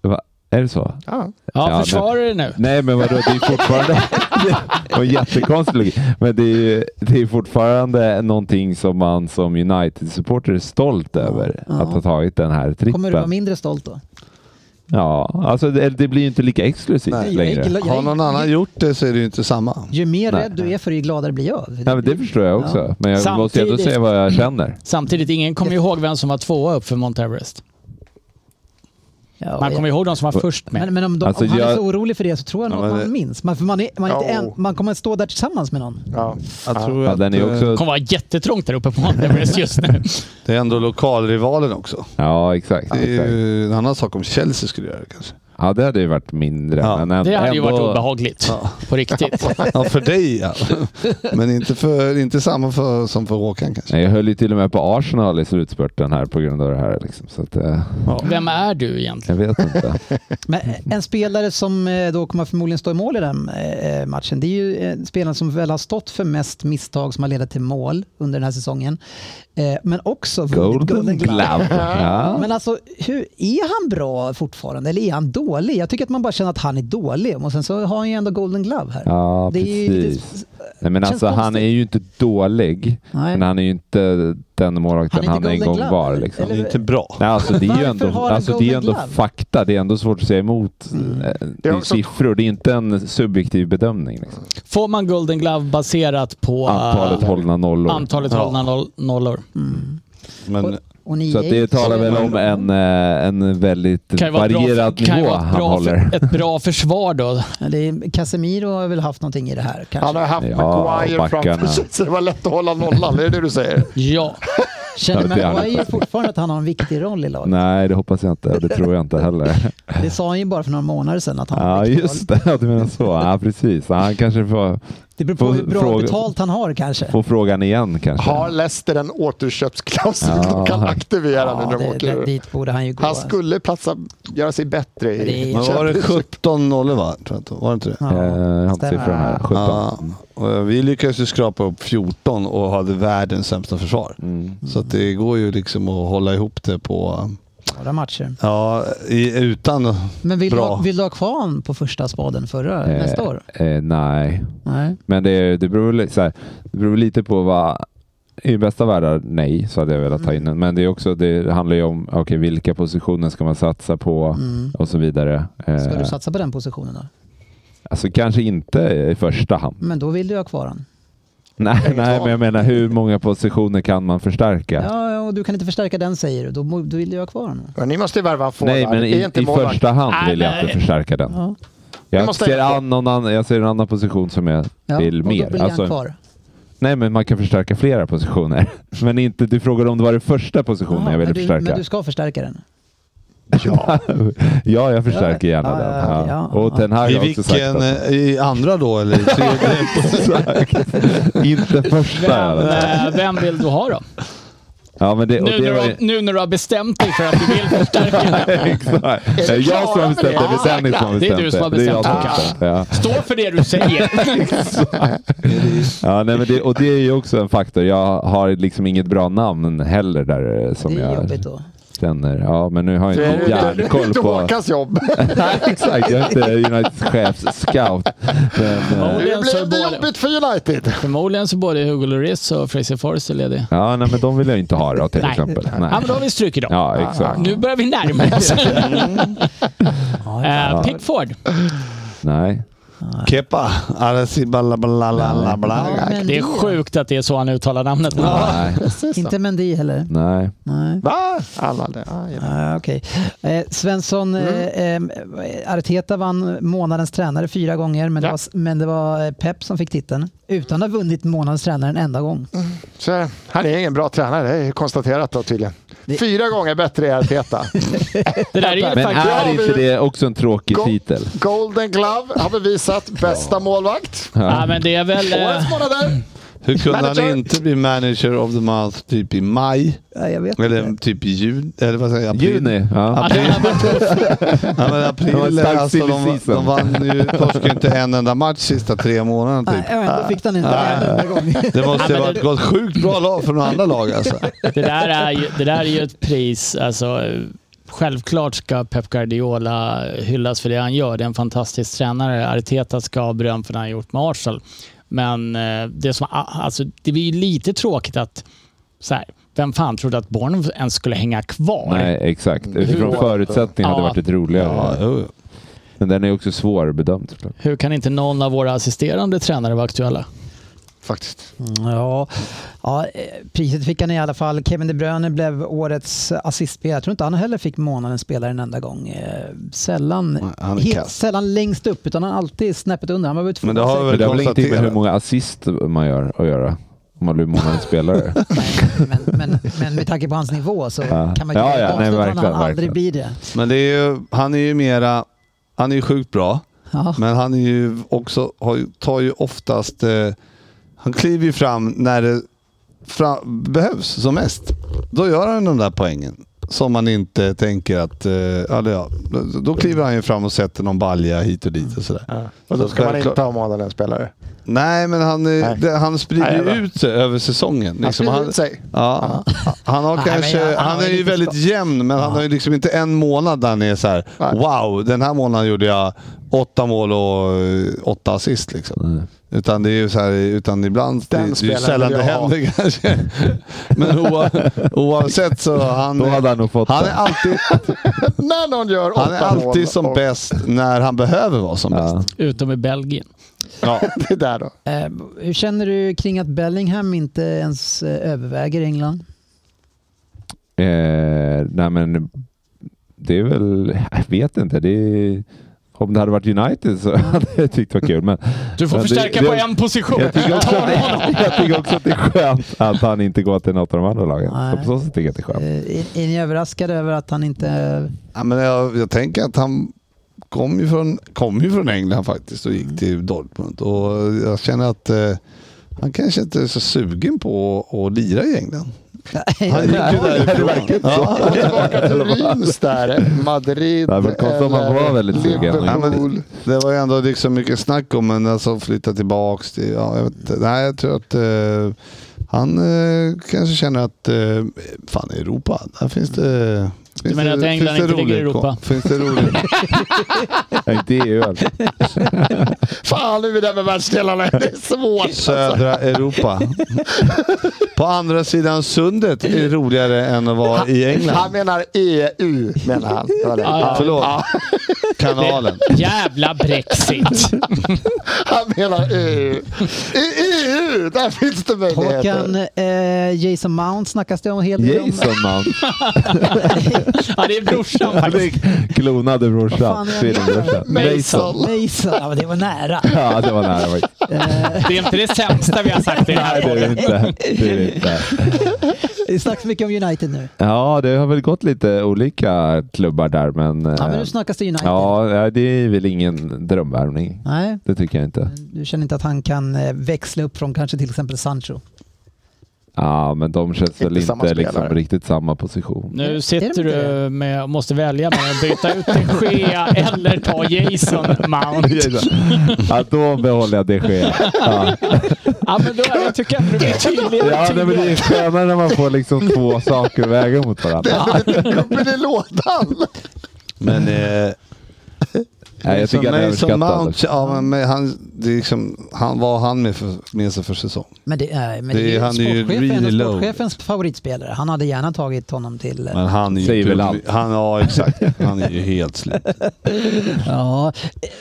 [SPEAKER 6] Va? Är det så?
[SPEAKER 4] Ja.
[SPEAKER 6] Ja,
[SPEAKER 5] Ja,
[SPEAKER 6] men-
[SPEAKER 5] försvara dig
[SPEAKER 3] Typ.
[SPEAKER 5] nu.
[SPEAKER 6] Nej, men vadå, det är fortfarande... det var jättekonstigt. logik. Men det är, ju, det är fortfarande någonting som man som United-supporter är stolt över.
[SPEAKER 3] ja.
[SPEAKER 6] Att ha tagit den här trippen.
[SPEAKER 3] Kommer du vara mindre stolt då?
[SPEAKER 6] Ja, alltså det, det blir ju inte lika exklusivt
[SPEAKER 7] Nej.
[SPEAKER 6] längre.
[SPEAKER 3] Jag-
[SPEAKER 7] Har någon annan gjort det så är det ju inte samma.
[SPEAKER 3] Ju mer
[SPEAKER 6] Nej.
[SPEAKER 3] rädd du är för det, ju gladare blir jag.
[SPEAKER 6] Ja, men det förstår jag också.
[SPEAKER 3] Ja.
[SPEAKER 6] Men jag måste ju ändå
[SPEAKER 5] Samtidigt-
[SPEAKER 6] säga vad jag känner.
[SPEAKER 5] Samtidigt, ingen kommer ju ihåg vem som var tvåa upp för Mount Everest.
[SPEAKER 3] Ja,
[SPEAKER 5] Man kommer ju ihåg de som var först med.
[SPEAKER 3] men, men om, de,
[SPEAKER 6] Alltså,
[SPEAKER 3] om han är
[SPEAKER 6] jag-
[SPEAKER 3] så orolig för det så tror jag nog
[SPEAKER 7] Ja,
[SPEAKER 3] att
[SPEAKER 7] men
[SPEAKER 3] man
[SPEAKER 7] det-
[SPEAKER 3] minns. Man, för man, är, man, är inte
[SPEAKER 4] Ja.
[SPEAKER 3] en, man kommer att stå där tillsammans med någon.
[SPEAKER 4] Ja.
[SPEAKER 7] Jag tror
[SPEAKER 6] Ja,
[SPEAKER 7] att,
[SPEAKER 6] den är
[SPEAKER 7] eh,
[SPEAKER 5] Det
[SPEAKER 6] också...
[SPEAKER 5] kommer vara jättetrångt där uppe på Mount Everest just nu.
[SPEAKER 7] Det är ändå lokalrivalen också.
[SPEAKER 6] Ja, exakt.
[SPEAKER 7] Det är
[SPEAKER 6] exakt.
[SPEAKER 7] ju en annan sak om Chelsea skulle göra det kanske.
[SPEAKER 6] Ja, det hade ju varit mindre.
[SPEAKER 7] Ja.
[SPEAKER 6] Men äm-
[SPEAKER 5] Det hade ju varit
[SPEAKER 6] ändå-
[SPEAKER 5] obehagligt.
[SPEAKER 7] Ja.
[SPEAKER 5] På riktigt.
[SPEAKER 7] Ja, för dig ja. Men inte, för, inte samma för, som för Håkan kanske.
[SPEAKER 6] Nej, jag höll ju till och med på Arsenal i slutspurten här på grund av det här. Liksom. Så att, eh,
[SPEAKER 5] Vem är du egentligen?
[SPEAKER 6] jag vet inte.
[SPEAKER 3] Men en spelare som eh, då kommer förmodligen stå i mål i den eh, matchen, det är ju eh, spelaren som väl har stått för mest misstag som har ledat till mål under den här säsongen. Eh, Men också vunnit
[SPEAKER 6] Golden Glove. Ja.
[SPEAKER 3] Men alltså, hur, är han bra fortfarande eller är han dålig? Jag tycker att man bara känner att han är dålig och sen så har han ju ändå Golden Glove här.
[SPEAKER 6] Ja,
[SPEAKER 3] Det är ju lite-
[SPEAKER 6] precis. Nej, men
[SPEAKER 3] känns
[SPEAKER 6] alltså, han är
[SPEAKER 3] konstigt.
[SPEAKER 6] ju inte dålig,
[SPEAKER 3] Nej.
[SPEAKER 6] men han är ju inte den målvakten han,
[SPEAKER 3] Han är inte
[SPEAKER 6] en gång
[SPEAKER 3] Golden Glove,
[SPEAKER 6] var.
[SPEAKER 3] eller?
[SPEAKER 6] Liksom.
[SPEAKER 7] Det är inte bra.
[SPEAKER 6] Nej, alltså, det är ju
[SPEAKER 3] Varför
[SPEAKER 6] ändå,
[SPEAKER 3] har han
[SPEAKER 6] alltså, det är ju ändå
[SPEAKER 3] Golden Glove? Mm.
[SPEAKER 6] fakta. Det är ändå svårt att säga emot eh, det är
[SPEAKER 4] också-
[SPEAKER 6] siffror. Det är inte en subjektiv bedömning. Liksom.
[SPEAKER 5] Får man Golden Glove baserat på eh,
[SPEAKER 6] Antalet hållna nollor.
[SPEAKER 5] antalet
[SPEAKER 7] Ja.
[SPEAKER 5] hållna noll- nollor?
[SPEAKER 7] Men
[SPEAKER 3] Och ni
[SPEAKER 6] Så att det
[SPEAKER 3] är-
[SPEAKER 6] talar väl om en, eh, en väldigt
[SPEAKER 5] Kan ju vara ett bra-
[SPEAKER 6] varierad
[SPEAKER 5] kan ju
[SPEAKER 6] nivå
[SPEAKER 5] vara ett
[SPEAKER 6] han
[SPEAKER 5] bra,
[SPEAKER 6] håller.
[SPEAKER 5] för- ett bra försvar då.
[SPEAKER 3] Ja, det är, Casemiro har väl haft någonting i det här kanske.
[SPEAKER 4] Han har haft
[SPEAKER 6] Ja,
[SPEAKER 4] Maguire
[SPEAKER 6] backarna.
[SPEAKER 4] framför sig, så det var lätt att hålla nollan. Det är det du säger?
[SPEAKER 5] Ja.
[SPEAKER 3] Känner
[SPEAKER 6] Ja, det är han
[SPEAKER 3] Maguire
[SPEAKER 6] faktiskt.
[SPEAKER 3] fortfarande att han har en viktig roll i laget?
[SPEAKER 6] Nej, det hoppas jag inte. Det tror jag inte heller.
[SPEAKER 3] Det sa han ju bara för några månader sedan att han har
[SPEAKER 6] Ja,
[SPEAKER 3] en viktig roll.
[SPEAKER 6] just det. Ja, Du menar så. Ja, precis. Ja, Han kanske får,
[SPEAKER 3] Det beror på
[SPEAKER 6] Får
[SPEAKER 3] hur bra
[SPEAKER 6] fråga-
[SPEAKER 3] betalt han har kanske.
[SPEAKER 6] får frågan igen kanske.
[SPEAKER 4] Har Leicester en återköpsklausul
[SPEAKER 6] Ja.
[SPEAKER 4] de kan aktivera
[SPEAKER 3] Ja,
[SPEAKER 4] när de
[SPEAKER 3] det,
[SPEAKER 4] åker
[SPEAKER 3] det,
[SPEAKER 4] ur?
[SPEAKER 3] dit borde han ju gå.
[SPEAKER 4] Han skulle platsa, göra sig bättre
[SPEAKER 3] Men det är-
[SPEAKER 4] i...
[SPEAKER 7] men var det 17 nollor va? Tror jag inte. Var det inte det?
[SPEAKER 3] Ja.
[SPEAKER 6] Eh, Jag har inte
[SPEAKER 3] Stämmer.
[SPEAKER 6] siffran här. 17.
[SPEAKER 7] Ja, och vi lyckades ju skrapa upp 14 och hade världens sämsta försvar.
[SPEAKER 6] Mm.
[SPEAKER 7] Så att det går ju liksom att hålla ihop det på...
[SPEAKER 3] Några matcher.
[SPEAKER 7] Ja, i, utan...
[SPEAKER 3] Men vill, du,
[SPEAKER 7] Bra.
[SPEAKER 3] ha- vill du ha kvar honom på första spaden förra,
[SPEAKER 6] Eh.
[SPEAKER 3] nästa år?
[SPEAKER 6] Eh, nej,
[SPEAKER 3] Nej.
[SPEAKER 6] men det, det, beror, väl- så här, det beror lite på vad... I bästa världar, nej, så hade jag velat ta in
[SPEAKER 3] Mm.
[SPEAKER 6] den. Men det, är också, det handlar ju om okay, vilka positioner ska man satsa på
[SPEAKER 3] Mm.
[SPEAKER 6] och så vidare.
[SPEAKER 3] Ska
[SPEAKER 6] Eh,
[SPEAKER 3] du satsa på den positionen då?
[SPEAKER 6] Alltså kanske inte i första hand.
[SPEAKER 3] Men då vill du ha kvar honom.
[SPEAKER 6] Nej, nej, men jag menar hur många positioner kan man förstärka?
[SPEAKER 3] Ja, ja, och du kan inte förstärka den säger du. Då, må- då vill du ha kvar honom.
[SPEAKER 4] Ja, Ni måste värva en forward.
[SPEAKER 6] Nej, men
[SPEAKER 4] Det
[SPEAKER 6] i,
[SPEAKER 4] är inte
[SPEAKER 6] i
[SPEAKER 4] målvakt.
[SPEAKER 6] första hand vill jag
[SPEAKER 5] Nej,
[SPEAKER 6] inte förstärka den.
[SPEAKER 3] Ja.
[SPEAKER 6] Jag,
[SPEAKER 4] Vi måste-
[SPEAKER 6] ser an, någon annan, jag ser en annan position som jag
[SPEAKER 3] Ja,
[SPEAKER 6] vill
[SPEAKER 3] Och då
[SPEAKER 6] mer.
[SPEAKER 3] blir han
[SPEAKER 6] Alltså,
[SPEAKER 3] kvar.
[SPEAKER 6] nej, men man kan förstärka flera positioner. Men inte, du frågade om det var den första positionen
[SPEAKER 3] Jaha,
[SPEAKER 6] jag ville
[SPEAKER 3] men, du, men
[SPEAKER 6] förstärka.
[SPEAKER 3] du ska förstärka den.
[SPEAKER 6] ja, jag förstärker gärna
[SPEAKER 3] Ja,
[SPEAKER 6] den.
[SPEAKER 3] ja, ja,
[SPEAKER 6] Ja.
[SPEAKER 3] ja, ja.
[SPEAKER 6] och Ten Hag
[SPEAKER 7] I
[SPEAKER 6] har också sagt
[SPEAKER 7] vilken? eh,
[SPEAKER 6] att,
[SPEAKER 7] I andra då eller i tredje?
[SPEAKER 6] Exakt. inte första.
[SPEAKER 5] Vem, eh, vem vill du ha då?
[SPEAKER 6] Ja, men det, och
[SPEAKER 5] Nu,
[SPEAKER 6] det
[SPEAKER 5] när du
[SPEAKER 6] var
[SPEAKER 5] har,
[SPEAKER 6] ju...
[SPEAKER 5] nu när du har bestämt dig för att du vill förstärka den.
[SPEAKER 6] Exakt.
[SPEAKER 4] Är
[SPEAKER 6] Det
[SPEAKER 4] vi
[SPEAKER 6] är jag som
[SPEAKER 4] klara
[SPEAKER 6] har
[SPEAKER 4] med
[SPEAKER 6] bestämt
[SPEAKER 4] det?
[SPEAKER 6] det. Det är Dennis som har
[SPEAKER 5] Det är du
[SPEAKER 6] bestämt
[SPEAKER 5] som
[SPEAKER 6] det.
[SPEAKER 5] har
[SPEAKER 6] Det är jag som har
[SPEAKER 5] bestämt det.
[SPEAKER 6] bestämt det. Ja.
[SPEAKER 5] Stå för det du säger.
[SPEAKER 6] Ja, nej, men det, och det är ju också en faktor. Jag har liksom inget bra namn heller där eh, som
[SPEAKER 3] Det är
[SPEAKER 6] jag
[SPEAKER 3] jobbigt då.
[SPEAKER 6] känner. Ja, men nu har
[SPEAKER 4] Det
[SPEAKER 6] jag
[SPEAKER 4] är
[SPEAKER 6] inte
[SPEAKER 4] ju inte-
[SPEAKER 6] järnkoll
[SPEAKER 4] inte
[SPEAKER 6] på...
[SPEAKER 4] Håkans jobb.
[SPEAKER 6] Nej, exakt. Jag är inte Uniteds chefs-scout. Men, eh,
[SPEAKER 5] Ja.
[SPEAKER 4] Nu
[SPEAKER 5] Williams
[SPEAKER 4] blev det
[SPEAKER 5] har båda.
[SPEAKER 4] jobbigt för United.
[SPEAKER 5] Förmodligen så både Hugo Lloris och Fraser Forster ledig.
[SPEAKER 6] ja, nej, men de vill jag inte ha då, till
[SPEAKER 5] Nej.
[SPEAKER 6] exempel.
[SPEAKER 5] Ja, men
[SPEAKER 6] Nej.
[SPEAKER 5] då har vi strukit dem.
[SPEAKER 6] Ja, Mm. exakt.
[SPEAKER 5] Nu börjar vi närma oss. Eh, Pickford.
[SPEAKER 6] Nej.
[SPEAKER 7] Kepa. Arasibalabalalabalala.
[SPEAKER 3] Ja, men
[SPEAKER 5] Det är sjukt att det är så han uttalar namnet.
[SPEAKER 6] Nej.
[SPEAKER 3] Inte Mendy heller.
[SPEAKER 6] Nej.
[SPEAKER 3] Nej.
[SPEAKER 4] Va? Alla det. Ah, ja.
[SPEAKER 3] Ah, okej. eh, Svensson,
[SPEAKER 5] Mm.
[SPEAKER 3] eh, eh, Arteta vann månadens tränare fyra gånger men, det
[SPEAKER 5] Ja.
[SPEAKER 3] var, men det var eh, Pep som fick titeln utan att ha vunnit månadens tränare en enda gång.
[SPEAKER 5] Mm.
[SPEAKER 4] Så, är det. han är ingen bra tränare, det är konstaterat då tydligen. Fyra gånger bättre är Arteta.
[SPEAKER 5] Det där är ju
[SPEAKER 6] Men
[SPEAKER 5] faktiskt...
[SPEAKER 6] är inte det också en tråkig
[SPEAKER 4] Go-
[SPEAKER 6] titel?
[SPEAKER 4] Golden Glove har bevisat bästa målvakt.
[SPEAKER 5] Ja, men det är väl... eh,
[SPEAKER 4] Årets månader.
[SPEAKER 7] Hur kunde
[SPEAKER 4] Manager.
[SPEAKER 7] han inte bli manager of the month typ i maj?
[SPEAKER 3] Ja, jag vet
[SPEAKER 7] Eller
[SPEAKER 3] inte.
[SPEAKER 7] typ i juni? Eller vad säger jag? April?
[SPEAKER 6] Juni. Ja.
[SPEAKER 5] att han har varit-
[SPEAKER 7] Ja, men april,
[SPEAKER 6] Det var en stark
[SPEAKER 7] alltså,
[SPEAKER 6] silly
[SPEAKER 7] de,
[SPEAKER 6] season.
[SPEAKER 7] de vann ju, torskade ju inte en enda match sista tre månaderna
[SPEAKER 3] Nej,
[SPEAKER 7] typ.
[SPEAKER 3] ja, ändå fick han inte en enda gång.
[SPEAKER 7] Det måste
[SPEAKER 5] Ja,
[SPEAKER 7] ju
[SPEAKER 5] men
[SPEAKER 7] ha
[SPEAKER 5] det-
[SPEAKER 7] varit ett sjukt bra lag för några andra lag alltså.
[SPEAKER 5] Det där är ju, det där är ju ett pris. Alltså, eh, självklart ska Pep Guardiola hyllas för det han gör. Det är en fantastisk tränare. Arteta ska ha beröm för det han gjort med Arsenal. Men eh, det, som, a- alltså, det blir ju lite tråkigt att... Så här, vem fan trodde att Bournemouth ens skulle hänga kvar?
[SPEAKER 6] Nej, exakt. Utifrån
[SPEAKER 5] Hur-
[SPEAKER 6] förutsättningar hade det
[SPEAKER 5] Ja.
[SPEAKER 6] varit ett roligare. Men den är också svårbedömd såklart.
[SPEAKER 5] Hur kan inte någon av våra assisterande tränare vara aktuella?
[SPEAKER 4] Faktiskt.
[SPEAKER 3] Mm, Ja, ja, eh, priset fick han i alla fall. Kevin De Bruyne blev årets assistspelare. Jag tror inte han heller fick månadens spelare en enda gång. Eh, Sällan,
[SPEAKER 7] han är
[SPEAKER 3] helt,
[SPEAKER 7] kass.
[SPEAKER 3] sällan längst upp, utan han alltid snäppet under. Han var
[SPEAKER 7] Men det har
[SPEAKER 6] Men det har väl ingenting med hur
[SPEAKER 7] konstaterat.
[SPEAKER 6] många assist man gör att göra? Om man blir månadens spelare.
[SPEAKER 3] men, men, men med tanke på hans nivå så
[SPEAKER 6] Ja.
[SPEAKER 3] kan man ju
[SPEAKER 6] Ja,
[SPEAKER 3] ja,
[SPEAKER 6] ja, nej,
[SPEAKER 3] att han
[SPEAKER 6] verkligen,
[SPEAKER 3] aldrig
[SPEAKER 6] verkligen.
[SPEAKER 3] blir det.
[SPEAKER 7] Men det är ju, han är ju mera, han är ju sjukt bra.
[SPEAKER 3] Ja.
[SPEAKER 7] Men han är ju också, har, ju- tar ju oftast, eh, han kliver ju fram när det fram, behövs som mest. Då gör han den där poängen. Som man inte tänker att, eh, eller ja, då- då kliver han ju fram och sätter någon balja hit och dit och sådär.
[SPEAKER 4] Och då ska man
[SPEAKER 7] Självklart.
[SPEAKER 4] inte ha månadens spelare.
[SPEAKER 7] Nej, men han, eh,
[SPEAKER 4] Nej.
[SPEAKER 7] det, han sprider
[SPEAKER 4] Nej,
[SPEAKER 7] ju
[SPEAKER 4] jag vet.
[SPEAKER 7] ut sig över säsongen.
[SPEAKER 4] Han
[SPEAKER 7] Liksom,
[SPEAKER 4] sprider
[SPEAKER 7] han,
[SPEAKER 4] ut sig.
[SPEAKER 7] ja, han har
[SPEAKER 3] Nej,
[SPEAKER 7] kanske,
[SPEAKER 3] men jag-
[SPEAKER 7] han är ju
[SPEAKER 3] lite
[SPEAKER 7] väldigt
[SPEAKER 3] skott.
[SPEAKER 7] jämn, men han har ju liksom inte en månad där han är så här,
[SPEAKER 4] Nej.
[SPEAKER 7] wow, den här månaden gjorde jag åtta mål och eh, åtta assist. Liksom. Utan det är ju så här, utan ibland, det,
[SPEAKER 4] Den
[SPEAKER 7] det är ju
[SPEAKER 4] spelaren
[SPEAKER 7] sällan
[SPEAKER 4] vill
[SPEAKER 7] det
[SPEAKER 4] jag ha.
[SPEAKER 7] händer kanske. Men oa, oavsett så han,
[SPEAKER 6] Då hade han nog fått
[SPEAKER 7] han är
[SPEAKER 6] den.
[SPEAKER 7] alltid,
[SPEAKER 4] När någon gör åtta
[SPEAKER 7] han är
[SPEAKER 4] mål
[SPEAKER 7] alltid som
[SPEAKER 4] och-
[SPEAKER 7] bäst när han behöver vara som
[SPEAKER 6] Ja.
[SPEAKER 7] bäst.
[SPEAKER 5] Utom i Belgien.
[SPEAKER 7] Ja.
[SPEAKER 4] Det där då.
[SPEAKER 3] Eh, hur känner du kring att Bellingham inte ens eh, överväger England?
[SPEAKER 6] Eh, nej men det är väl, jag vet inte. Det är, om det hade varit United så hade jag tyckt det var kul. Men
[SPEAKER 5] Du får
[SPEAKER 6] Men det-
[SPEAKER 5] förstärka
[SPEAKER 6] det-
[SPEAKER 5] på en position.
[SPEAKER 6] jag tycker, också att det, jag tycker också att det är skönt att han inte går till något av de andra lagen. Så
[SPEAKER 3] Nej.
[SPEAKER 6] på så sätt tycker jag att det är skönt.
[SPEAKER 3] Eh, är, är ni överraskade över att han inte...
[SPEAKER 7] Ja, men jag, jag tänker att han kom ju, från, kom ju från England faktiskt och
[SPEAKER 6] Mm.
[SPEAKER 7] gick till Dortmund. Och jag känner att eh, han kanske inte är så sugen på att, att lira i England. Han gick ju därifrån. Ja.
[SPEAKER 4] Och tillbaka till Reims där. Madrid
[SPEAKER 6] Det hade varit konstigt om han var väldigt sugen.
[SPEAKER 7] Ja,
[SPEAKER 4] Liverpool.
[SPEAKER 7] men det var ju ändå liksom mycket snack om en alltså flytta tillbaks till, ja, jag vet, inte. Nej, jag tror att eh, han eh, kanske känner att eh, fan Europa, där finns det... Finns
[SPEAKER 5] menar att England
[SPEAKER 7] finns det
[SPEAKER 5] inte ligger i
[SPEAKER 7] rolig-
[SPEAKER 5] Europa?
[SPEAKER 7] Finns det roligt?
[SPEAKER 6] Nej, Inte EU alltså.
[SPEAKER 4] Fan, nu är vi där med världsdelarna. Det är svårt.
[SPEAKER 7] Södra Europa. På andra sidan sundet är roligare än att vara i
[SPEAKER 4] Han
[SPEAKER 7] England.
[SPEAKER 4] menar EU, menar han. Det var det.
[SPEAKER 5] Ja,
[SPEAKER 7] Förlåt. Kanalen.
[SPEAKER 5] Jävla Brexit.
[SPEAKER 4] Han menar E EU. I EU, där finns det
[SPEAKER 3] Håkan,
[SPEAKER 4] möjligheter.
[SPEAKER 3] eh, Jason Mount snackas det om helt
[SPEAKER 6] Jason man.
[SPEAKER 5] Ja, det är brorsan
[SPEAKER 6] Han
[SPEAKER 5] faktiskt.
[SPEAKER 6] är klonade brorsan.
[SPEAKER 3] Vad fan är det?
[SPEAKER 6] Tvillingbrorsan. Mason.
[SPEAKER 3] Mason, ja, men det var nära.
[SPEAKER 6] Ja, det var nära faktiskt.
[SPEAKER 5] Det är inte det sämsta vi har sagt i den här
[SPEAKER 6] Nej, det är
[SPEAKER 5] podden.
[SPEAKER 6] det inte. Det är det inte.
[SPEAKER 3] Det snackas mycket om United nu.
[SPEAKER 6] Ja, det har väl gått lite olika klubbar där, men...
[SPEAKER 3] Ja, men
[SPEAKER 6] eh,
[SPEAKER 3] nu snackas det United.
[SPEAKER 6] ja, nej, det är väl ingen drömvärvning.
[SPEAKER 3] Nej, Mm.
[SPEAKER 6] Det tycker jag inte.
[SPEAKER 3] du känner inte att han kan eh, växla upp från kanske till exempel Sancho?
[SPEAKER 6] Ja, men de känns väl
[SPEAKER 4] Inte samma
[SPEAKER 6] inte liksom
[SPEAKER 4] spelare.
[SPEAKER 6] riktigt samma position.
[SPEAKER 5] Nu
[SPEAKER 8] inte
[SPEAKER 5] sitter
[SPEAKER 8] det?
[SPEAKER 5] du med, måste välja mellan att byta ut en skea eller ta Jason Mount.
[SPEAKER 6] Ja, då behåller jag det sker. Ja.
[SPEAKER 5] Ja, men då, jag tycker att det blir tydligare
[SPEAKER 6] Ja,
[SPEAKER 5] och
[SPEAKER 6] nej, men det är
[SPEAKER 5] tydligare.
[SPEAKER 6] skönare när man får liksom två saker att väga mot varandra.
[SPEAKER 4] Gubben i lådan!
[SPEAKER 7] Men... Eh, liksom
[SPEAKER 6] Nej, jag liksom. alltså. tycker
[SPEAKER 7] som
[SPEAKER 6] han är
[SPEAKER 7] Mason
[SPEAKER 6] överskattad.
[SPEAKER 7] Mount, ja, men- men han, det är liksom, han, vad har han med, för, med sig för säsong?
[SPEAKER 3] Men det är, men
[SPEAKER 7] Det är-
[SPEAKER 3] det är,
[SPEAKER 7] han är ju
[SPEAKER 3] sportchefen, en av
[SPEAKER 7] really low.
[SPEAKER 3] sportchefens favoritspelare. Han hade gärna tagit honom till... eh,
[SPEAKER 7] Men han är ju...
[SPEAKER 6] Säger
[SPEAKER 7] inte-
[SPEAKER 6] väl allt.
[SPEAKER 7] han, Ja, exakt. Han är ju helt slut.
[SPEAKER 3] Ja,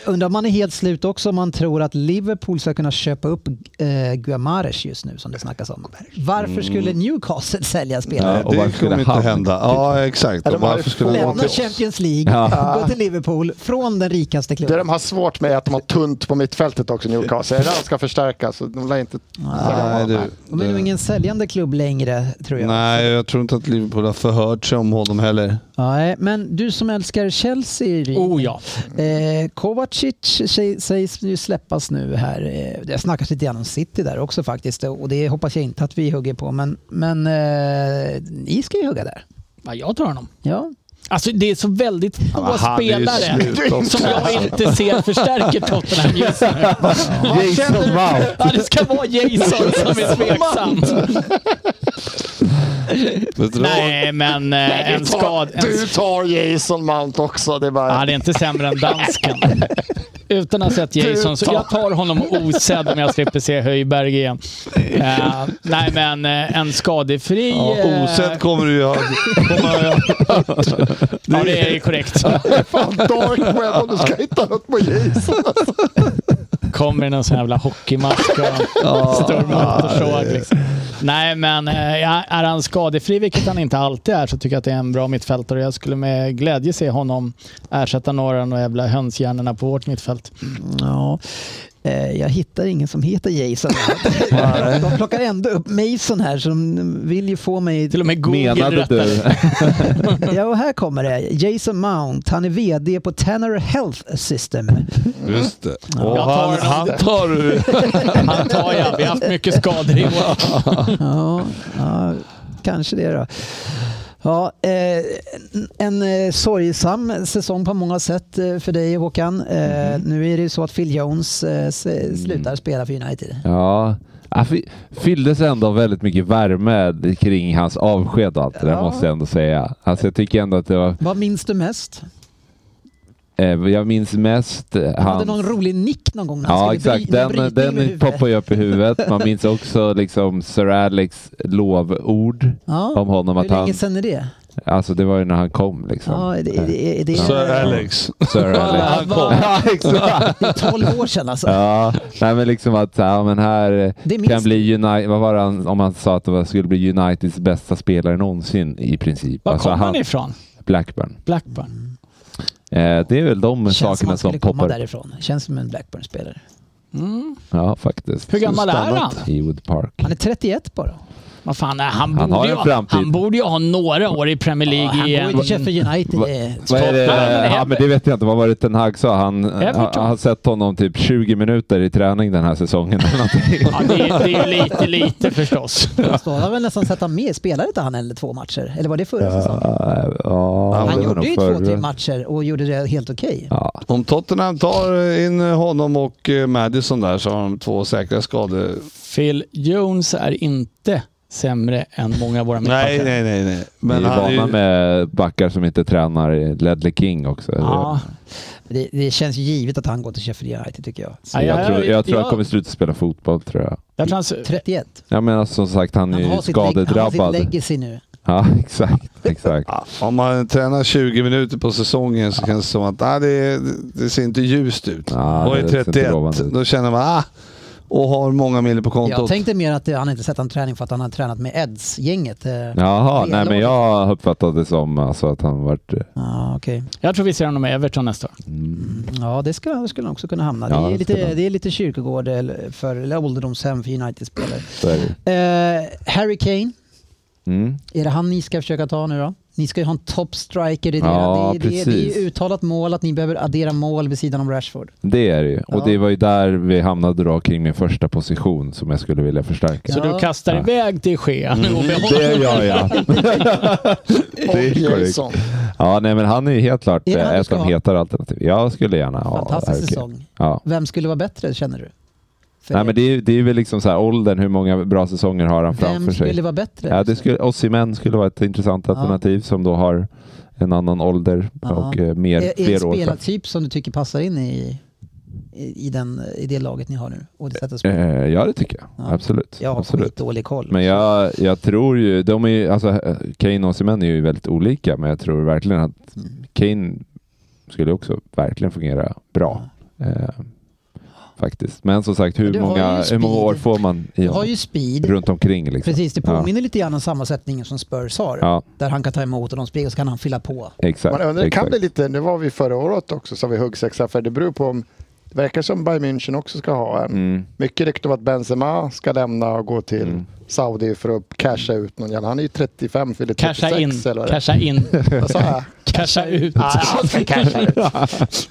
[SPEAKER 3] undrar om man är helt slut också om man tror att Liverpool ska kunna köpa upp eh, Guamares just nu som det snackas om. Varför skulle Newcastle sälja spelare?
[SPEAKER 6] Ja, och varför
[SPEAKER 7] det
[SPEAKER 6] skulle
[SPEAKER 7] kommer inte
[SPEAKER 6] han-
[SPEAKER 7] hända. Ja, exakt.
[SPEAKER 4] Ja, de
[SPEAKER 7] Och
[SPEAKER 4] har ju
[SPEAKER 7] varför skulle han
[SPEAKER 3] Lämna
[SPEAKER 7] gå till oss?
[SPEAKER 3] Champions League,
[SPEAKER 6] Ja.
[SPEAKER 3] gå till Liverpool från den rikaste
[SPEAKER 4] Det
[SPEAKER 3] klubben.
[SPEAKER 4] de har svårt med är att de har tunt på mittfältet också, Newcastle. Det där ska förstärkas. så De lär inte...
[SPEAKER 7] Nej, du,
[SPEAKER 3] De är nog ingen säljande klubb längre tror jag.
[SPEAKER 7] nej, jag tror inte att Liverpool har förhört sig om honom heller.
[SPEAKER 3] Nej, men du som älskar Chelsea, Rin.
[SPEAKER 5] Oh ja.
[SPEAKER 3] Eh, Kovacic sä- sägs ju släppas nu här. Eh, Det har snackats lite grann om City där också faktiskt och det hoppas jag inte att vi hugger på. Men, men eh, ni ska ju hugga där.
[SPEAKER 5] ja. Jag tar honom.
[SPEAKER 3] Ja.
[SPEAKER 5] Alltså det är så väldigt få
[SPEAKER 7] men han är ju
[SPEAKER 5] spelare
[SPEAKER 7] slut också.
[SPEAKER 5] som jag inte ser förstärker Tottenham just nu.
[SPEAKER 6] Jason Mount.
[SPEAKER 5] Ja, det ska vara Jason som är tveksam.
[SPEAKER 7] Vet du vad?
[SPEAKER 5] Nej, men eh, en skad... En...
[SPEAKER 4] Du tar Jason Mount också. Det är bara...
[SPEAKER 5] Ja, det är inte sämre än dansken. Utan att ha sett Jason, så jag tar honom osedd om jag slipper se Höjberg igen. Eh, nej, men eh, en skadefri...
[SPEAKER 7] Ja,
[SPEAKER 5] eh,
[SPEAKER 7] osett kommer du ju ha.
[SPEAKER 5] Ja, det är korrekt.
[SPEAKER 4] Fan, dark web om du ska hitta något på Jason.
[SPEAKER 5] Kommer i någon sån här jävla hockeymask och stor motorsåg. Liksom. Nej, men eh, ja, är han skadefri, vilket han inte alltid är, så tycker jag att det är en bra mittfältare. Jag skulle med glädje se honom ersätta några av de jävla hönshjärnorna på vårt mittfält.
[SPEAKER 3] ja. Eh, Jag hittar ingen som heter Jason. De plockar ändå upp Mason här som vill ju få mig...
[SPEAKER 5] Till och med Google
[SPEAKER 6] Menade
[SPEAKER 5] rättar
[SPEAKER 6] du?
[SPEAKER 3] Ja, och här kommer det. Jason Mount, han är VD på Tanner Health System.
[SPEAKER 7] Just det. Och
[SPEAKER 5] Jag tar
[SPEAKER 7] han,
[SPEAKER 5] den
[SPEAKER 7] han
[SPEAKER 5] inte.
[SPEAKER 7] tar du.
[SPEAKER 5] Han tar jag. Vi har haft mycket skador i år.
[SPEAKER 3] Ja, ja kanske det då. Ja, eh, en eh, sorgsam säsong på många sätt eh, för dig Håkan. Eh,
[SPEAKER 6] Mm-hmm.
[SPEAKER 3] Nu är det ju så att Phil Jones eh, s-
[SPEAKER 6] Mm.
[SPEAKER 3] slutar spela för United.
[SPEAKER 6] Ja. Ja, fy- fylldes ändå av väldigt mycket värme kring hans avsked och allt det där
[SPEAKER 3] Ja.
[SPEAKER 6] måste jag ändå säga. Alltså jag tycker ändå att det var...
[SPEAKER 3] Vad minns du mest?
[SPEAKER 6] Eh, jag minns mest eh,
[SPEAKER 3] Han hade
[SPEAKER 6] hans...
[SPEAKER 3] någon rolig nick någon gång när han
[SPEAKER 6] Ja
[SPEAKER 3] skulle
[SPEAKER 6] exakt,
[SPEAKER 3] bry- när
[SPEAKER 6] den,
[SPEAKER 3] brytningen med
[SPEAKER 6] den
[SPEAKER 3] huvudet.
[SPEAKER 6] poppar ju upp i huvudet. Man minns också liksom Sir Alex lovord
[SPEAKER 3] Ja.
[SPEAKER 6] om honom.
[SPEAKER 3] Hur
[SPEAKER 6] Att han,
[SPEAKER 3] länge sedan är det?
[SPEAKER 6] alltså det var ju när han kom liksom.
[SPEAKER 3] Ja, det, det, det, det,
[SPEAKER 7] Sir
[SPEAKER 3] är,
[SPEAKER 7] Alex.
[SPEAKER 6] Sir Alex.
[SPEAKER 7] Han kom.
[SPEAKER 6] ja, exakt.
[SPEAKER 3] det är 12 år sedan alltså.
[SPEAKER 6] Ja, nej men liksom att så här, ja, men här eh,
[SPEAKER 3] Det minns
[SPEAKER 6] kan bli United, vad var det han, om han sa att det var- skulle bli Uniteds bästa spelare någonsin i princip.
[SPEAKER 5] Var
[SPEAKER 6] Alltså,
[SPEAKER 5] kommer
[SPEAKER 6] han,
[SPEAKER 5] han ifrån?
[SPEAKER 6] Blackburn.
[SPEAKER 5] Blackburn?
[SPEAKER 6] Eh, det är väl de
[SPEAKER 3] Känns som
[SPEAKER 6] sakerna
[SPEAKER 3] han
[SPEAKER 6] som
[SPEAKER 3] skulle komma
[SPEAKER 6] poppar.
[SPEAKER 3] därifrån. Känns som en Blackburn-spelare.
[SPEAKER 5] Mm.
[SPEAKER 6] Ja, faktiskt.
[SPEAKER 5] Hur gammal är han?
[SPEAKER 6] I Wood Park.
[SPEAKER 3] Han är 31 bara.
[SPEAKER 5] Vad fan, är- han,
[SPEAKER 6] Han har
[SPEAKER 5] borde ju,
[SPEAKER 6] en framtid.
[SPEAKER 5] han borde ju ha några år i Premier
[SPEAKER 3] Ja,
[SPEAKER 5] League
[SPEAKER 3] han
[SPEAKER 5] igen.
[SPEAKER 3] går inte köpa United.
[SPEAKER 6] Va-
[SPEAKER 3] det är-
[SPEAKER 6] Vad är det?
[SPEAKER 5] Tottenham.
[SPEAKER 6] Ja, men det vet jag inte. Vad var det Ten Hag sa? Han
[SPEAKER 5] Everton.
[SPEAKER 6] har sett honom typ 20 minuter i träning den här säsongen. eller någonting.
[SPEAKER 5] Ja, det, är- det är ju lite, lite förstås.
[SPEAKER 3] Alltså, han har väl nästan sett han med. Spelade inte han eller två matcher? Eller var det förra säsongen?
[SPEAKER 6] Ja, ja, det
[SPEAKER 3] Han
[SPEAKER 6] var
[SPEAKER 3] gjorde
[SPEAKER 6] nog
[SPEAKER 3] ju två
[SPEAKER 6] förra.
[SPEAKER 3] till matcher och gjorde det helt okej.
[SPEAKER 6] Ja,
[SPEAKER 7] Om Tottenham tar in honom och eh, Madison där så har de två säkra skador.
[SPEAKER 5] Phil Jones är inte sämre än många av våra
[SPEAKER 7] Nej,
[SPEAKER 5] mittbackar.
[SPEAKER 7] nej, nej. nej.
[SPEAKER 6] men
[SPEAKER 7] Men
[SPEAKER 6] vi är
[SPEAKER 7] han är
[SPEAKER 6] vana
[SPEAKER 7] ju...
[SPEAKER 6] med backar som inte tränar i Ledley King också.
[SPEAKER 5] Ja,
[SPEAKER 3] Det, det känns ju givet att han går till Sheffield United tycker jag.
[SPEAKER 6] Så jag,
[SPEAKER 5] Ja, ja,
[SPEAKER 6] tror, jag tror
[SPEAKER 5] ja.
[SPEAKER 6] han kommer sluta spela fotboll, tror jag.
[SPEAKER 5] jag tror han,
[SPEAKER 3] 31.
[SPEAKER 6] Ja, men alltså, som sagt, han är
[SPEAKER 3] Han
[SPEAKER 6] ju
[SPEAKER 3] har, sitt, leg- han har sitt
[SPEAKER 6] skadedrabbad.
[SPEAKER 3] legacy nu.
[SPEAKER 6] ja, exakt. exakt.
[SPEAKER 7] Ja, Om man tränar 20 minuter på säsongen så känns det som att nej, det, det ser inte ljust ut.
[SPEAKER 6] Ja,
[SPEAKER 7] och
[SPEAKER 6] det
[SPEAKER 7] är
[SPEAKER 6] ser inte
[SPEAKER 7] 31,
[SPEAKER 6] lovande ut.
[SPEAKER 7] då känner man ah, och har många miljoner på kontot.
[SPEAKER 3] Jag tänkte mer att det- han inte sett han träning för att han har tränat med Eds-gänget. Eh,
[SPEAKER 6] Jaha, nej, men
[SPEAKER 3] Renlåda.
[SPEAKER 6] jag uppfattade det som alltså, att han varit... eh,
[SPEAKER 3] Ja, okej.
[SPEAKER 5] jag tror vi ser honom i Everton nästa år.
[SPEAKER 6] Mm,
[SPEAKER 3] Ja, det skulle, det skulle han också kunna hamna.
[SPEAKER 6] Ja,
[SPEAKER 3] det, är
[SPEAKER 6] det skulle
[SPEAKER 3] lite,
[SPEAKER 6] han.
[SPEAKER 3] det är lite kyrkogård eller, för, eller ålderdomshem för United-spelare.
[SPEAKER 6] så är det.
[SPEAKER 3] Eh, Harry Kane,
[SPEAKER 6] Mm.
[SPEAKER 3] är det han ni ska försöka ta nu då? Ni ska ju ha en toppstriker i det.
[SPEAKER 6] Ja,
[SPEAKER 3] det, det, det är
[SPEAKER 6] precis.
[SPEAKER 3] ju uttalat mål att ni behöver addera mål vid sidan om Rashford.
[SPEAKER 6] Det är det ju. Och
[SPEAKER 3] Ja.
[SPEAKER 6] det var ju där vi hamnade då kring min första position som jag skulle vilja förstärka.
[SPEAKER 5] Så
[SPEAKER 3] Ja.
[SPEAKER 5] du kastar
[SPEAKER 6] Ja.
[SPEAKER 5] iväg till Skea och
[SPEAKER 6] Det
[SPEAKER 5] behåller
[SPEAKER 6] gör jag.
[SPEAKER 4] Och
[SPEAKER 6] Det är korrekt.
[SPEAKER 4] Jason.
[SPEAKER 6] Ja, nej, men han är ju helt klart
[SPEAKER 3] Är det han
[SPEAKER 6] eh,
[SPEAKER 3] du
[SPEAKER 6] ett
[SPEAKER 3] ska
[SPEAKER 6] av
[SPEAKER 3] ha?
[SPEAKER 6] hetare alternativ. Jag skulle gärna ha
[SPEAKER 3] Fantastisk
[SPEAKER 6] Harry Kane.
[SPEAKER 3] säsong.
[SPEAKER 6] Ja.
[SPEAKER 3] Vem skulle vara bättre känner du? För
[SPEAKER 6] Nej, men det är, det är väl liksom så här åldern, hur många bra säsonger har han framför
[SPEAKER 3] Vem skulle
[SPEAKER 6] sig?
[SPEAKER 3] vara bättre?
[SPEAKER 6] Ja, det skulle, Osimhen skulle vara ett intressant
[SPEAKER 3] Ja.
[SPEAKER 6] alternativ som då har en annan ålder
[SPEAKER 3] Ja.
[SPEAKER 6] och eh, mer,
[SPEAKER 3] är, är
[SPEAKER 6] fler
[SPEAKER 3] en
[SPEAKER 6] år.
[SPEAKER 3] spelartyp som du tycker passar in i, i, i den, i det laget ni har nu? Och det sättet att spela?
[SPEAKER 6] Eh, Ja, det tycker jag.
[SPEAKER 3] Ja.
[SPEAKER 6] Absolut.
[SPEAKER 3] Jag har
[SPEAKER 6] Absolut.
[SPEAKER 3] skitdålig koll.
[SPEAKER 6] Men jag, jag tror ju, de är ju, alltså Kane och Osimhen är ju väldigt olika, men jag tror verkligen att
[SPEAKER 3] Mm.
[SPEAKER 6] Kane skulle också verkligen fungera bra. Eh, faktiskt. Men som sagt,
[SPEAKER 3] Men
[SPEAKER 6] hur
[SPEAKER 3] du har
[SPEAKER 6] många,
[SPEAKER 3] ju
[SPEAKER 6] hur många
[SPEAKER 3] speed.
[SPEAKER 6] år får man i
[SPEAKER 3] Du har
[SPEAKER 6] honom?
[SPEAKER 3] ju speed.
[SPEAKER 6] runt omkring? Liksom.
[SPEAKER 3] Precis, det
[SPEAKER 6] Ja.
[SPEAKER 3] påminner lite grann om sammansättningen som Spurs har.
[SPEAKER 6] Ja,
[SPEAKER 3] Där han kan ta emot och de springer och så kan han fylla på.
[SPEAKER 6] exakt.
[SPEAKER 4] Man undrar, det kan bli
[SPEAKER 6] exakt.
[SPEAKER 4] lite, nu var vi förra året också så vi huggsexa för det beror på om, det verkar som Bayern München också ska ha en.
[SPEAKER 6] Mm.
[SPEAKER 4] Mycket rykte om att Benzema ska lämna och gå till
[SPEAKER 6] Mm.
[SPEAKER 4] Saudi för att casha ut någon jävla. Han är ju 35, fyller 36
[SPEAKER 5] Casha in,
[SPEAKER 4] Typ eller vad det är.
[SPEAKER 5] casha in,
[SPEAKER 4] Vad sa jag?
[SPEAKER 5] casha ut.
[SPEAKER 4] Ja, han ska casha ut.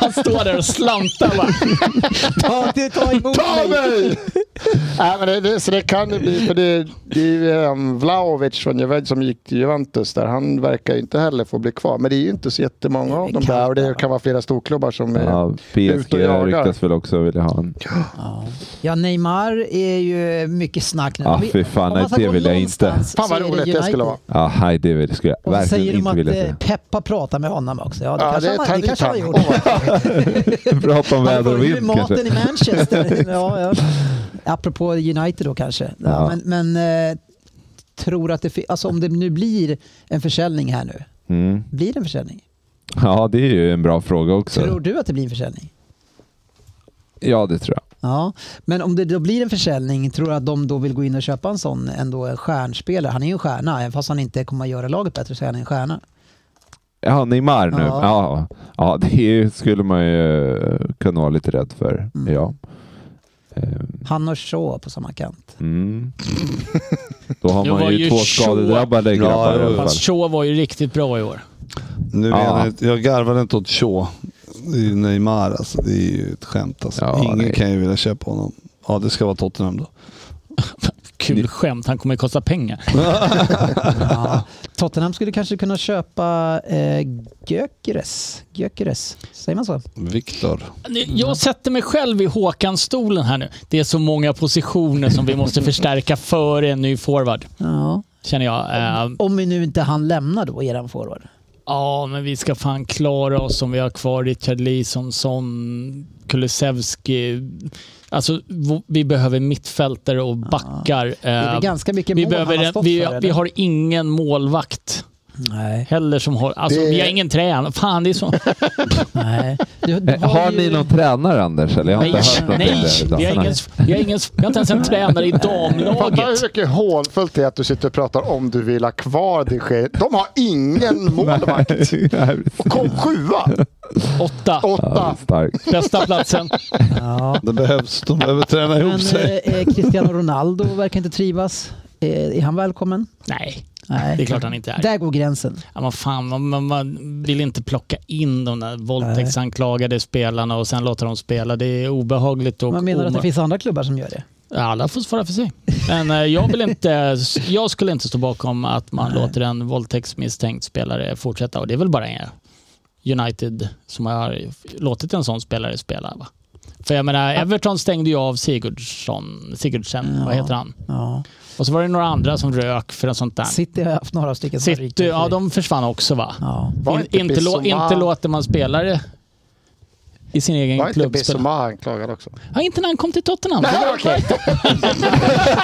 [SPEAKER 5] Han står där och slantar bara.
[SPEAKER 3] Ta, ta emot
[SPEAKER 4] Ta mig! Nej, men det, det, så det kan det bli. För det, det är ju um, Vlahovic från Juventus som gick till Juventus där. Han verkar ju inte heller få bli kvar. Men det är ju inte så jättemånga av dem där. Och det kan vara flera storklubbar som är...
[SPEAKER 6] Ja,
[SPEAKER 4] Ut och
[SPEAKER 6] PSG
[SPEAKER 4] jagar.
[SPEAKER 6] ryktas väl också vilja ha en.
[SPEAKER 3] Ja. ja, Neymar är ju mycket snack nu.
[SPEAKER 6] Ja,
[SPEAKER 3] Om vi-
[SPEAKER 6] Ah, fy fan,
[SPEAKER 3] om
[SPEAKER 6] nej,
[SPEAKER 3] man ska
[SPEAKER 6] det
[SPEAKER 3] gå
[SPEAKER 6] vill jag
[SPEAKER 3] någonstans
[SPEAKER 6] inte.
[SPEAKER 3] så
[SPEAKER 4] Fan vad
[SPEAKER 3] är
[SPEAKER 4] roligt det
[SPEAKER 3] United.
[SPEAKER 4] skulle vara.
[SPEAKER 6] Ja, hej, det, det skulle jag
[SPEAKER 3] Och så säger
[SPEAKER 6] verkligen
[SPEAKER 3] de
[SPEAKER 6] inte
[SPEAKER 3] att
[SPEAKER 6] vilja
[SPEAKER 3] eh,
[SPEAKER 6] se.
[SPEAKER 3] Peppa pratar med honom också. Ja, det,
[SPEAKER 4] Ja,
[SPEAKER 3] kanske,
[SPEAKER 4] det
[SPEAKER 3] han,
[SPEAKER 4] tar
[SPEAKER 3] det
[SPEAKER 4] dit
[SPEAKER 3] kanske han
[SPEAKER 4] han.
[SPEAKER 3] gjorde.
[SPEAKER 6] Prata om
[SPEAKER 3] Han
[SPEAKER 6] väder
[SPEAKER 3] får
[SPEAKER 6] och
[SPEAKER 3] ju
[SPEAKER 6] vind
[SPEAKER 3] maten
[SPEAKER 6] kanske.
[SPEAKER 3] i Manchester. Ja, ja. Apropå United då kanske. Ja,
[SPEAKER 6] Ja.
[SPEAKER 3] Men, men eh, tror att det fi- alltså om det nu blir en försäljning här nu.
[SPEAKER 6] Mm.
[SPEAKER 3] Blir det en försäljning?
[SPEAKER 6] Ja, det är ju en bra fråga
[SPEAKER 3] Tror
[SPEAKER 6] också.
[SPEAKER 3] du att det blir en försäljning?
[SPEAKER 6] Ja, det tror jag.
[SPEAKER 3] Ja, men om det då blir en försäljning, tror du att de då vill gå in och köpa en sån ändå en stjärnspelare? Han är ju en stjärna, även fast han inte kommer att göra laget bättre så är han en stjärna.
[SPEAKER 6] Ja, Neymar nu.
[SPEAKER 3] Ja.
[SPEAKER 6] Ja, ja. det är ju- skulle man ju eh, kunna vara lite rädd för.
[SPEAKER 3] Mm.
[SPEAKER 6] Ja. Ehm,
[SPEAKER 3] Han och Shaw på samma kant.
[SPEAKER 6] Mm. Då har
[SPEAKER 5] Det
[SPEAKER 6] man
[SPEAKER 5] var
[SPEAKER 6] ju,
[SPEAKER 5] ju
[SPEAKER 6] två
[SPEAKER 5] Shaw.
[SPEAKER 6] skadedrabbade grabbar
[SPEAKER 7] jo,
[SPEAKER 6] i alla fall.
[SPEAKER 5] Fast Shaw var ju riktigt bra i år.
[SPEAKER 7] Nu
[SPEAKER 6] Ja.
[SPEAKER 7] menar jag, jag garvade inte åt Shaw. Det är ju Neymar alltså. Det är ju ett skämt alltså.
[SPEAKER 6] Ja,
[SPEAKER 7] Ingen
[SPEAKER 6] nej.
[SPEAKER 7] kan ju vilja köpa honom. Ja, det ska vara Tottenham då.
[SPEAKER 5] Kul skämt, han kommer ju kosta pengar.
[SPEAKER 3] Ja. Tottenham skulle kanske kunna köpa eh, Gyökeres. Gyökeres, säger man så?
[SPEAKER 7] Viktor.
[SPEAKER 5] Nu, Jag sätter mig själv i Håkan-stolen här nu. Det är så många positioner som vi måste förstärka före en ny forward,
[SPEAKER 3] Ja.
[SPEAKER 5] känner jag. Eh,
[SPEAKER 3] Om vi nu inte han lämnar då, eran forward.
[SPEAKER 5] Ja, men vi ska fan klara oss om vi har kvar Richard Leeson, som Kulusevski. Alltså, v- vi behöver mittfältare och backar.
[SPEAKER 3] Det är
[SPEAKER 5] Eh,
[SPEAKER 3] väl ganska mycket
[SPEAKER 5] vi,
[SPEAKER 3] mål han har
[SPEAKER 5] behöver,
[SPEAKER 3] stått
[SPEAKER 5] vi,
[SPEAKER 3] för,
[SPEAKER 5] vi
[SPEAKER 3] eller?
[SPEAKER 5] har ingen målvakt
[SPEAKER 3] Nej.
[SPEAKER 5] heller som har... Alltså,
[SPEAKER 4] Det-
[SPEAKER 5] vi har ingen tränare. Fan, det är så...
[SPEAKER 3] nej. Du, du
[SPEAKER 6] Eh, Har ni någon tränare Anders? Eller? Jag har
[SPEAKER 5] Nej,
[SPEAKER 6] inte hört något om
[SPEAKER 5] nej,
[SPEAKER 6] det idag.
[SPEAKER 5] vi har ingen,
[SPEAKER 6] Nej.
[SPEAKER 5] vi har ingen, vi har inte ens en tränare i
[SPEAKER 4] Fattar hur
[SPEAKER 5] damlaget.
[SPEAKER 4] mycket hånfullt det är att du sitter och pratar om du vill ha kvar din chef. De har ingen målvakt.
[SPEAKER 6] Nej, precis.
[SPEAKER 4] Och kom sjua,
[SPEAKER 5] Åtta,
[SPEAKER 6] Ja,
[SPEAKER 4] åtta.
[SPEAKER 6] starkt.
[SPEAKER 5] bästa platsen.
[SPEAKER 3] Ja.
[SPEAKER 7] Det behövs. De behöver träna
[SPEAKER 3] Men
[SPEAKER 7] ihop sig.
[SPEAKER 3] eh, eh, Cristiano Ronaldo verkar inte trivas. Eh, är han välkommen?
[SPEAKER 5] Nej,
[SPEAKER 3] Nej.
[SPEAKER 5] det är klart han inte är.
[SPEAKER 3] Där går gränsen.
[SPEAKER 5] Ja, man, fan, man, man, man vill inte plocka in de där våldtäktsanklagade spelarna och sen låta dem spela. Det är obehagligt och
[SPEAKER 3] Man menar att det
[SPEAKER 5] omö-
[SPEAKER 3] finns andra klubbar som gör det?
[SPEAKER 5] Alla får svara för sig. Men eh, jag, vill inte, jag skulle inte stå bakom att man låter en våldtäktsmisstänkt spelare fortsätta. Och det är väl bara eh, United som har låtit en sån spelare spela. Va? För jag menar, Everton stängde ju av Sigurdsson, Sigurdsen,
[SPEAKER 3] Ja.
[SPEAKER 5] vad heter han?
[SPEAKER 3] Ja.
[SPEAKER 5] Och så var det några andra som rök för en sånt där.
[SPEAKER 3] City har haft några stycken som har rykt
[SPEAKER 5] City, ja
[SPEAKER 3] ut.
[SPEAKER 5] de försvann också va?
[SPEAKER 3] ja.
[SPEAKER 4] Var
[SPEAKER 5] In, inte, lå,
[SPEAKER 4] Bissouma-
[SPEAKER 5] inte låter man spelare i sin egen
[SPEAKER 4] Var inte
[SPEAKER 5] klubb spela.
[SPEAKER 4] Bissoma anklagad också?
[SPEAKER 5] Ja, inte när han kom till Tottenham.
[SPEAKER 4] Nej, okej. Jag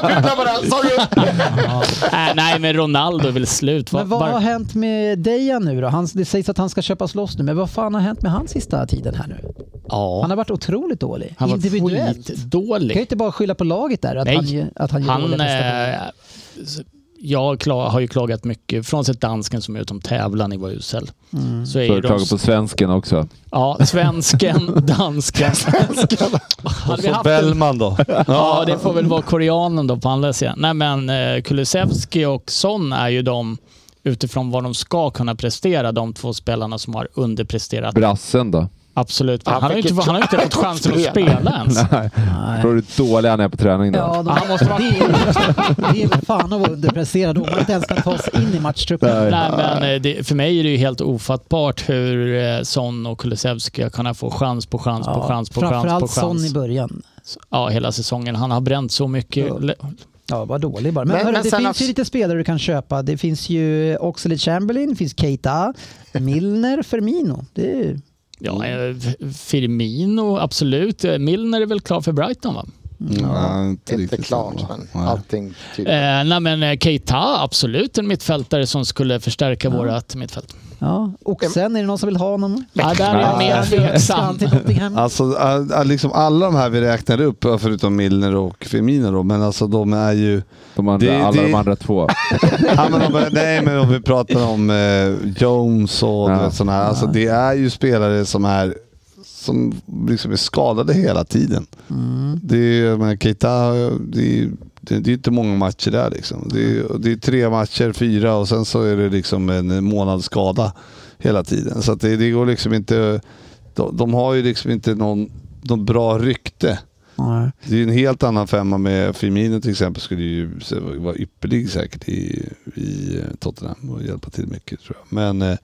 [SPEAKER 4] glömmer det. här. Sorry.
[SPEAKER 5] Äh, nej, men Ronaldo är väl slut. Va?
[SPEAKER 3] Men vad har
[SPEAKER 5] Var,
[SPEAKER 3] hänt med Dejan nu då? Han, det sägs att han ska köpas loss nu, men vad fan har hänt med han sista tiden här nu?
[SPEAKER 5] ja,
[SPEAKER 3] Han har varit otroligt dålig.
[SPEAKER 5] han var
[SPEAKER 3] Individuellt. Kan ju
[SPEAKER 5] skitdålig.
[SPEAKER 3] inte bara skylla på laget där, att
[SPEAKER 5] Nej.
[SPEAKER 3] han, ju- att han gör
[SPEAKER 5] Han,
[SPEAKER 3] dåliga prestationer.
[SPEAKER 5] eh, jag har kla- har ju klagat mycket, frånsett dansken som utom tävlan i var usel.
[SPEAKER 3] Mm.
[SPEAKER 5] Så
[SPEAKER 6] Så
[SPEAKER 5] är ju
[SPEAKER 6] jag
[SPEAKER 5] de,
[SPEAKER 6] klagar på svensken också.
[SPEAKER 5] ja, svensken, dansken.
[SPEAKER 7] Och
[SPEAKER 5] Hade vi
[SPEAKER 7] så
[SPEAKER 5] haft en,
[SPEAKER 7] Bellman då.
[SPEAKER 5] ja, det får
[SPEAKER 3] mm.
[SPEAKER 5] väl vara koreanen då på andra sidan. Nej men eh, Kulusevski och Son är ju de, utifrån vad de ska kunna prestera, de två spelarna som har underpresterat.
[SPEAKER 6] Brassen då?
[SPEAKER 5] Absolut. Han,
[SPEAKER 4] Han
[SPEAKER 5] har, ju
[SPEAKER 4] fick
[SPEAKER 5] inte, han har ju inte fått chansen att spela ens.
[SPEAKER 6] Tror du hur dålig han är på träning då?
[SPEAKER 3] Ja, de,
[SPEAKER 5] Han måste vara-
[SPEAKER 3] det, är, det är väl fan att vara underpresterad om man inte ens kan ta sig in i matchtruppen.
[SPEAKER 5] Nej, men eh, det, för mig är det ju helt ofattbart hur eh, Son och Kulusevski har kunnat få chans på chans på chans på chans på
[SPEAKER 3] framförallt Son i
[SPEAKER 5] chans.
[SPEAKER 3] början.
[SPEAKER 5] Ja, hela säsongen. Han har bränt så mycket.
[SPEAKER 3] Ja.
[SPEAKER 5] Le-
[SPEAKER 3] Ja, vad dålig bara. Men,
[SPEAKER 4] Men-
[SPEAKER 3] hörru,
[SPEAKER 4] men
[SPEAKER 3] det
[SPEAKER 4] sen
[SPEAKER 3] finns
[SPEAKER 4] också-
[SPEAKER 3] ju lite spelare du kan köpa. Det finns ju Oxlade Chamberlain, det finns Keita, Milner, Firmino. Det är ju...
[SPEAKER 5] Ja, eh, Firmino, absolut. Eh, Milner är väl klar för Brighton, va?
[SPEAKER 7] Nej,
[SPEAKER 4] Inte
[SPEAKER 7] riktigt
[SPEAKER 4] klart,
[SPEAKER 7] så.
[SPEAKER 4] men
[SPEAKER 7] Nej.
[SPEAKER 4] allting typ tyder
[SPEAKER 5] Eh, nej, men eh, Keita, absolut en mittfältare som skulle förstärka vårat mittfält.
[SPEAKER 3] Ja. Och sen är det någon som vill ha honom?
[SPEAKER 5] Ja, där är jag mer
[SPEAKER 3] Ska
[SPEAKER 5] tveksam.
[SPEAKER 3] han till Nottingham?
[SPEAKER 7] Alltså, all- all- liksom alla de här vi räknade upp, förutom Milner och Firmino då, men alltså de är ju...
[SPEAKER 6] De andra,
[SPEAKER 7] Det-
[SPEAKER 6] alla
[SPEAKER 7] det-
[SPEAKER 6] de andra två.
[SPEAKER 7] ja, men om, nej, men om vi pratar om eh, Jones och
[SPEAKER 6] Ja.
[SPEAKER 7] ja. sådana här. Alltså, det är ju spelare som är som liksom är skadade hela tiden. Det är, men Keita, har ju- det är, det, det är inte många matcher där. Liksom. Det, är, det är tre matcher, fyra och sen så är det liksom en månads skada hela tiden. Så att det, det går liksom inte... De, de har ju liksom inte någon, någon bra rykte.
[SPEAKER 3] Nej.
[SPEAKER 7] Det är ju en helt annan femma med Firmino till exempel. Skulle ju se- vara ypperlig säkert i, i eh, Tottenham och hjälpa till mycket tror jag. Men, eh,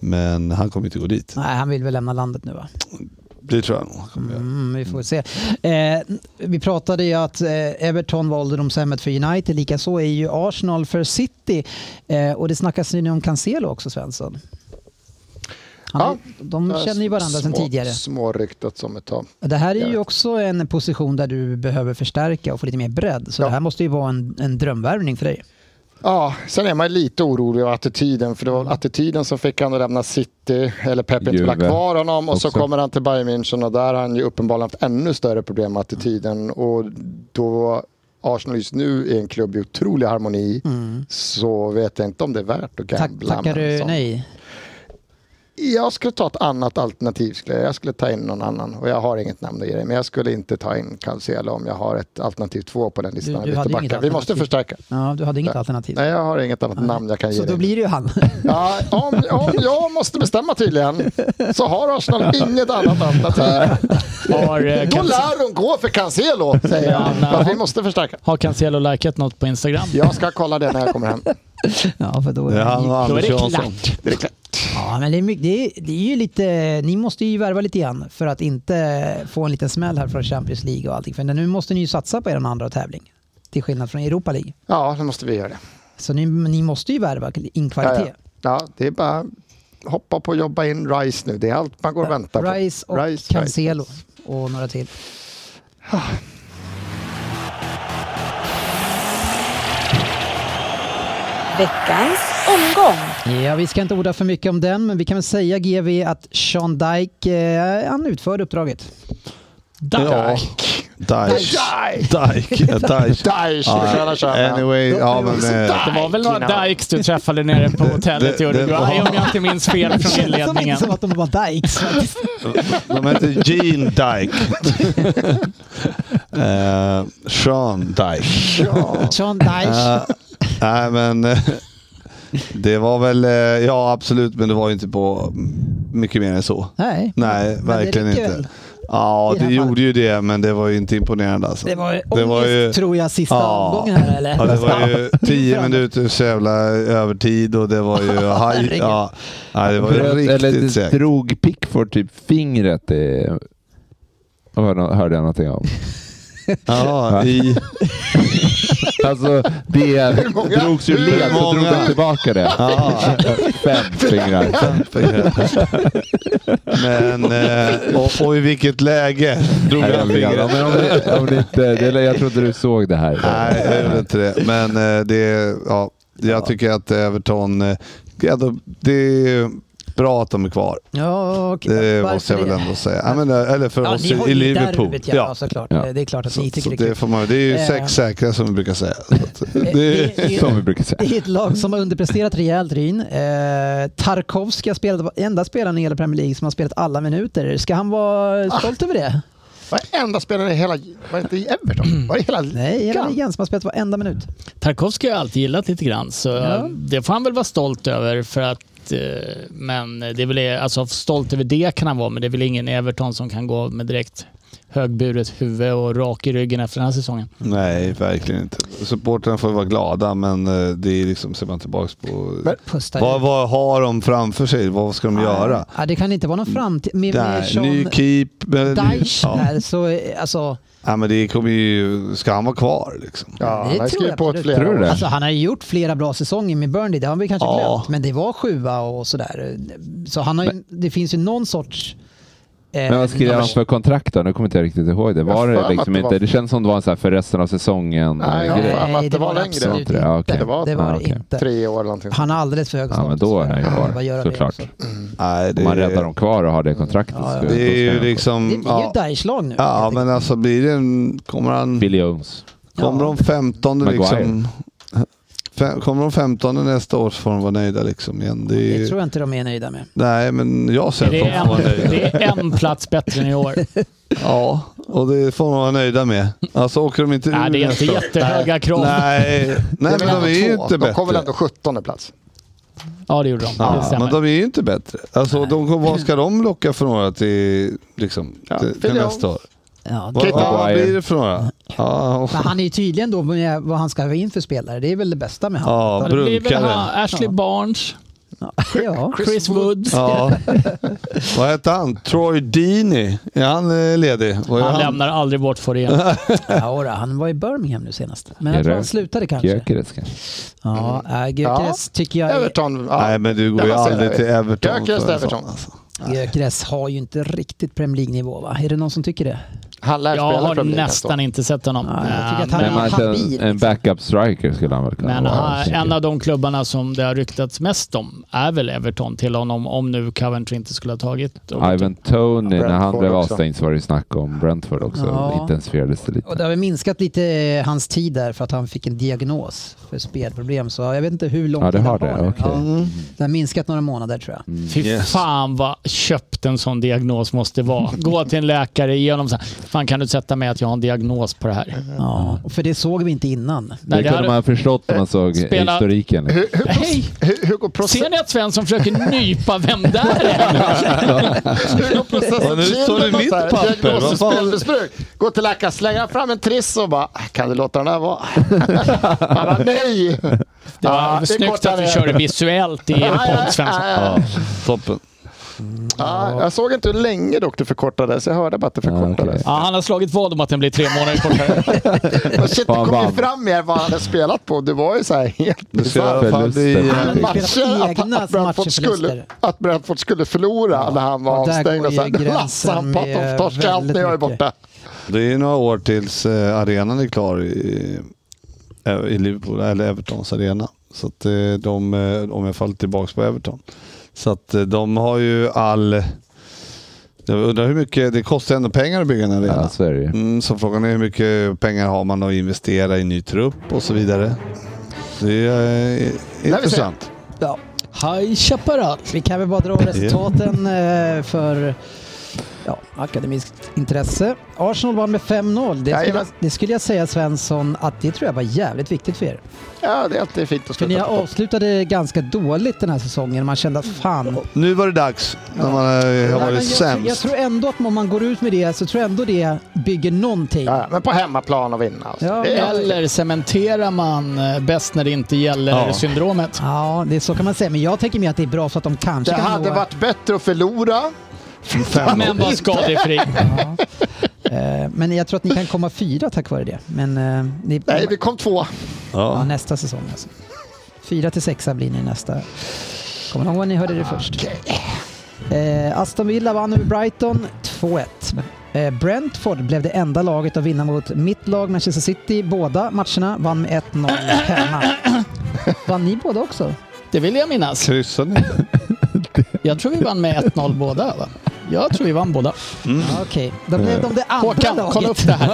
[SPEAKER 7] men han kommer inte gå dit.
[SPEAKER 3] Nej, han vill väl lämna landet nu va?
[SPEAKER 7] Det tror jag nog han kommer göra.
[SPEAKER 3] Mm, vi får se. Eh, vi pratade ju att eh, Everton valde de sämret för United, likaså är ju Arsenal för City. Eh, och det snackas ju nu om Cancelo också, Svensson. Han,
[SPEAKER 4] Ja.
[SPEAKER 3] de känner ju varandra sedan
[SPEAKER 4] Små-
[SPEAKER 3] tidigare.
[SPEAKER 4] Småryktat som ett tag.
[SPEAKER 3] Det här
[SPEAKER 4] jag
[SPEAKER 3] är ju
[SPEAKER 4] vet.
[SPEAKER 3] också en position där du behöver förstärka och få lite mer bredd. Så
[SPEAKER 4] Ja.
[SPEAKER 3] det här måste ju vara en, en drömvärvning för dig.
[SPEAKER 4] Ja, sen är man ju lite orolig över attityden, för det var attityden som fick han att lämna City, eller Pep inte vill ha
[SPEAKER 6] Juve
[SPEAKER 4] kvar honom, och så
[SPEAKER 6] också.
[SPEAKER 4] kommer han till Bayern München och där har han ju uppenbarligen haft ännu större problem med attityden. Och då Arsenal just nu är en klubb i otrolig harmoni, så vet jag inte om det är värt att
[SPEAKER 3] Mm. Tack,
[SPEAKER 4] gambla.
[SPEAKER 3] tackar
[SPEAKER 4] med en
[SPEAKER 3] du
[SPEAKER 4] sån.
[SPEAKER 3] nej?
[SPEAKER 4] Jag skulle ta ett annat alternativ. Skulle jag. jag skulle ta in någon annan. Och jag har inget namn att ge dig. Men jag skulle inte ta in Cancelo om jag har ett alternativ två på den listan.
[SPEAKER 3] Du- du
[SPEAKER 4] Vi
[SPEAKER 3] hade
[SPEAKER 4] tillbaka.
[SPEAKER 3] inget
[SPEAKER 4] Vi måste
[SPEAKER 3] alternativ.
[SPEAKER 4] förstärka.
[SPEAKER 3] Ja, du hade inget
[SPEAKER 4] Nej.
[SPEAKER 3] alternativ.
[SPEAKER 4] Nej, jag har inget annat namn jag kan ge
[SPEAKER 3] Så då
[SPEAKER 4] dig.
[SPEAKER 3] blir det ju han.
[SPEAKER 4] Ja, om, om jag måste bestämma tydligen så har Arsenal inget annat alternativ.
[SPEAKER 5] Har, eh,
[SPEAKER 4] Då
[SPEAKER 5] Cance-
[SPEAKER 4] lär de gå för Cancelo, säger jag.
[SPEAKER 5] Ja,
[SPEAKER 4] För vi måste förstärka.
[SPEAKER 5] har Cancelo likat något på Instagram?
[SPEAKER 4] Jag ska kolla det när jag kommer hem.
[SPEAKER 3] Ja, för då är
[SPEAKER 7] Det är han och
[SPEAKER 5] Då är
[SPEAKER 7] Anders
[SPEAKER 5] det
[SPEAKER 7] Jansson.
[SPEAKER 5] klart.
[SPEAKER 4] Det är klart.
[SPEAKER 3] Ja, men det är, mycket, det, är, det är ju lite, ni måste ju värva lite grann för att inte få en liten smäll här från Champions League och allting. För nu måste ni ju satsa på er andra tävling. Till skillnad från Europa League.
[SPEAKER 4] Ja, då måste vi göra det.
[SPEAKER 3] Så ni, ni måste ju värva in
[SPEAKER 4] Ja,
[SPEAKER 3] kvalitet.
[SPEAKER 4] ja. ja, det är bara hoppa på och jobba in Rice nu. Det är allt man går och väntar på.
[SPEAKER 3] Rice och
[SPEAKER 4] Rice,
[SPEAKER 3] Cancelo och några till.
[SPEAKER 1] Veckans omgång.
[SPEAKER 3] Ja, vi ska inte orda för mycket om den, men vi kan väl säga GV att Sean Dyke, eh, han utförde uppdraget.
[SPEAKER 7] Ja. Dyche. Dyche. Ja, Dyche.
[SPEAKER 4] Daesh,
[SPEAKER 7] Ja,
[SPEAKER 4] skulle jag köra med.
[SPEAKER 7] Anyway, ja men... eh,
[SPEAKER 5] Det var väl några
[SPEAKER 4] Dyke.
[SPEAKER 5] Dykes du träffade nere på hotellet i
[SPEAKER 7] det- det
[SPEAKER 5] Uruguay
[SPEAKER 7] var-
[SPEAKER 5] om jag inte minns fel från
[SPEAKER 3] Det känns som
[SPEAKER 5] inledningen.
[SPEAKER 3] inte som att de var Dykes. faktiskt.
[SPEAKER 7] De heter Gene Dyke. Eh, Sean Dyke.
[SPEAKER 3] Sean Dyke.
[SPEAKER 7] Eh, Nej men eh, det var väl, eh, ja absolut, men det var ju inte på mycket mer än så.
[SPEAKER 3] Nej,
[SPEAKER 7] Nej,
[SPEAKER 3] men det
[SPEAKER 7] verkligen
[SPEAKER 3] räcker
[SPEAKER 7] inte.
[SPEAKER 3] väl
[SPEAKER 7] Ja,
[SPEAKER 3] i det
[SPEAKER 7] det
[SPEAKER 3] här fallet.
[SPEAKER 7] gjorde ju det, men det var ju inte imponerande alltså.
[SPEAKER 3] Det var ju
[SPEAKER 7] Det
[SPEAKER 3] ångest
[SPEAKER 7] var ju-
[SPEAKER 3] tror jag sista
[SPEAKER 7] Ja.
[SPEAKER 3] omgången här eller?
[SPEAKER 7] Ja, det var ju tio
[SPEAKER 3] Framåt.
[SPEAKER 7] minuters jävla övertid och det var ju... haj- Ja, nej, det var ju
[SPEAKER 6] Bröt, eller
[SPEAKER 7] riktigt säkert.
[SPEAKER 6] drog Pickford typ fingret i... Hörde, hörde jag någonting om.
[SPEAKER 7] Ja,
[SPEAKER 6] Va?
[SPEAKER 7] i...
[SPEAKER 6] Alltså, det
[SPEAKER 4] många?
[SPEAKER 6] drogs ju
[SPEAKER 7] Hur
[SPEAKER 6] led så drog
[SPEAKER 7] många?
[SPEAKER 6] de tillbaka det.
[SPEAKER 7] Ja.
[SPEAKER 6] Fem fingrar.
[SPEAKER 7] Men, eh, och, och i vilket läge drog
[SPEAKER 6] Nej, jag
[SPEAKER 7] han
[SPEAKER 6] vet. Ja,
[SPEAKER 7] fingret?
[SPEAKER 6] men om det, om det inte, det, jag trodde du såg det här.
[SPEAKER 7] Nej, jag gjorde inte det. Men eh, det, ja, jag tycker att Everton, eh, ja, de- det, bra att de är kvar.
[SPEAKER 3] Ja, och,
[SPEAKER 7] Det
[SPEAKER 3] varför
[SPEAKER 7] måste jag väl
[SPEAKER 3] det?
[SPEAKER 7] ändå säga. Ja, men, eh, eller för
[SPEAKER 3] Ja,
[SPEAKER 7] oss
[SPEAKER 3] ni har
[SPEAKER 7] i
[SPEAKER 3] ju
[SPEAKER 7] Liverpool.
[SPEAKER 3] derbyt, ja, ja. såklart.
[SPEAKER 6] Ja.
[SPEAKER 3] Det är klart att Alltså, ni
[SPEAKER 7] Så
[SPEAKER 3] tycker det är
[SPEAKER 7] det,
[SPEAKER 3] kul.
[SPEAKER 7] får man, det är ju
[SPEAKER 3] Eh.
[SPEAKER 7] sex säkra som vi brukar säga. Så att det,
[SPEAKER 3] Det är-
[SPEAKER 6] Som vi brukar säga.
[SPEAKER 3] Det är ett lag som har underpresterat rejält, Ryn. Eh, Tarkovsky har spelat, enda spelaren i hela Premier League som har spelat alla minuter. Ska han vara stolt över det?
[SPEAKER 4] Varenda spelare i hela... Var det inte i Everton? Var det hela
[SPEAKER 3] Mm. Nej, hela
[SPEAKER 4] ligan?
[SPEAKER 3] ligan som har spelat varenda minut.
[SPEAKER 5] Tarkovsky har jag alltid gillat lite grann, så
[SPEAKER 3] Ja.
[SPEAKER 5] det får han väl vara stolt över. för att eh, men det är väl, alltså stolt över det kan han vara, men det är väl ingen i Everton som kan gå med direkt högburet huvud och rak i ryggen efter den här säsongen.
[SPEAKER 7] nej, verkligen inte. Supportrarna får vara glada, men eh, det är liksom, ser man tillbaks på...
[SPEAKER 3] Pustar
[SPEAKER 7] Vad,
[SPEAKER 3] ut.
[SPEAKER 7] vad har de framför sig? Vad ska de göra?
[SPEAKER 3] Ja, Ah, det kan inte vara någon framtid. Med, med
[SPEAKER 7] Där, ny
[SPEAKER 3] Sean
[SPEAKER 7] keep. men-
[SPEAKER 3] Dyche
[SPEAKER 7] Ja.
[SPEAKER 3] där, så eh, alltså,
[SPEAKER 7] ja, men det kommer ju... Ska han vara kvar liksom?
[SPEAKER 4] Ja,
[SPEAKER 3] Det
[SPEAKER 4] han har
[SPEAKER 3] tror
[SPEAKER 4] skrivit
[SPEAKER 3] jag
[SPEAKER 4] på ett
[SPEAKER 3] absolut.
[SPEAKER 4] flera
[SPEAKER 6] Tror du det?
[SPEAKER 4] år.
[SPEAKER 3] alltså han har ju gjort flera bra säsonger med Burnley, det har vi kanske
[SPEAKER 7] Ja.
[SPEAKER 3] glömt, men det var sjua och sådär. Så han har ju, det finns ju någon sorts... eh,
[SPEAKER 6] Men vad skrev han för kontrakt då? Nu kommer inte jag riktigt ihåg det. Var
[SPEAKER 4] Jag har
[SPEAKER 6] det
[SPEAKER 4] för mig att
[SPEAKER 6] liksom
[SPEAKER 4] det var-
[SPEAKER 6] inte... Det känns som det var en så här för resten av säsongen
[SPEAKER 4] Nej,
[SPEAKER 6] eh,
[SPEAKER 4] jag har
[SPEAKER 6] grej.
[SPEAKER 4] för mig att det var längre.
[SPEAKER 3] absolut
[SPEAKER 6] Det var inte det. Ja, okej.
[SPEAKER 3] inte. Det var det
[SPEAKER 6] Ja, okej.
[SPEAKER 3] inte.
[SPEAKER 4] Tre år eller någonting.
[SPEAKER 3] Han har alldeles för hög
[SPEAKER 6] Ja, men då är han ju
[SPEAKER 3] Vad
[SPEAKER 6] kvar
[SPEAKER 3] gör det
[SPEAKER 6] såklart.
[SPEAKER 3] också?
[SPEAKER 7] Nej, det,
[SPEAKER 6] Om man räddar dem kvar och har det kontraktet.
[SPEAKER 3] Ja, ja.
[SPEAKER 6] så-
[SPEAKER 7] Det
[SPEAKER 6] då ska
[SPEAKER 7] är ju
[SPEAKER 6] de-
[SPEAKER 3] Det
[SPEAKER 7] liksom...
[SPEAKER 3] blir ju
[SPEAKER 7] Ja,
[SPEAKER 3] ett Daesh-lag nu.
[SPEAKER 7] ja, men alltså blir det en... Kommer han...
[SPEAKER 6] Billy Owens.
[SPEAKER 7] Kommer de 15
[SPEAKER 6] Maguire.
[SPEAKER 7] liksom... Fem, kommer de 15 nästa år så får de vara nöjda liksom igen. Det är,
[SPEAKER 3] Det
[SPEAKER 7] ju-
[SPEAKER 3] tror jag inte de är nöjda med.
[SPEAKER 7] nej, men jag ser att
[SPEAKER 5] Det
[SPEAKER 7] de
[SPEAKER 5] är,
[SPEAKER 7] får vara
[SPEAKER 5] en,
[SPEAKER 7] nöjda.
[SPEAKER 5] det är en plats bättre än i år.
[SPEAKER 7] Ja, och det får de vara nöjda med. Alltså åker de inte
[SPEAKER 5] Nej,
[SPEAKER 7] ur
[SPEAKER 5] det är inte
[SPEAKER 7] nästa år-
[SPEAKER 5] jättehöga krav.
[SPEAKER 7] Nej, nej men de är ju
[SPEAKER 4] två.
[SPEAKER 7] inte
[SPEAKER 4] De kom väl
[SPEAKER 7] bättre.
[SPEAKER 4] ändå 17 plats.
[SPEAKER 5] Ja, det gjorde de. det
[SPEAKER 7] Ja, men
[SPEAKER 5] stämmer.
[SPEAKER 7] de är ju inte bättre. Alltså, de, kom- vad ska de locka för några till, liksom,
[SPEAKER 4] Ja,
[SPEAKER 7] till, till
[SPEAKER 4] Phil
[SPEAKER 7] nästa år?
[SPEAKER 3] Ja,
[SPEAKER 7] Vad,
[SPEAKER 6] Keep
[SPEAKER 7] vad,
[SPEAKER 6] up.
[SPEAKER 7] vad blir det för några? Ja, och-
[SPEAKER 3] men han är ju tydlig ändå med vad han ska ha in för spelare. Det är väl det bästa med honom.
[SPEAKER 7] ja
[SPEAKER 5] Ja, det blir väl
[SPEAKER 7] brunkaren.
[SPEAKER 5] ha Ashley Barnes,
[SPEAKER 3] Ja.
[SPEAKER 5] Chris Woods.
[SPEAKER 7] Ja. Vad heter han? Troy Deeney. Är han eh, ledig? Vad gör
[SPEAKER 5] Han lämnar aldrig bort för igen.
[SPEAKER 3] Ja, ora, han var i Birmingham nu senast. Men jag
[SPEAKER 6] Är
[SPEAKER 3] tror
[SPEAKER 6] det-
[SPEAKER 3] han slutade kanske.
[SPEAKER 6] Gyökeres kanske.
[SPEAKER 3] Ja, äh, Gyökeres tycker jag... är-
[SPEAKER 4] Everton. Ja.
[SPEAKER 7] Nej, men du går ju
[SPEAKER 4] Ja, han
[SPEAKER 7] aldrig
[SPEAKER 4] ser
[SPEAKER 7] till
[SPEAKER 4] det.
[SPEAKER 7] Everton.
[SPEAKER 4] Gyökeres
[SPEAKER 7] för en
[SPEAKER 4] till
[SPEAKER 7] sån,
[SPEAKER 4] Everton.
[SPEAKER 7] alltså.
[SPEAKER 3] Gyökeres har ju inte riktigt Premier League-nivå va? Är det någon som tycker det?
[SPEAKER 4] Han lär
[SPEAKER 5] Jag
[SPEAKER 4] spela
[SPEAKER 5] har
[SPEAKER 4] Premier League nästa år.
[SPEAKER 5] nästan inte sett honom. Eh,
[SPEAKER 3] Ja, jag tycker att han
[SPEAKER 5] men
[SPEAKER 3] är
[SPEAKER 6] Men alltså,
[SPEAKER 3] habil, liksom.
[SPEAKER 6] en, en backup striker skulle han väl kunna
[SPEAKER 5] men
[SPEAKER 6] vara.
[SPEAKER 5] han- en av de klubbarna som det har ryktats mest om är väl Everton till honom, om nu Coventry inte skulle ha tagit.
[SPEAKER 6] Ivan Tony, när han
[SPEAKER 4] Brentford
[SPEAKER 6] blev
[SPEAKER 4] också.
[SPEAKER 6] avstängd så var det ju snack om Brentford också.
[SPEAKER 3] Ja.
[SPEAKER 6] Det intensifierades det
[SPEAKER 3] Och
[SPEAKER 6] lite.
[SPEAKER 3] det har väl minskat lite eh, hans tid där för att han fick en diagnos för spelproblem. Så jag vet inte hur lång
[SPEAKER 6] Ja, det
[SPEAKER 3] tid
[SPEAKER 6] har
[SPEAKER 3] han
[SPEAKER 6] det.
[SPEAKER 3] nu.
[SPEAKER 6] Okej.
[SPEAKER 3] Ja,
[SPEAKER 7] Mm.
[SPEAKER 3] det har minskat några månader tror jag.
[SPEAKER 5] Mm. Fy fan vad köpt en sån diagnos måste vara. Gå till en läkare igenom så här, Fan kan du sätta mig att jag har en diagnos på det här?
[SPEAKER 3] Ja, och för det såg vi inte innan.
[SPEAKER 5] Nej,
[SPEAKER 6] Det
[SPEAKER 5] det
[SPEAKER 6] kunde
[SPEAKER 5] hade-
[SPEAKER 6] man ha förstått om man såg
[SPEAKER 5] Spela-
[SPEAKER 6] historiken. liksom.
[SPEAKER 4] Hur, hur,
[SPEAKER 5] Hej!
[SPEAKER 4] hur, hur går
[SPEAKER 5] Ser
[SPEAKER 4] processen?
[SPEAKER 5] ni att Svensson försöker nypa vem där är?
[SPEAKER 4] Hur går processen
[SPEAKER 7] Och nu
[SPEAKER 4] till
[SPEAKER 7] står det i
[SPEAKER 4] med
[SPEAKER 7] mitt
[SPEAKER 4] så här?
[SPEAKER 7] papper.
[SPEAKER 4] Diagnos och
[SPEAKER 7] Vad fan?
[SPEAKER 4] spelmissbruk. Gå till läkaren, slänga fram en triss och bara, "Ah, kan du låta den här vara? Han bara, nej!
[SPEAKER 5] Det
[SPEAKER 4] Ja,
[SPEAKER 5] var
[SPEAKER 4] det
[SPEAKER 5] snyggt
[SPEAKER 4] kortar
[SPEAKER 5] att du
[SPEAKER 4] det.
[SPEAKER 5] körde visuellt i en podd Svensson.
[SPEAKER 7] Ja, toppen.
[SPEAKER 4] Ja, jag såg inte hur länge dock det förkortades. Jag hörde bara att det förkortades.
[SPEAKER 5] Ja, han har slagit vad om att den blir tre månader kortare.
[SPEAKER 4] Men shit, det
[SPEAKER 6] Fan,
[SPEAKER 4] kom ju
[SPEAKER 6] fan.
[SPEAKER 4] fram mer vad han hade spelat på. Det var ju så här helt
[SPEAKER 7] Det ska
[SPEAKER 4] bisarrt.
[SPEAKER 7] i alla fall bli...
[SPEAKER 6] Förluster.
[SPEAKER 7] eh,
[SPEAKER 3] Han har
[SPEAKER 4] Matcher,
[SPEAKER 3] spelat
[SPEAKER 4] att,
[SPEAKER 3] egna
[SPEAKER 4] att, Brentford skulle,
[SPEAKER 3] matchförluster.
[SPEAKER 4] att Brentford skulle förlora när han var
[SPEAKER 3] och där
[SPEAKER 4] avstängd.
[SPEAKER 3] går
[SPEAKER 4] Och sen
[SPEAKER 3] ju gränsen
[SPEAKER 4] lassade han på att de
[SPEAKER 3] med
[SPEAKER 4] torskar allt när jag är
[SPEAKER 3] väldigt
[SPEAKER 4] borta.
[SPEAKER 7] Det är ju några år tills eh, arenan är klar i, eh, i Liverpool, eller Evertons arena. Så att eh, de, eh, om jag faller tillbaka på Everton. Så att eh, de har ju all... Jag undrar hur mycket, det kostar ändå pengar att bygga en arena.
[SPEAKER 6] Ja, så är det ju.
[SPEAKER 7] Mm, så frågan är hur mycket pengar har man att investera i ny trupp och så vidare. Det är eh, intressant.
[SPEAKER 3] Ja.
[SPEAKER 5] High Chaparral.
[SPEAKER 3] Vi kan väl bara dra resultaten eh, för ja, akademiskt intresse. Arsenal vann med 5-0. Det skulle,
[SPEAKER 4] Jajamän.
[SPEAKER 3] det skulle jag säga Svensson att det tror jag var jävligt viktigt för er.
[SPEAKER 4] Ja, det är alltid fint att
[SPEAKER 3] För ni
[SPEAKER 4] sluta. på topp.
[SPEAKER 3] avslutade ganska dåligt den här säsongen. Man kände att fan,
[SPEAKER 7] Nu var det dags när man eh, har
[SPEAKER 3] Nej, men
[SPEAKER 7] varit
[SPEAKER 3] jag, tror- jag
[SPEAKER 7] sämst.
[SPEAKER 3] tror ändå att om man går ut med det så tror jag ändå det bygger någonting.
[SPEAKER 4] Ja, men på hemmaplan och vinna. Alltså.
[SPEAKER 3] Ja,
[SPEAKER 4] det är alltid-
[SPEAKER 5] Eller cementerar man eh, bäst när det inte gäller
[SPEAKER 7] Ja.
[SPEAKER 5] syndromet?
[SPEAKER 3] Ja, det är så kan man säga. Men jag tänker mer att det är bra för att de kanske
[SPEAKER 4] det
[SPEAKER 3] kan
[SPEAKER 4] hade
[SPEAKER 3] nå...
[SPEAKER 4] varit bättre att förlora.
[SPEAKER 7] Fem
[SPEAKER 5] Men var skadefri.
[SPEAKER 3] Eh, men jag tror att ni kan komma fyra tack vare det. Men eh, ni,
[SPEAKER 4] Nej, vi kom två.
[SPEAKER 3] ja,
[SPEAKER 7] Ja.
[SPEAKER 3] nästa säsong alltså. Fyra till sexa blir ni nästa. Kommer ni ihåg när ni hörde det
[SPEAKER 4] Ah,
[SPEAKER 3] först? Eh, Aston Villa vann över Brighton 2-1. Eh, Brentford blev det enda laget att vinna mot mitt lag Manchester City. Båda matcherna vann med 1-0 hemma. Vann ni båda också?
[SPEAKER 4] Mm.
[SPEAKER 5] Det vill jag minnas.
[SPEAKER 7] Kryssade ni?
[SPEAKER 6] alltid.
[SPEAKER 5] Jag tror vi vann med 1-0 båda va? Jag tror vi vann båda.
[SPEAKER 3] Okej, då blev de det andra
[SPEAKER 5] Håkan,
[SPEAKER 3] laget.
[SPEAKER 5] kolla upp det här.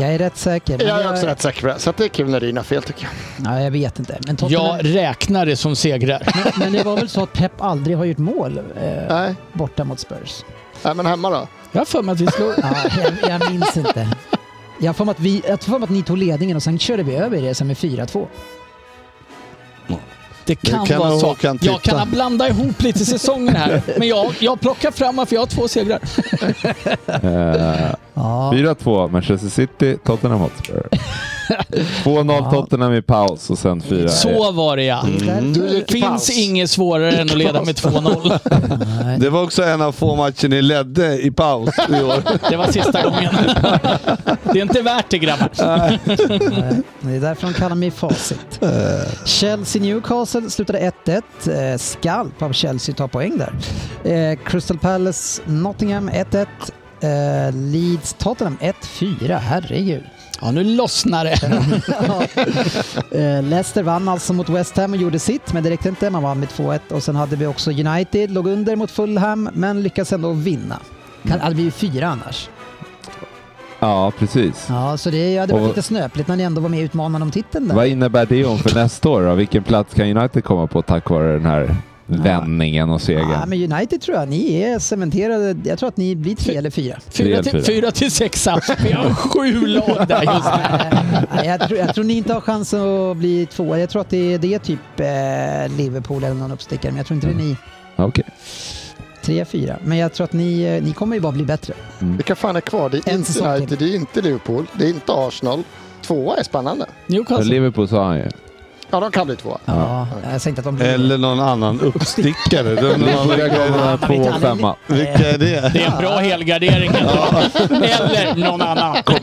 [SPEAKER 3] Jag är rätt säker. men
[SPEAKER 4] Jag är också rätt säker på det. Så att det är kul när Ryn har fel tycker jag.
[SPEAKER 3] Nej, jag vet inte. Men, Tottenham...
[SPEAKER 5] Jag räknar det som segrar.
[SPEAKER 3] men det var väl så att Pep aldrig har gjort mål eh,
[SPEAKER 4] Nej,
[SPEAKER 3] borta mot Spurs?
[SPEAKER 4] Nej men hemma då.
[SPEAKER 5] Jag har för mig att vi slog...
[SPEAKER 3] Ja, jag, jag minns inte. Jag har för mig att, vi, jag har för mig att ni tog ledningen och sen körde vi över er sen med 4-2.
[SPEAKER 5] Det kan,
[SPEAKER 7] kan
[SPEAKER 5] vara så.
[SPEAKER 7] Håkan
[SPEAKER 5] Jag
[SPEAKER 7] titta.
[SPEAKER 5] kan blanda ihop lite säsonger här. Men jag, jag plockar fram varför jag har två segrar.
[SPEAKER 6] Eh, 4-2 Manchester City, Tottenham Hotspur. 2-0 Tottenham i paus och sen 4
[SPEAKER 5] Så var det ja.
[SPEAKER 4] Du gick i
[SPEAKER 5] Finns
[SPEAKER 4] paus.
[SPEAKER 5] inget svårare än att leda med 2-0.
[SPEAKER 7] Det var också en av få matcher ni ledde i paus i år.
[SPEAKER 5] Det var sista gången. Det är inte värt det grabbar.
[SPEAKER 3] Nej, Det är därför de kallar mig facit. Chelsea-Newcastle slutade 1-1. Eh, Skalp av Chelsea tar poäng där. Eh, Crystal Palace-Nottingham 1-1. Eh, Leeds-Tottenham 1-4. Herregud.
[SPEAKER 5] Ja, nu lossnar det.
[SPEAKER 3] Ja. Eh, Leicester vann alltså mot West Ham och gjorde sitt, men det räckte inte. Man vann med 2-1 och sen hade vi också United, låg under mot Fulham, men lyckades ändå vinna.
[SPEAKER 6] Mm.
[SPEAKER 3] Kan, hade blivit fyra annars.
[SPEAKER 6] Ja, precis.
[SPEAKER 3] Ja, så det hade varit
[SPEAKER 6] Och-
[SPEAKER 3] lite snöpligt när ni ändå var med och utmanade om titeln där.
[SPEAKER 6] Vad innebär det om för nästa år då? Vilken plats kan United komma på tack vare den här vändningen och
[SPEAKER 3] Ja,
[SPEAKER 6] segern?
[SPEAKER 3] men United tror jag, ni är cementerade. Jag tror att ni blir tre eller fyra.
[SPEAKER 5] Fyra till, fyra till sexa. Vi har sju lag där just nu.
[SPEAKER 3] Nej, jag, tror, jag tror ni inte har chansen att bli tvåa. Jag tror att det, det är typ eh, Liverpool eller någon uppstickare, men jag tror inte
[SPEAKER 6] Mm.
[SPEAKER 3] det är ni.
[SPEAKER 6] Okej.
[SPEAKER 3] Tre, fyra. Men jag tror att ni, eh, ni kommer ju bara bli bättre.
[SPEAKER 4] Vilka fan är kvar? Det är
[SPEAKER 3] En
[SPEAKER 4] inte
[SPEAKER 3] säsong
[SPEAKER 4] United, det är inte Liverpool, det är inte Arsenal. Tvåa är spännande.
[SPEAKER 6] Så
[SPEAKER 3] Alltså.
[SPEAKER 5] Newcastle.
[SPEAKER 6] Liverpool sa han ju.
[SPEAKER 4] Ja, de kan bli tvåa.
[SPEAKER 3] Ja, jag säger inte att de blir...
[SPEAKER 7] Eller någon annan uppstickare. Det var någon
[SPEAKER 6] Fyra gånger
[SPEAKER 3] men vi
[SPEAKER 6] två
[SPEAKER 3] kan-
[SPEAKER 6] och femma.
[SPEAKER 7] Vilka är det?
[SPEAKER 5] Det är en bra helgardering ändå. Eller någon annan.
[SPEAKER 3] Och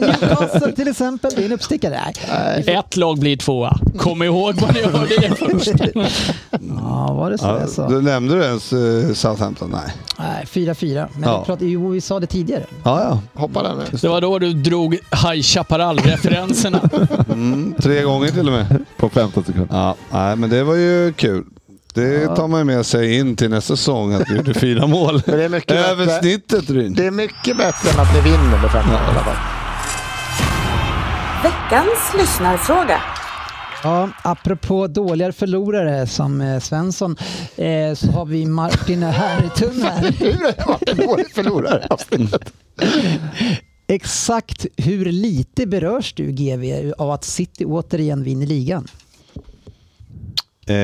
[SPEAKER 3] Newcastle till exempel, det är en uppstickare. Nej.
[SPEAKER 5] Ett lag blir tvåa. Kom ihåg vad ni hörde det först.
[SPEAKER 3] Ja, var det så
[SPEAKER 7] Ja,
[SPEAKER 3] jag sa?
[SPEAKER 7] då nämnde du ens eh, Southampton? Nej.
[SPEAKER 3] Nej, 4-4. Men
[SPEAKER 7] Ja.
[SPEAKER 3] vi, pratade, jo, vi sa det tidigare.
[SPEAKER 7] Ja, ja.
[SPEAKER 4] Hoppa där nu.
[SPEAKER 5] Det var då du drog High Chaparral-referenserna.
[SPEAKER 7] Mm, tre gånger till och med.
[SPEAKER 6] På 15 sekunder.
[SPEAKER 7] Ja, nej, men det var ju kul. Det tar man ju med sig in till nästa säsong, att vi gjorde fyra mål.
[SPEAKER 4] Men det är mycket
[SPEAKER 7] Över
[SPEAKER 4] bättre.
[SPEAKER 7] snittet Ryn.
[SPEAKER 4] Det är mycket bättre än att ni vinner med 5-0 i alla fall.
[SPEAKER 2] Veckans lyssnarfråga.
[SPEAKER 3] Ja, apropå dåliga förlorare som eh, Svensson, eh, så har vi Martin Herretun här.
[SPEAKER 4] Hur har det varit en dålig förlorare?
[SPEAKER 3] Exakt hur lite berörs du GV av att City återigen vinner ligan?
[SPEAKER 7] Eh,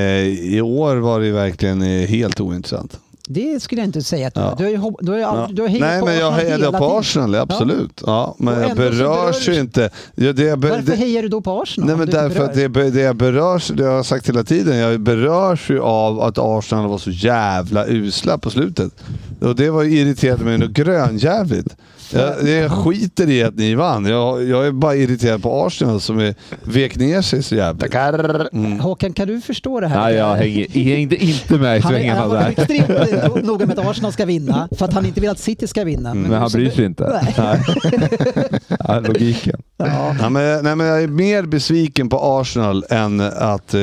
[SPEAKER 7] I år var det ju verkligen eh, helt ointressant.
[SPEAKER 3] Det skulle jag inte säga att du
[SPEAKER 7] Ja.
[SPEAKER 3] du har. ju hopp- Du har ju
[SPEAKER 7] Ja.
[SPEAKER 3] aldrig- du har hejat
[SPEAKER 7] Nej,
[SPEAKER 3] på
[SPEAKER 7] men jag
[SPEAKER 3] Arsenal
[SPEAKER 7] hejade
[SPEAKER 3] hela
[SPEAKER 7] på
[SPEAKER 3] tiden.
[SPEAKER 7] Arsenal, absolut. Ja, men
[SPEAKER 3] Och
[SPEAKER 7] jag
[SPEAKER 3] ändå så
[SPEAKER 7] berörs
[SPEAKER 3] berör-
[SPEAKER 7] ju inte. Ja, det jag be-
[SPEAKER 3] Varför
[SPEAKER 7] det-
[SPEAKER 3] hejar du då på Arsenal?
[SPEAKER 7] Nej,
[SPEAKER 3] om
[SPEAKER 7] men
[SPEAKER 3] du inte
[SPEAKER 7] därför att
[SPEAKER 3] berör?
[SPEAKER 7] det, be- det jag berörs, det har jag sagt hela tiden, jag berörs ju av att Arsenal var så jävla usla på slutet. Och det var ju irriterande mig något grönjävligt. Jag, jag skiter i att ni vann. Jag, jag är bara irriterad på Arsenal som är, vek ner sig så jävligt.
[SPEAKER 4] Tackar.
[SPEAKER 3] Håkan, kan du förstå det här? Eh,
[SPEAKER 6] Nej, jag hänger, jag hängde inte med i
[SPEAKER 3] Han, är-
[SPEAKER 6] svängarna
[SPEAKER 3] han var
[SPEAKER 6] där.
[SPEAKER 3] extremt no- noga med att Arsenal ska vinna, för att han inte vill att City ska vinna.
[SPEAKER 6] Mm, Men han bryr sig inte.
[SPEAKER 3] Nej.
[SPEAKER 6] Ja, logiken.
[SPEAKER 7] Ja, men, nej, men jag är mer besviken på Arsenal än att, eh,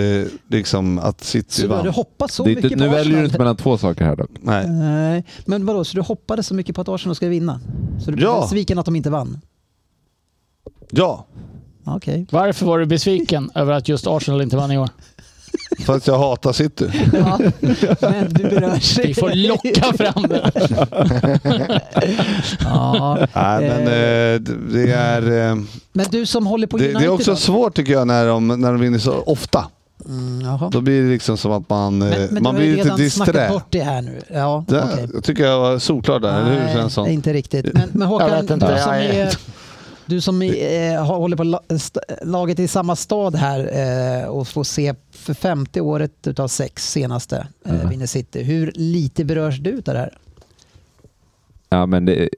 [SPEAKER 7] liksom, att City
[SPEAKER 3] Så du hade
[SPEAKER 7] vann.
[SPEAKER 3] hoppats så
[SPEAKER 6] Det är
[SPEAKER 3] mycket
[SPEAKER 6] inte, nu
[SPEAKER 3] på
[SPEAKER 6] väljer du
[SPEAKER 3] Arsenal.
[SPEAKER 6] inte mellan två saker här dock.
[SPEAKER 7] Nej.
[SPEAKER 3] Nej, men vadå, så du hoppades så mycket på att Arsenal ska vinna? Så du blev
[SPEAKER 7] Ja.
[SPEAKER 3] besviken att de inte vann?
[SPEAKER 7] Ja,
[SPEAKER 3] Okej.
[SPEAKER 5] Varför var du besviken över att just Arsenal inte vann i år?
[SPEAKER 7] för att jag hatar City.
[SPEAKER 3] Ja. Men du berörs.
[SPEAKER 5] Vi får locka fram det.
[SPEAKER 3] Ja.
[SPEAKER 7] Nej, men eh, det- det är... Eh,
[SPEAKER 3] Men du som håller på
[SPEAKER 7] Det,
[SPEAKER 3] United
[SPEAKER 7] det är också
[SPEAKER 3] då?
[SPEAKER 7] svårt tycker jag när de, när de vinner så ofta.
[SPEAKER 3] Mm, jaha.
[SPEAKER 7] Då blir det liksom som att man, eh,
[SPEAKER 3] Men, men
[SPEAKER 7] man
[SPEAKER 3] du har ju
[SPEAKER 7] blir lite
[SPEAKER 3] redan
[SPEAKER 7] disträ.
[SPEAKER 3] snackat bort det här nu. Ja,
[SPEAKER 7] Det,
[SPEAKER 3] okej.
[SPEAKER 7] Jag tycker jag var solklar där, eller hur Svensson?
[SPEAKER 3] Nej, inte riktigt. Men, men Håkan,
[SPEAKER 4] Jag vet inte,
[SPEAKER 3] du som,
[SPEAKER 4] jag är-
[SPEAKER 3] är, du som eh, har- håller på la- st- laget i samma stad här eh, och får se för femte året utav sex senaste eh,
[SPEAKER 6] Mm.
[SPEAKER 3] vinner City. Hur lite berörs du av det här?
[SPEAKER 6] Ja, men det,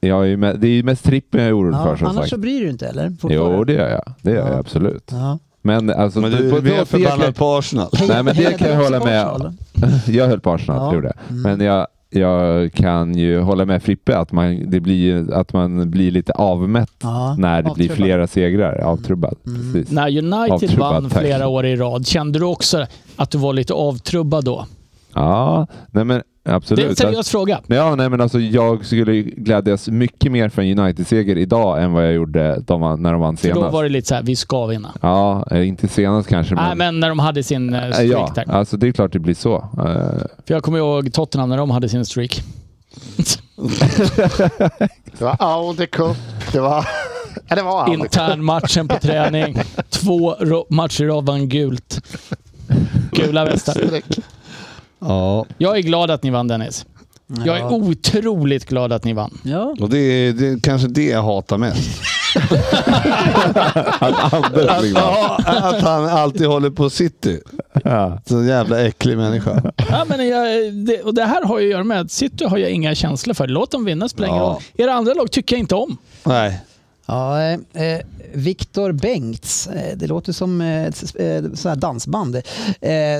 [SPEAKER 6] jag är ju med, det är ju mest trippen jag är orolig för som
[SPEAKER 3] annars
[SPEAKER 6] sagt.
[SPEAKER 3] så bryr du dig inte eller?
[SPEAKER 6] Jo, det gör jag. Det gör
[SPEAKER 3] Ja.
[SPEAKER 6] jag absolut.
[SPEAKER 3] Ja.
[SPEAKER 6] Men alltså...
[SPEAKER 7] Men
[SPEAKER 6] på-
[SPEAKER 7] du,
[SPEAKER 6] på-
[SPEAKER 7] du blir
[SPEAKER 6] det kan-
[SPEAKER 7] förbannad på Arsenal.
[SPEAKER 6] Nej, men det
[SPEAKER 3] Hejar
[SPEAKER 6] kan jag
[SPEAKER 3] du också
[SPEAKER 6] hålla
[SPEAKER 3] på
[SPEAKER 6] med
[SPEAKER 3] Arsenal?
[SPEAKER 6] Jag höll på Arsenal,
[SPEAKER 3] Ja. Mm.
[SPEAKER 6] gjorde jag. Men jag, jag kan ju hålla med Frippe att man, det blir, ju- att man blir lite avmätt
[SPEAKER 3] Ja,
[SPEAKER 6] när det blir
[SPEAKER 3] avtrubbad.
[SPEAKER 6] flera segrar. Avtrubbad. Precis.
[SPEAKER 5] När United
[SPEAKER 6] Avtrubbad,
[SPEAKER 5] vann
[SPEAKER 6] tack.
[SPEAKER 5] flera år i rad, kände du också att du var lite avtrubbad då?
[SPEAKER 6] Ja, nej men
[SPEAKER 5] Det
[SPEAKER 6] absolut.
[SPEAKER 5] är en
[SPEAKER 6] Att-
[SPEAKER 5] seriös fråga.
[SPEAKER 6] Ja, nej, men alltså, jag skulle ju glädjas mycket mer för en United-seger idag än vad jag gjorde de, vann- när de vann
[SPEAKER 5] För
[SPEAKER 6] senast.
[SPEAKER 5] då var det lite så här, vi ska vinna.
[SPEAKER 6] Ja, eh, inte senast kanske,
[SPEAKER 5] Nej, men när de hade sin eh,
[SPEAKER 6] Eh,
[SPEAKER 5] streak
[SPEAKER 6] ja,
[SPEAKER 5] där.
[SPEAKER 6] alltså, det är klart det blir så. Eh,
[SPEAKER 5] För jag kommer ihåg Tottenham när de hade sin streak.
[SPEAKER 4] Det var Audi Cup, det var... Ja, det var Audi.
[SPEAKER 5] Internmatchen på träning. Två ro- matcher i rad vann gult. Gula västar.
[SPEAKER 7] Ja.
[SPEAKER 5] Jag är glad att ni vann Dennis. Jag är
[SPEAKER 3] Ja.
[SPEAKER 5] otroligt glad att ni vann.
[SPEAKER 3] Ja.
[SPEAKER 7] Och det är, det är kanske det jag hatar mest.
[SPEAKER 6] att Anders blir glad.
[SPEAKER 7] Ja, att han alltid håller på City.
[SPEAKER 6] Ja.
[SPEAKER 7] Så jävla äcklig människa.
[SPEAKER 5] Ja, men jag, det, och det här har ju att göra med att City har jag inga känslor för. Låt dem vinna spelar ingen
[SPEAKER 7] Ja.
[SPEAKER 5] roll. Era andra lag tycker jag inte om.
[SPEAKER 7] Nej.
[SPEAKER 3] Ja, eh, eh, Viktor Bengts, eh, det låter som eh, ett s- eh, så här dansband, eh,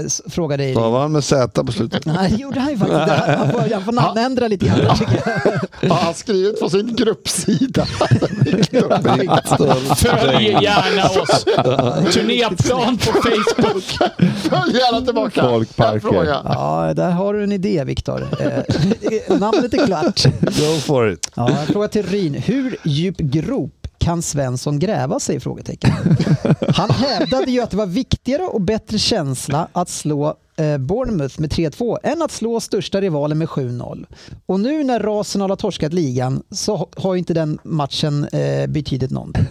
[SPEAKER 3] s- frågade dig.
[SPEAKER 7] Vad var han med Z på slutet?
[SPEAKER 3] Nej, det gjorde han ju faktiskt. Det- Han får, han får namnändra lite grann. Jag tycker-
[SPEAKER 4] Har han skrivit på sin gruppsida?
[SPEAKER 5] Följ gärna oss. Turnéplan på Facebook.
[SPEAKER 4] Följ gärna tillbaka.
[SPEAKER 6] Folkparker.
[SPEAKER 4] En fråga.
[SPEAKER 3] Ja, där har du en idé Viktor. Eh, namnet är klart.
[SPEAKER 7] Go for it.
[SPEAKER 3] Ja, en fråga till Ryn. Hur djup grop kan Svensson gräva sig? Frågetecken. Han hävdade ju att det var viktigare och bättre känsla att slå eh, Bournemouth med 3-2 än att slå största rivalen med 7-0. Och nu när Rasenhall har torskat ligan så ha- har ju inte den matchen eh, betydit någonting.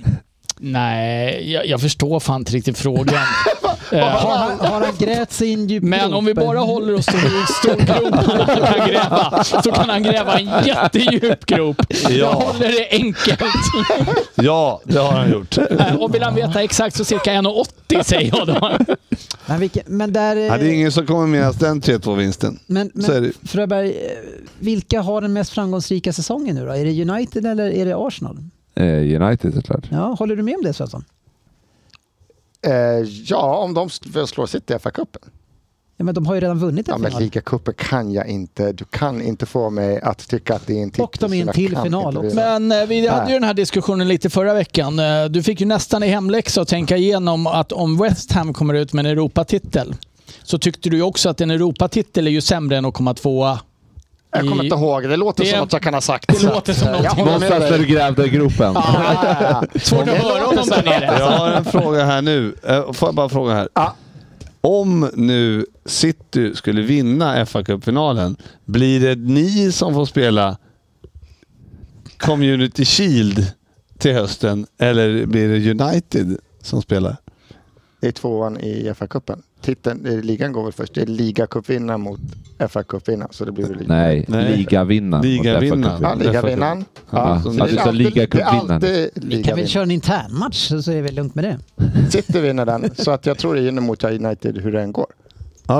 [SPEAKER 5] Nej, jag, jag förstår fan inte riktigt frågan. Eh,
[SPEAKER 3] Har han, har han grävt sig i en djup
[SPEAKER 5] Men
[SPEAKER 3] grop?
[SPEAKER 5] om vi bara håller oss till hur stor grop han kan gräva, så kan han gräva en jättedjup grop. Jag
[SPEAKER 7] Ja.
[SPEAKER 5] håller det enkelt.
[SPEAKER 3] Eh.
[SPEAKER 7] Ja, det har han gjort.
[SPEAKER 5] Eh, Och vill han veta exakt så cirka 1,80 säger jag då.
[SPEAKER 3] Men, vilken, men där... eh,
[SPEAKER 7] Ja, det är ingen som kommer minnas den 3-2-vinsten.
[SPEAKER 3] Men,
[SPEAKER 7] Så är det.
[SPEAKER 3] men Fröberg, eh, vilka har den mest framgångsrika säsongen nu då? Är det United eller är det Arsenal?
[SPEAKER 6] Eh, United såklart.
[SPEAKER 3] Ja, håller du med om det Svensson?
[SPEAKER 4] Eh, ja, om de s- slår sitt i FA-cupen.
[SPEAKER 3] Ja, men de har ju redan vunnit en
[SPEAKER 4] Ja, men
[SPEAKER 3] final.
[SPEAKER 4] ligacupen kan jag inte. Du kan inte få mig att tycka att det är en titel.
[SPEAKER 3] Och de är
[SPEAKER 4] som
[SPEAKER 3] i en
[SPEAKER 4] jag
[SPEAKER 3] till
[SPEAKER 4] kan
[SPEAKER 3] final
[SPEAKER 4] inte
[SPEAKER 3] också.
[SPEAKER 4] vinna.
[SPEAKER 5] Men eh, vi hade ju den här diskussionen lite förra veckan. Eh, Du fick ju nästan i hemläxa att tänka igenom att om West Ham kommer ut med en Europatitel så tyckte du ju också att en Europatitel är ju sämre än att komma tvåa.
[SPEAKER 4] Jag kommer
[SPEAKER 5] i-
[SPEAKER 4] inte ihåg. Det låter
[SPEAKER 5] Det-
[SPEAKER 4] som att jag kan ha sagt
[SPEAKER 5] Det låter som
[SPEAKER 4] Jag
[SPEAKER 5] någonting.
[SPEAKER 4] håller med
[SPEAKER 6] Någonstans där
[SPEAKER 4] dig.
[SPEAKER 6] du grävde gropen.
[SPEAKER 4] Ah,
[SPEAKER 5] Svårt att höra honom där nere.
[SPEAKER 7] Jag har en fråga här nu. Eh, Får jag bara fråga här?
[SPEAKER 4] Alltså. Ja.
[SPEAKER 7] Om nu City skulle vinna fa Cup-finalen, blir det ni som får spela Community Shield till hösten eller blir det United som spelar?
[SPEAKER 4] Det är tvåan i FA-cupen. Titeln, eh, ligan går väl först. Det är ligacupvinnaren mot FA-cupvinnaren. Så det blir väl lika.
[SPEAKER 6] Nej,
[SPEAKER 7] Nej.
[SPEAKER 6] ligavinnaren. mot
[SPEAKER 7] Ligavinnaren.
[SPEAKER 6] FA Cup.
[SPEAKER 4] Ja, ligavinnaren.
[SPEAKER 7] Ja,
[SPEAKER 4] så
[SPEAKER 7] att
[SPEAKER 4] det är
[SPEAKER 6] du sa
[SPEAKER 4] alltid-
[SPEAKER 6] ligacupvinnaren.
[SPEAKER 4] Det är alltid
[SPEAKER 3] Vi kan väl
[SPEAKER 4] ligavinnaren.
[SPEAKER 3] köra en intern match så så är det väl lugnt med det.
[SPEAKER 4] City vinner den. Så att jag tror det är in emot United hur den går.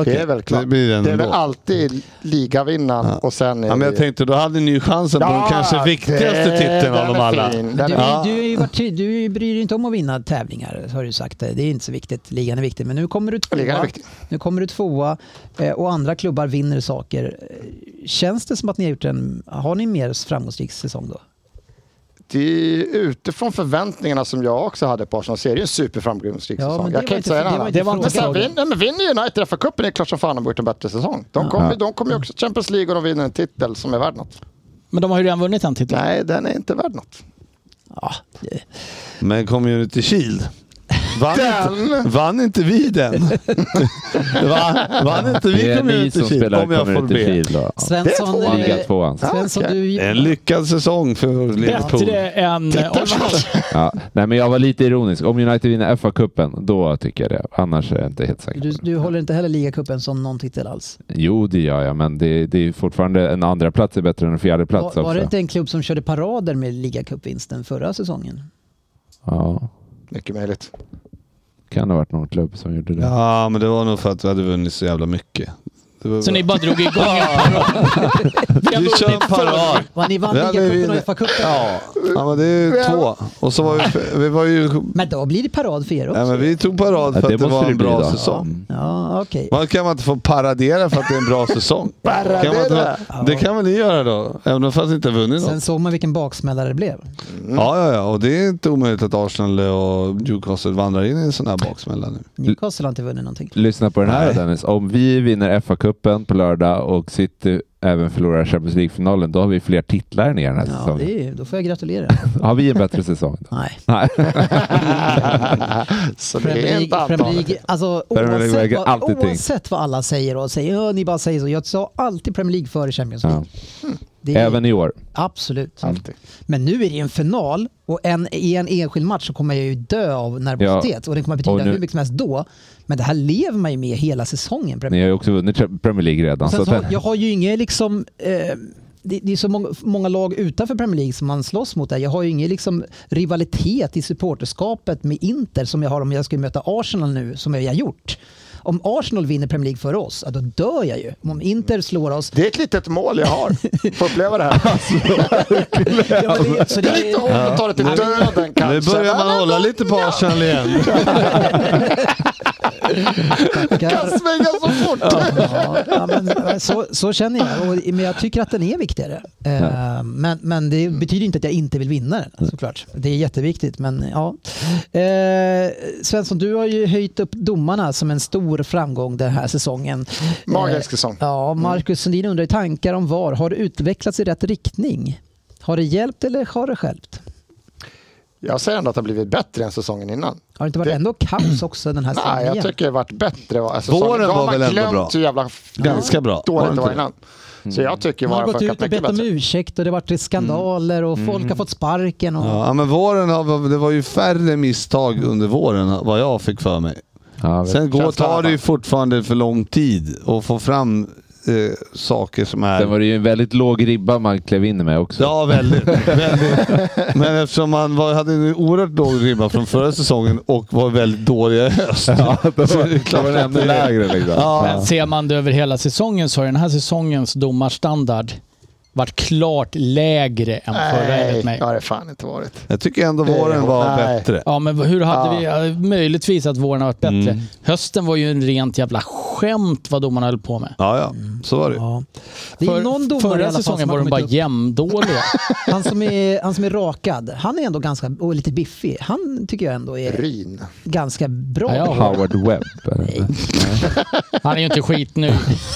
[SPEAKER 4] Det är väl klart.
[SPEAKER 7] Det blir den
[SPEAKER 4] är väl
[SPEAKER 7] då.
[SPEAKER 4] alltid ligavinnaren
[SPEAKER 7] Ja.
[SPEAKER 4] och sen är
[SPEAKER 7] Ja, men jag
[SPEAKER 4] det-
[SPEAKER 7] tänkte, då hade ni ju chansen på den kanske viktigaste
[SPEAKER 4] det-
[SPEAKER 7] titeln av
[SPEAKER 4] den
[SPEAKER 7] dem
[SPEAKER 4] är
[SPEAKER 7] alla.
[SPEAKER 4] fin.
[SPEAKER 3] Du,
[SPEAKER 4] Den är
[SPEAKER 7] Ja.
[SPEAKER 3] du, är ju varit tydlig, du bryr dig inte om att vinna tävlingar har du sagt. Det är inte så viktigt. Ligan är viktig. Men nu kommer du
[SPEAKER 4] Ligan är
[SPEAKER 3] tvåa,
[SPEAKER 4] viktig.
[SPEAKER 3] nu kommer du tvåa eh, och andra klubbar vinner saker. Eh, Känns det som att ni har gjort en... Har ni en mer framgångsrik säsong då?
[SPEAKER 4] Det är utifrån förväntningarna som jag också hade på Arsenal så är det ju en superframgångsrik
[SPEAKER 3] Ja, men
[SPEAKER 4] säsong.
[SPEAKER 3] det
[SPEAKER 4] Jag
[SPEAKER 3] var inte-
[SPEAKER 4] kan inte säga
[SPEAKER 3] det var
[SPEAKER 4] något
[SPEAKER 3] inte
[SPEAKER 4] annat. Men sen
[SPEAKER 3] frågan.
[SPEAKER 4] vinner, nej, men vinner United FA-cupen det är klart som fan de har gjort en bättre säsong. De kommer ju de kommer ju också till Champions League och de vinner en titel som är värd något.
[SPEAKER 5] Men de har ju redan vunnit en titel.
[SPEAKER 4] Nej, den är inte värd något.
[SPEAKER 7] Men Community Shield. Vann,
[SPEAKER 4] Den!
[SPEAKER 7] inte, vann inte vi den? Va? Vann inte
[SPEAKER 6] Det
[SPEAKER 7] vi
[SPEAKER 6] är ni
[SPEAKER 7] Community
[SPEAKER 6] som
[SPEAKER 7] Shield?
[SPEAKER 6] spelar
[SPEAKER 7] Om jag får
[SPEAKER 6] Community
[SPEAKER 7] be.
[SPEAKER 6] Shield då. Ja.
[SPEAKER 3] Svensson,
[SPEAKER 4] tvåan.
[SPEAKER 3] eh,
[SPEAKER 6] Liga tvåan.
[SPEAKER 3] Svensson
[SPEAKER 4] Ah, okej.
[SPEAKER 3] du
[SPEAKER 7] En lyckad säsong för Liverpool.
[SPEAKER 5] Bättre än... eh,
[SPEAKER 6] Ja. Nej, men jag var lite ironisk. Om United vinner FA-cupen, då tycker jag det. Annars är jag inte helt säker.
[SPEAKER 3] Du, du håller inte heller ligacupen som någon titel alls?
[SPEAKER 6] Jo, det gör jag, men det, det är fortfarande en andra plats är bättre än en fjärde plats
[SPEAKER 3] var,
[SPEAKER 6] också.
[SPEAKER 3] var det inte en klubb som körde parader med ligacupvinsten förra säsongen?
[SPEAKER 6] Ja,
[SPEAKER 4] Mycket möjligt.
[SPEAKER 6] kan det ha varit någon klubb som gjorde det.
[SPEAKER 7] Ja, men det var nog för att vi hade vunnit så jävla mycket. Det var
[SPEAKER 5] Så
[SPEAKER 7] bra.
[SPEAKER 5] ni bara drog igång en parad?
[SPEAKER 7] Du kör en parad.
[SPEAKER 3] Vad ni vann
[SPEAKER 7] Ja, men
[SPEAKER 3] ligacupen och
[SPEAKER 7] vi-
[SPEAKER 3] FA-cupen.
[SPEAKER 7] Ja. ja, men det är ju två. Och så var vi, vi var ju...
[SPEAKER 3] Men då blir det parad för er också.
[SPEAKER 7] Ja, men vi tog parad
[SPEAKER 6] Ja,
[SPEAKER 7] för
[SPEAKER 6] det
[SPEAKER 7] att
[SPEAKER 6] måste
[SPEAKER 7] det var
[SPEAKER 6] det
[SPEAKER 7] en
[SPEAKER 6] bli
[SPEAKER 7] bra
[SPEAKER 6] då.
[SPEAKER 7] säsong.
[SPEAKER 3] Ja, okej.
[SPEAKER 7] Man kan man inte få paradera för att det är en bra säsong? Kan man inte, det kan väl ni göra då? Även om fast ni inte har vunnit
[SPEAKER 3] Sen
[SPEAKER 7] något.
[SPEAKER 3] såg man vilken baksmällare det blev.
[SPEAKER 7] Ja, ja, ja. Och det är inte omöjligt att Arsenal och Newcastle vandrar in i en sån här baksmälla nu.
[SPEAKER 3] Newcastle har inte vunnit någonting.
[SPEAKER 6] Lyssna på den här
[SPEAKER 7] Nej.
[SPEAKER 6] Dennis. Om vi vinner FA-cupen på lördag och City även förlorar Champions League-finalen, då har vi fler titlar än er den här
[SPEAKER 3] Ja,
[SPEAKER 6] säsongen.
[SPEAKER 3] det är, ju- då får jag gratulera.
[SPEAKER 6] Har vi en bättre säsong? Då?
[SPEAKER 3] Nej.
[SPEAKER 6] Nej.
[SPEAKER 4] Så
[SPEAKER 3] Premier
[SPEAKER 4] det är inte
[SPEAKER 3] League, Premier
[SPEAKER 4] antalet.
[SPEAKER 3] League alltså,
[SPEAKER 6] Premier League
[SPEAKER 3] oavsett,
[SPEAKER 6] väger
[SPEAKER 3] vad,
[SPEAKER 6] alltid tyngst.
[SPEAKER 3] oavsett vad alla säger och säger, ja, ni bara säger så. Jag sa alltid Premier League före Champions
[SPEAKER 6] Ja.
[SPEAKER 3] League. Det är,
[SPEAKER 6] Även i år.
[SPEAKER 3] Absolut.
[SPEAKER 4] Alltid.
[SPEAKER 3] Men nu är det ju en final och en, i en enskild match så kommer jag ju dö av nervositet och det kommer betyda
[SPEAKER 6] Och nu-
[SPEAKER 3] hur mycket som helst då. Men det här lever man ju med hela säsongen. Premier
[SPEAKER 6] Ni har ju också vunnit Cha- Premier League redan.
[SPEAKER 3] Sen
[SPEAKER 6] Så
[SPEAKER 3] så,
[SPEAKER 6] att,
[SPEAKER 3] jag har ju inget liksom... Eh, det, det är så många, många lag utanför Premier League som man slåss mot där. Jag har ju ingen liksom rivalitet i supporterskapet med Inter som jag har om jag skulle möta Arsenal nu, som jag har gjort. Om Arsenal vinner Premier League för oss, ja, då dör jag ju. Om Inter slår oss...
[SPEAKER 4] Det är ett litet mål jag har. Få uppleva det här.
[SPEAKER 3] Ja, men det, så det,
[SPEAKER 4] Det är lite hårt att ta det till döden
[SPEAKER 7] Nu
[SPEAKER 4] kanske.
[SPEAKER 7] börjar man hålla lite på Arsenal igen.
[SPEAKER 4] kan svänga så fort.
[SPEAKER 3] Ja, ja, men, eh, så, så känner jag, och, men jag tycker att den är viktigare. Eh, men, men det betyder inte att jag inte vill vinna den såklart. Det är jätteviktigt. Men, ja. eh, Svensson, du har ju höjt upp domarna som en stor framgång den här säsongen. Eh,
[SPEAKER 4] Magisk säsong. Mm.
[SPEAKER 3] Ja, Marcus Sundin undrar i tankar om VAR, har det utvecklats i rätt riktning? Har det hjälpt eller har det stjälpt?
[SPEAKER 4] Jag säger ändå att det har blivit bättre än säsongen innan.
[SPEAKER 3] Har det inte varit
[SPEAKER 4] Det-
[SPEAKER 3] ändå kaos också den här säsongen?
[SPEAKER 4] Nej, jag
[SPEAKER 3] Alltså, igen?
[SPEAKER 4] tycker det har varit bättre. Alltså,
[SPEAKER 7] Våren
[SPEAKER 4] säsongen- då har
[SPEAKER 7] var
[SPEAKER 4] man
[SPEAKER 7] väl ändå
[SPEAKER 4] glömt
[SPEAKER 7] bra.
[SPEAKER 4] Hur jävla f-
[SPEAKER 7] Ganska bra. Var
[SPEAKER 4] dåligt
[SPEAKER 7] det Mm.
[SPEAKER 4] det var
[SPEAKER 7] inte
[SPEAKER 4] innan. Så jag Mm. tycker
[SPEAKER 3] Man
[SPEAKER 4] VAR
[SPEAKER 3] har gått ut och
[SPEAKER 4] funkat mycket
[SPEAKER 3] bett om
[SPEAKER 4] bättre.
[SPEAKER 3] ursäkt och det har varit skandaler och folk
[SPEAKER 4] Mm.
[SPEAKER 3] har fått sparken. Och...
[SPEAKER 7] Ja, men våren, har- det var ju färre misstag under våren vad jag fick för mig.
[SPEAKER 6] ja, vi-
[SPEAKER 7] Sen går,
[SPEAKER 4] Känslan i alla
[SPEAKER 7] tar det ju
[SPEAKER 4] fall.
[SPEAKER 7] fortfarande för lång tid att få fram eh, saker som
[SPEAKER 6] Sen var
[SPEAKER 7] är...
[SPEAKER 6] det ju en väldigt låg ribba man klev in med också.
[SPEAKER 7] Ja, väldigt. väldigt. Men eftersom man var, hade en oerhört låg ribba från förra säsongen och var väldigt dålig i höst.
[SPEAKER 6] Ja, då
[SPEAKER 7] Så
[SPEAKER 6] var,
[SPEAKER 7] det är
[SPEAKER 6] då
[SPEAKER 7] klart
[SPEAKER 6] var den
[SPEAKER 7] att det-
[SPEAKER 6] ännu lägre liksom.
[SPEAKER 7] Ja.
[SPEAKER 5] Men ser man det över hela säsongen så har den här säsongens domarstandard varit klart lägre än förra enligt
[SPEAKER 4] Nej,
[SPEAKER 5] mig.
[SPEAKER 4] det har det fan inte varit.
[SPEAKER 7] Jag tycker ändå
[SPEAKER 4] Det är-
[SPEAKER 7] våren var
[SPEAKER 4] nej.
[SPEAKER 7] bättre.
[SPEAKER 5] Ja, men hur hade vi... ja, Möjligtvis att våren har varit bättre.
[SPEAKER 7] Mm.
[SPEAKER 5] Hösten var ju en rent jävla skämt vad domarna höll på med.
[SPEAKER 7] Ja, ja. Så var det ju.
[SPEAKER 3] Ja. Det är
[SPEAKER 5] För-
[SPEAKER 3] någon domare i
[SPEAKER 5] förra
[SPEAKER 3] alla fall
[SPEAKER 5] säsongen
[SPEAKER 3] som har
[SPEAKER 5] var de
[SPEAKER 3] kommit
[SPEAKER 5] bara
[SPEAKER 3] upp.
[SPEAKER 5] jämndåliga.
[SPEAKER 3] Han som, är, han som är rakad, han är ändå ganska, och lite biffig. Han tycker jag ändå är
[SPEAKER 4] Ryn.
[SPEAKER 3] ganska bra.
[SPEAKER 5] Ja, jag har-
[SPEAKER 6] Howard Webb. eller?
[SPEAKER 5] Han är ju inte skitny.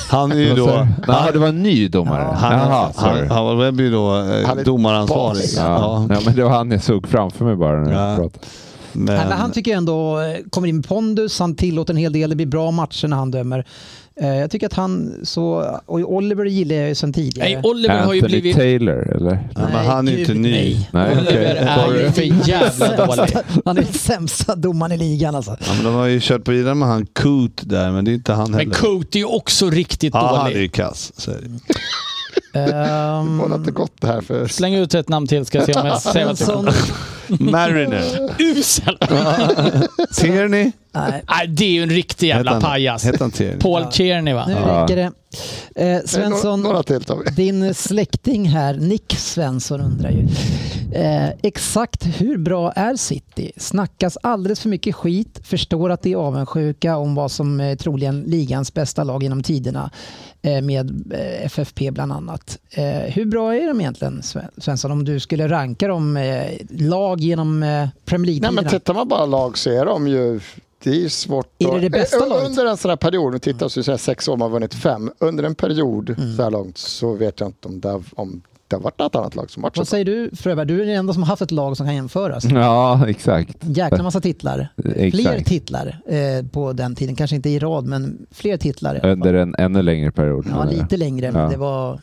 [SPEAKER 7] Han är ju då...
[SPEAKER 6] Ja, det var en ny domare.
[SPEAKER 7] Han,
[SPEAKER 6] Jaha, sorry.
[SPEAKER 7] han, han var Webby då eh,
[SPEAKER 4] Han är
[SPEAKER 7] domaransvarig.
[SPEAKER 4] bas.
[SPEAKER 6] Ja. Ja, men det var han jag såg framför mig bara när
[SPEAKER 7] Ja.
[SPEAKER 6] jag pratade.
[SPEAKER 7] men,
[SPEAKER 3] Nej, men han tycker jag ändå eh, kommer in med pondus, han tillåter en hel del, det blir bra matcher när han dömer. Eh, Jag tycker att han så, och Oliver gillar jag ju sedan tidigare.
[SPEAKER 5] Nej, Oliver har ju
[SPEAKER 6] Anthony
[SPEAKER 5] blivit...
[SPEAKER 6] Taylor, eller?
[SPEAKER 7] men han är ju inte
[SPEAKER 3] gud,
[SPEAKER 7] ny.
[SPEAKER 3] nej.
[SPEAKER 6] Nej,
[SPEAKER 5] Oliver
[SPEAKER 6] okej.
[SPEAKER 5] är ju för jävla dålig.
[SPEAKER 3] Han är den sämsta domaren i ligan alltså.
[SPEAKER 7] ja, men de har ju kört på vidare med han Coot där, men det är inte han heller.
[SPEAKER 5] Men Cote är ju också riktigt
[SPEAKER 7] ja, han är
[SPEAKER 5] dålig.
[SPEAKER 7] ju kass. så är det.
[SPEAKER 3] Ehm,
[SPEAKER 4] Hon har inte gått det här för...
[SPEAKER 5] Släng ut ett namn till ska jag se om jag säger vad jag tycker.
[SPEAKER 3] Svensson,
[SPEAKER 7] Mariner.
[SPEAKER 5] Usel!
[SPEAKER 7] Tierney.
[SPEAKER 3] nej,
[SPEAKER 5] Nej, det är ju en riktig
[SPEAKER 7] Hette
[SPEAKER 5] jävla
[SPEAKER 7] han-
[SPEAKER 5] pajas.
[SPEAKER 7] Hette han Tierney?
[SPEAKER 5] Paul Tierney va?
[SPEAKER 3] nu
[SPEAKER 6] Ja.
[SPEAKER 3] räcker det. Eh, Svensson,
[SPEAKER 4] Några, några till tar vi.
[SPEAKER 3] Din släkting här, Nick Svensson, undrar ju. Eh, exakt hur bra är City? Snackas alldeles för mycket skit, förstår att det är avundsjuka om vad som är troligen ligans bästa lag genom tiderna eh, med eh, FFP bland annat. Eh, hur bra är de egentligen, Sve- Svensson, om du skulle ranka dem eh, lag genom eh, Premier
[SPEAKER 4] Nej, men
[SPEAKER 3] League-tiderna?
[SPEAKER 4] tittar man bara lag så är de ju... Det är ju svårt
[SPEAKER 3] Är det
[SPEAKER 4] att-
[SPEAKER 3] det bästa
[SPEAKER 4] Eh,
[SPEAKER 3] laget?
[SPEAKER 4] Under en sån här period, nu tittar så är det sex år man har vunnit fem. Under en period
[SPEAKER 3] Mm.
[SPEAKER 4] så här långt så vet jag inte om det, har- om det har varit något annat lag som varit så.
[SPEAKER 3] Vad säger du Fröberg? Du är den enda som har haft ett lag som kan jämföras.
[SPEAKER 6] Ja, exakt.
[SPEAKER 4] Mm.
[SPEAKER 3] En jäkla massa titlar. Fler
[SPEAKER 6] Exakt.
[SPEAKER 3] titlar eh, på den tiden, kanske inte i rad men fler titlar. i alla fall.
[SPEAKER 6] Under en ännu längre period.
[SPEAKER 3] Ja,
[SPEAKER 6] menar jag.
[SPEAKER 3] lite längre men
[SPEAKER 6] Ja.
[SPEAKER 3] det var...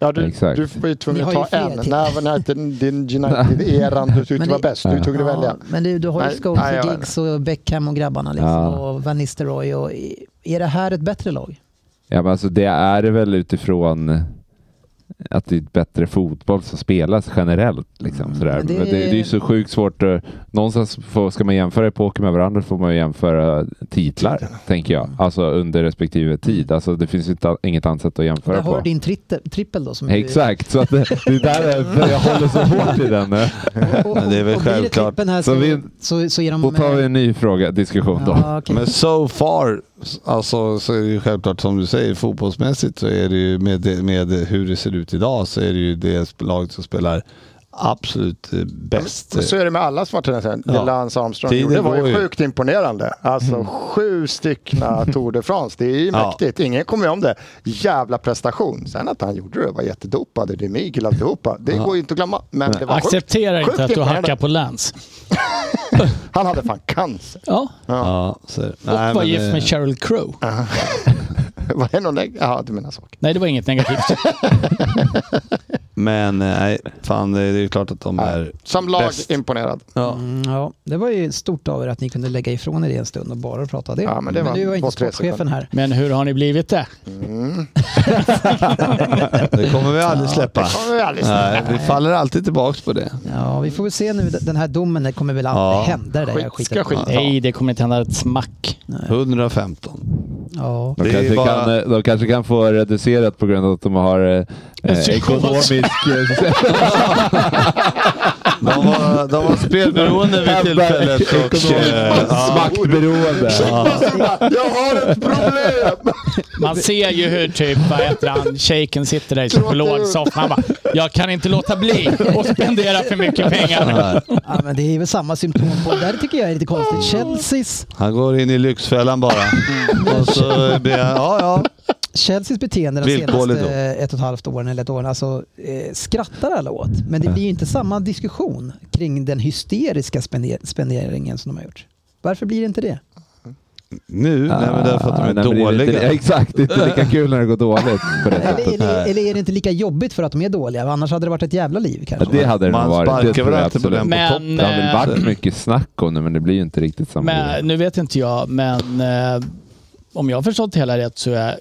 [SPEAKER 4] Ja, du,
[SPEAKER 6] Exakt.
[SPEAKER 4] du var ju tvungen
[SPEAKER 3] Ni
[SPEAKER 4] att
[SPEAKER 3] har
[SPEAKER 4] ta
[SPEAKER 3] ju fel
[SPEAKER 4] en.
[SPEAKER 3] till.
[SPEAKER 4] Nej, men nej, inte din United-eran du tyckte
[SPEAKER 3] Men
[SPEAKER 4] var
[SPEAKER 3] det-
[SPEAKER 4] bäst. Du tog det välja.
[SPEAKER 3] Ja, men du, du har ju
[SPEAKER 4] Nej,
[SPEAKER 3] Scholes
[SPEAKER 4] nej, jag
[SPEAKER 3] och
[SPEAKER 4] vet
[SPEAKER 3] Giggs och Beckham och grabbarna liksom,
[SPEAKER 6] Ja.
[SPEAKER 3] och Van Nistelrooy. Och, är det här ett bättre lag?
[SPEAKER 6] Ja, men alltså det är det väl utifrån att det är bättre fotboll som spelas generellt. Liksom,
[SPEAKER 7] Mm.
[SPEAKER 6] sådär.
[SPEAKER 3] Men det-
[SPEAKER 6] Det... Det, det är ju så sjukt svårt. att- Någonstans får, ska man jämföra epoker med varandra får man ju jämföra titlar, tänker jag.
[SPEAKER 3] Mm.
[SPEAKER 6] Alltså under respektive tid. Alltså, det finns ju inte, inget annat sätt att jämföra
[SPEAKER 3] Där
[SPEAKER 6] på.
[SPEAKER 3] har du din tritte- trippel då. Som
[SPEAKER 6] Exakt, så att det, det är därför jag håller så hårt i den. eh.
[SPEAKER 3] Och, och,
[SPEAKER 7] Men det är väl
[SPEAKER 3] och blir
[SPEAKER 7] självklart.
[SPEAKER 3] trippeln här
[SPEAKER 6] Så
[SPEAKER 3] så, så,
[SPEAKER 6] vi-
[SPEAKER 3] så, ger de...
[SPEAKER 6] Då tar vi en ny fråga, diskussion då.
[SPEAKER 3] Mm. ja, okej.
[SPEAKER 7] Men so far, alltså, så är det ju självklart som du säger, fotbollsmässigt så är det ju med, det- med hur det ser ut idag så är det ju det laget som spelar absolut eh, bäst.
[SPEAKER 4] Så är det med alla som har tränat sen.
[SPEAKER 7] Ja.
[SPEAKER 4] Det Lance Armstrong
[SPEAKER 7] Tiden
[SPEAKER 4] gjorde var
[SPEAKER 7] går
[SPEAKER 4] ju
[SPEAKER 7] ju. Mm.
[SPEAKER 4] sjukt imponerande. Alltså sju styckna Tour de France. Det är ju
[SPEAKER 7] Ja.
[SPEAKER 4] mäktigt. Ingen kommer ju om det. Jävla prestation. Sen att han gjorde det var jättedopad. Det är mygel alltihopa. Det går ju inte att glömma. Men det var
[SPEAKER 5] Acceptera
[SPEAKER 4] sjukt,
[SPEAKER 5] inte att
[SPEAKER 4] sjukt
[SPEAKER 5] du
[SPEAKER 4] imponerande.
[SPEAKER 5] hackar på Lance.
[SPEAKER 4] Han hade fan cancer.
[SPEAKER 5] Ja,
[SPEAKER 7] Ja, så, och
[SPEAKER 5] och var
[SPEAKER 7] eh,
[SPEAKER 5] gift med Sheryl Crow.
[SPEAKER 4] Var det någon lägg? Ja, du menar så.
[SPEAKER 5] Nej, det var inget negativt.
[SPEAKER 7] Men eh, nej, fan det är ju klart att de är...
[SPEAKER 4] Som lag
[SPEAKER 7] Bäst.
[SPEAKER 4] imponerad.
[SPEAKER 7] Ja.
[SPEAKER 3] Mm, ja, det var ju stort av er att ni kunde lägga ifrån er det en stund och bara prata det.
[SPEAKER 4] Ja, men det var
[SPEAKER 3] du var
[SPEAKER 4] två,
[SPEAKER 3] inte
[SPEAKER 4] tre
[SPEAKER 3] sportchefen
[SPEAKER 4] sekunder.
[SPEAKER 3] här.
[SPEAKER 5] Men hur har ni blivit det?
[SPEAKER 7] Det kommer vi aldrig släppa.
[SPEAKER 4] kommer vi aldrig släppa.
[SPEAKER 7] Nej, vi faller alltid tillbaks på det.
[SPEAKER 3] Ja, vi får väl se nu. Den här domen den kommer väl aldrig
[SPEAKER 7] Ja.
[SPEAKER 3] hända det där
[SPEAKER 4] Skit
[SPEAKER 3] jag skiter
[SPEAKER 4] ska skit. Ja.
[SPEAKER 5] Nej, det kommer inte hända ett smack.
[SPEAKER 7] 115.
[SPEAKER 3] Ja.
[SPEAKER 6] De
[SPEAKER 7] Det är
[SPEAKER 6] kanske,
[SPEAKER 7] bara-
[SPEAKER 6] kan, eh, de kanske kan få reducerat på grund av att de har eh, eh, ekonomisk...
[SPEAKER 7] De var, de var spelberoende vid tillfället. Och, eh, ja.
[SPEAKER 6] Maktberoende.
[SPEAKER 4] Jag har ett problem!
[SPEAKER 5] Man ser ju hur typ, vad heter han, shejken sitter där i sin
[SPEAKER 4] Tråkig.
[SPEAKER 5] polosoffan. Han bara, jag kan inte låta bli och spendera för mycket pengar.
[SPEAKER 3] ja, men det är väl samma symptom på... Där tycker jag är lite konstigt. Chelseas,
[SPEAKER 7] Han går in i lyxfällan bara. Och så blir jag, ja ja.
[SPEAKER 3] Chelseas beteende de
[SPEAKER 7] Villkorligt
[SPEAKER 3] senaste ett och ett halvt åren eller ett år, alltså eh, skrattar alla åt. Men det blir ju inte samma diskussion kring den hysteriska spende- spenderingen som de har gjort. Varför blir det inte det?
[SPEAKER 7] Nu? Ah, nej men därför
[SPEAKER 6] Nej,
[SPEAKER 7] att de är
[SPEAKER 6] men det
[SPEAKER 7] dåliga.
[SPEAKER 6] Inte, exakt, det är inte lika kul när det går dåligt på det
[SPEAKER 3] Eller,
[SPEAKER 6] sättet.
[SPEAKER 3] eller, eller är det inte lika jobbigt för att de är dåliga? Annars hade det varit ett jävla liv
[SPEAKER 6] Ja,
[SPEAKER 3] kanske.
[SPEAKER 6] Det hade det
[SPEAKER 7] Man
[SPEAKER 6] nog varit.
[SPEAKER 7] sparkar
[SPEAKER 6] Det tror
[SPEAKER 7] väl
[SPEAKER 6] jag
[SPEAKER 7] alltid på
[SPEAKER 6] absolut.
[SPEAKER 7] den på
[SPEAKER 5] Men,
[SPEAKER 7] toppen.
[SPEAKER 6] Det har väl
[SPEAKER 5] eh,
[SPEAKER 6] varit mycket snack om det, men det blir ju inte riktigt samma. grej.
[SPEAKER 5] Men, nu vet inte jag, men eh, om jag har förstått det hela rätt så är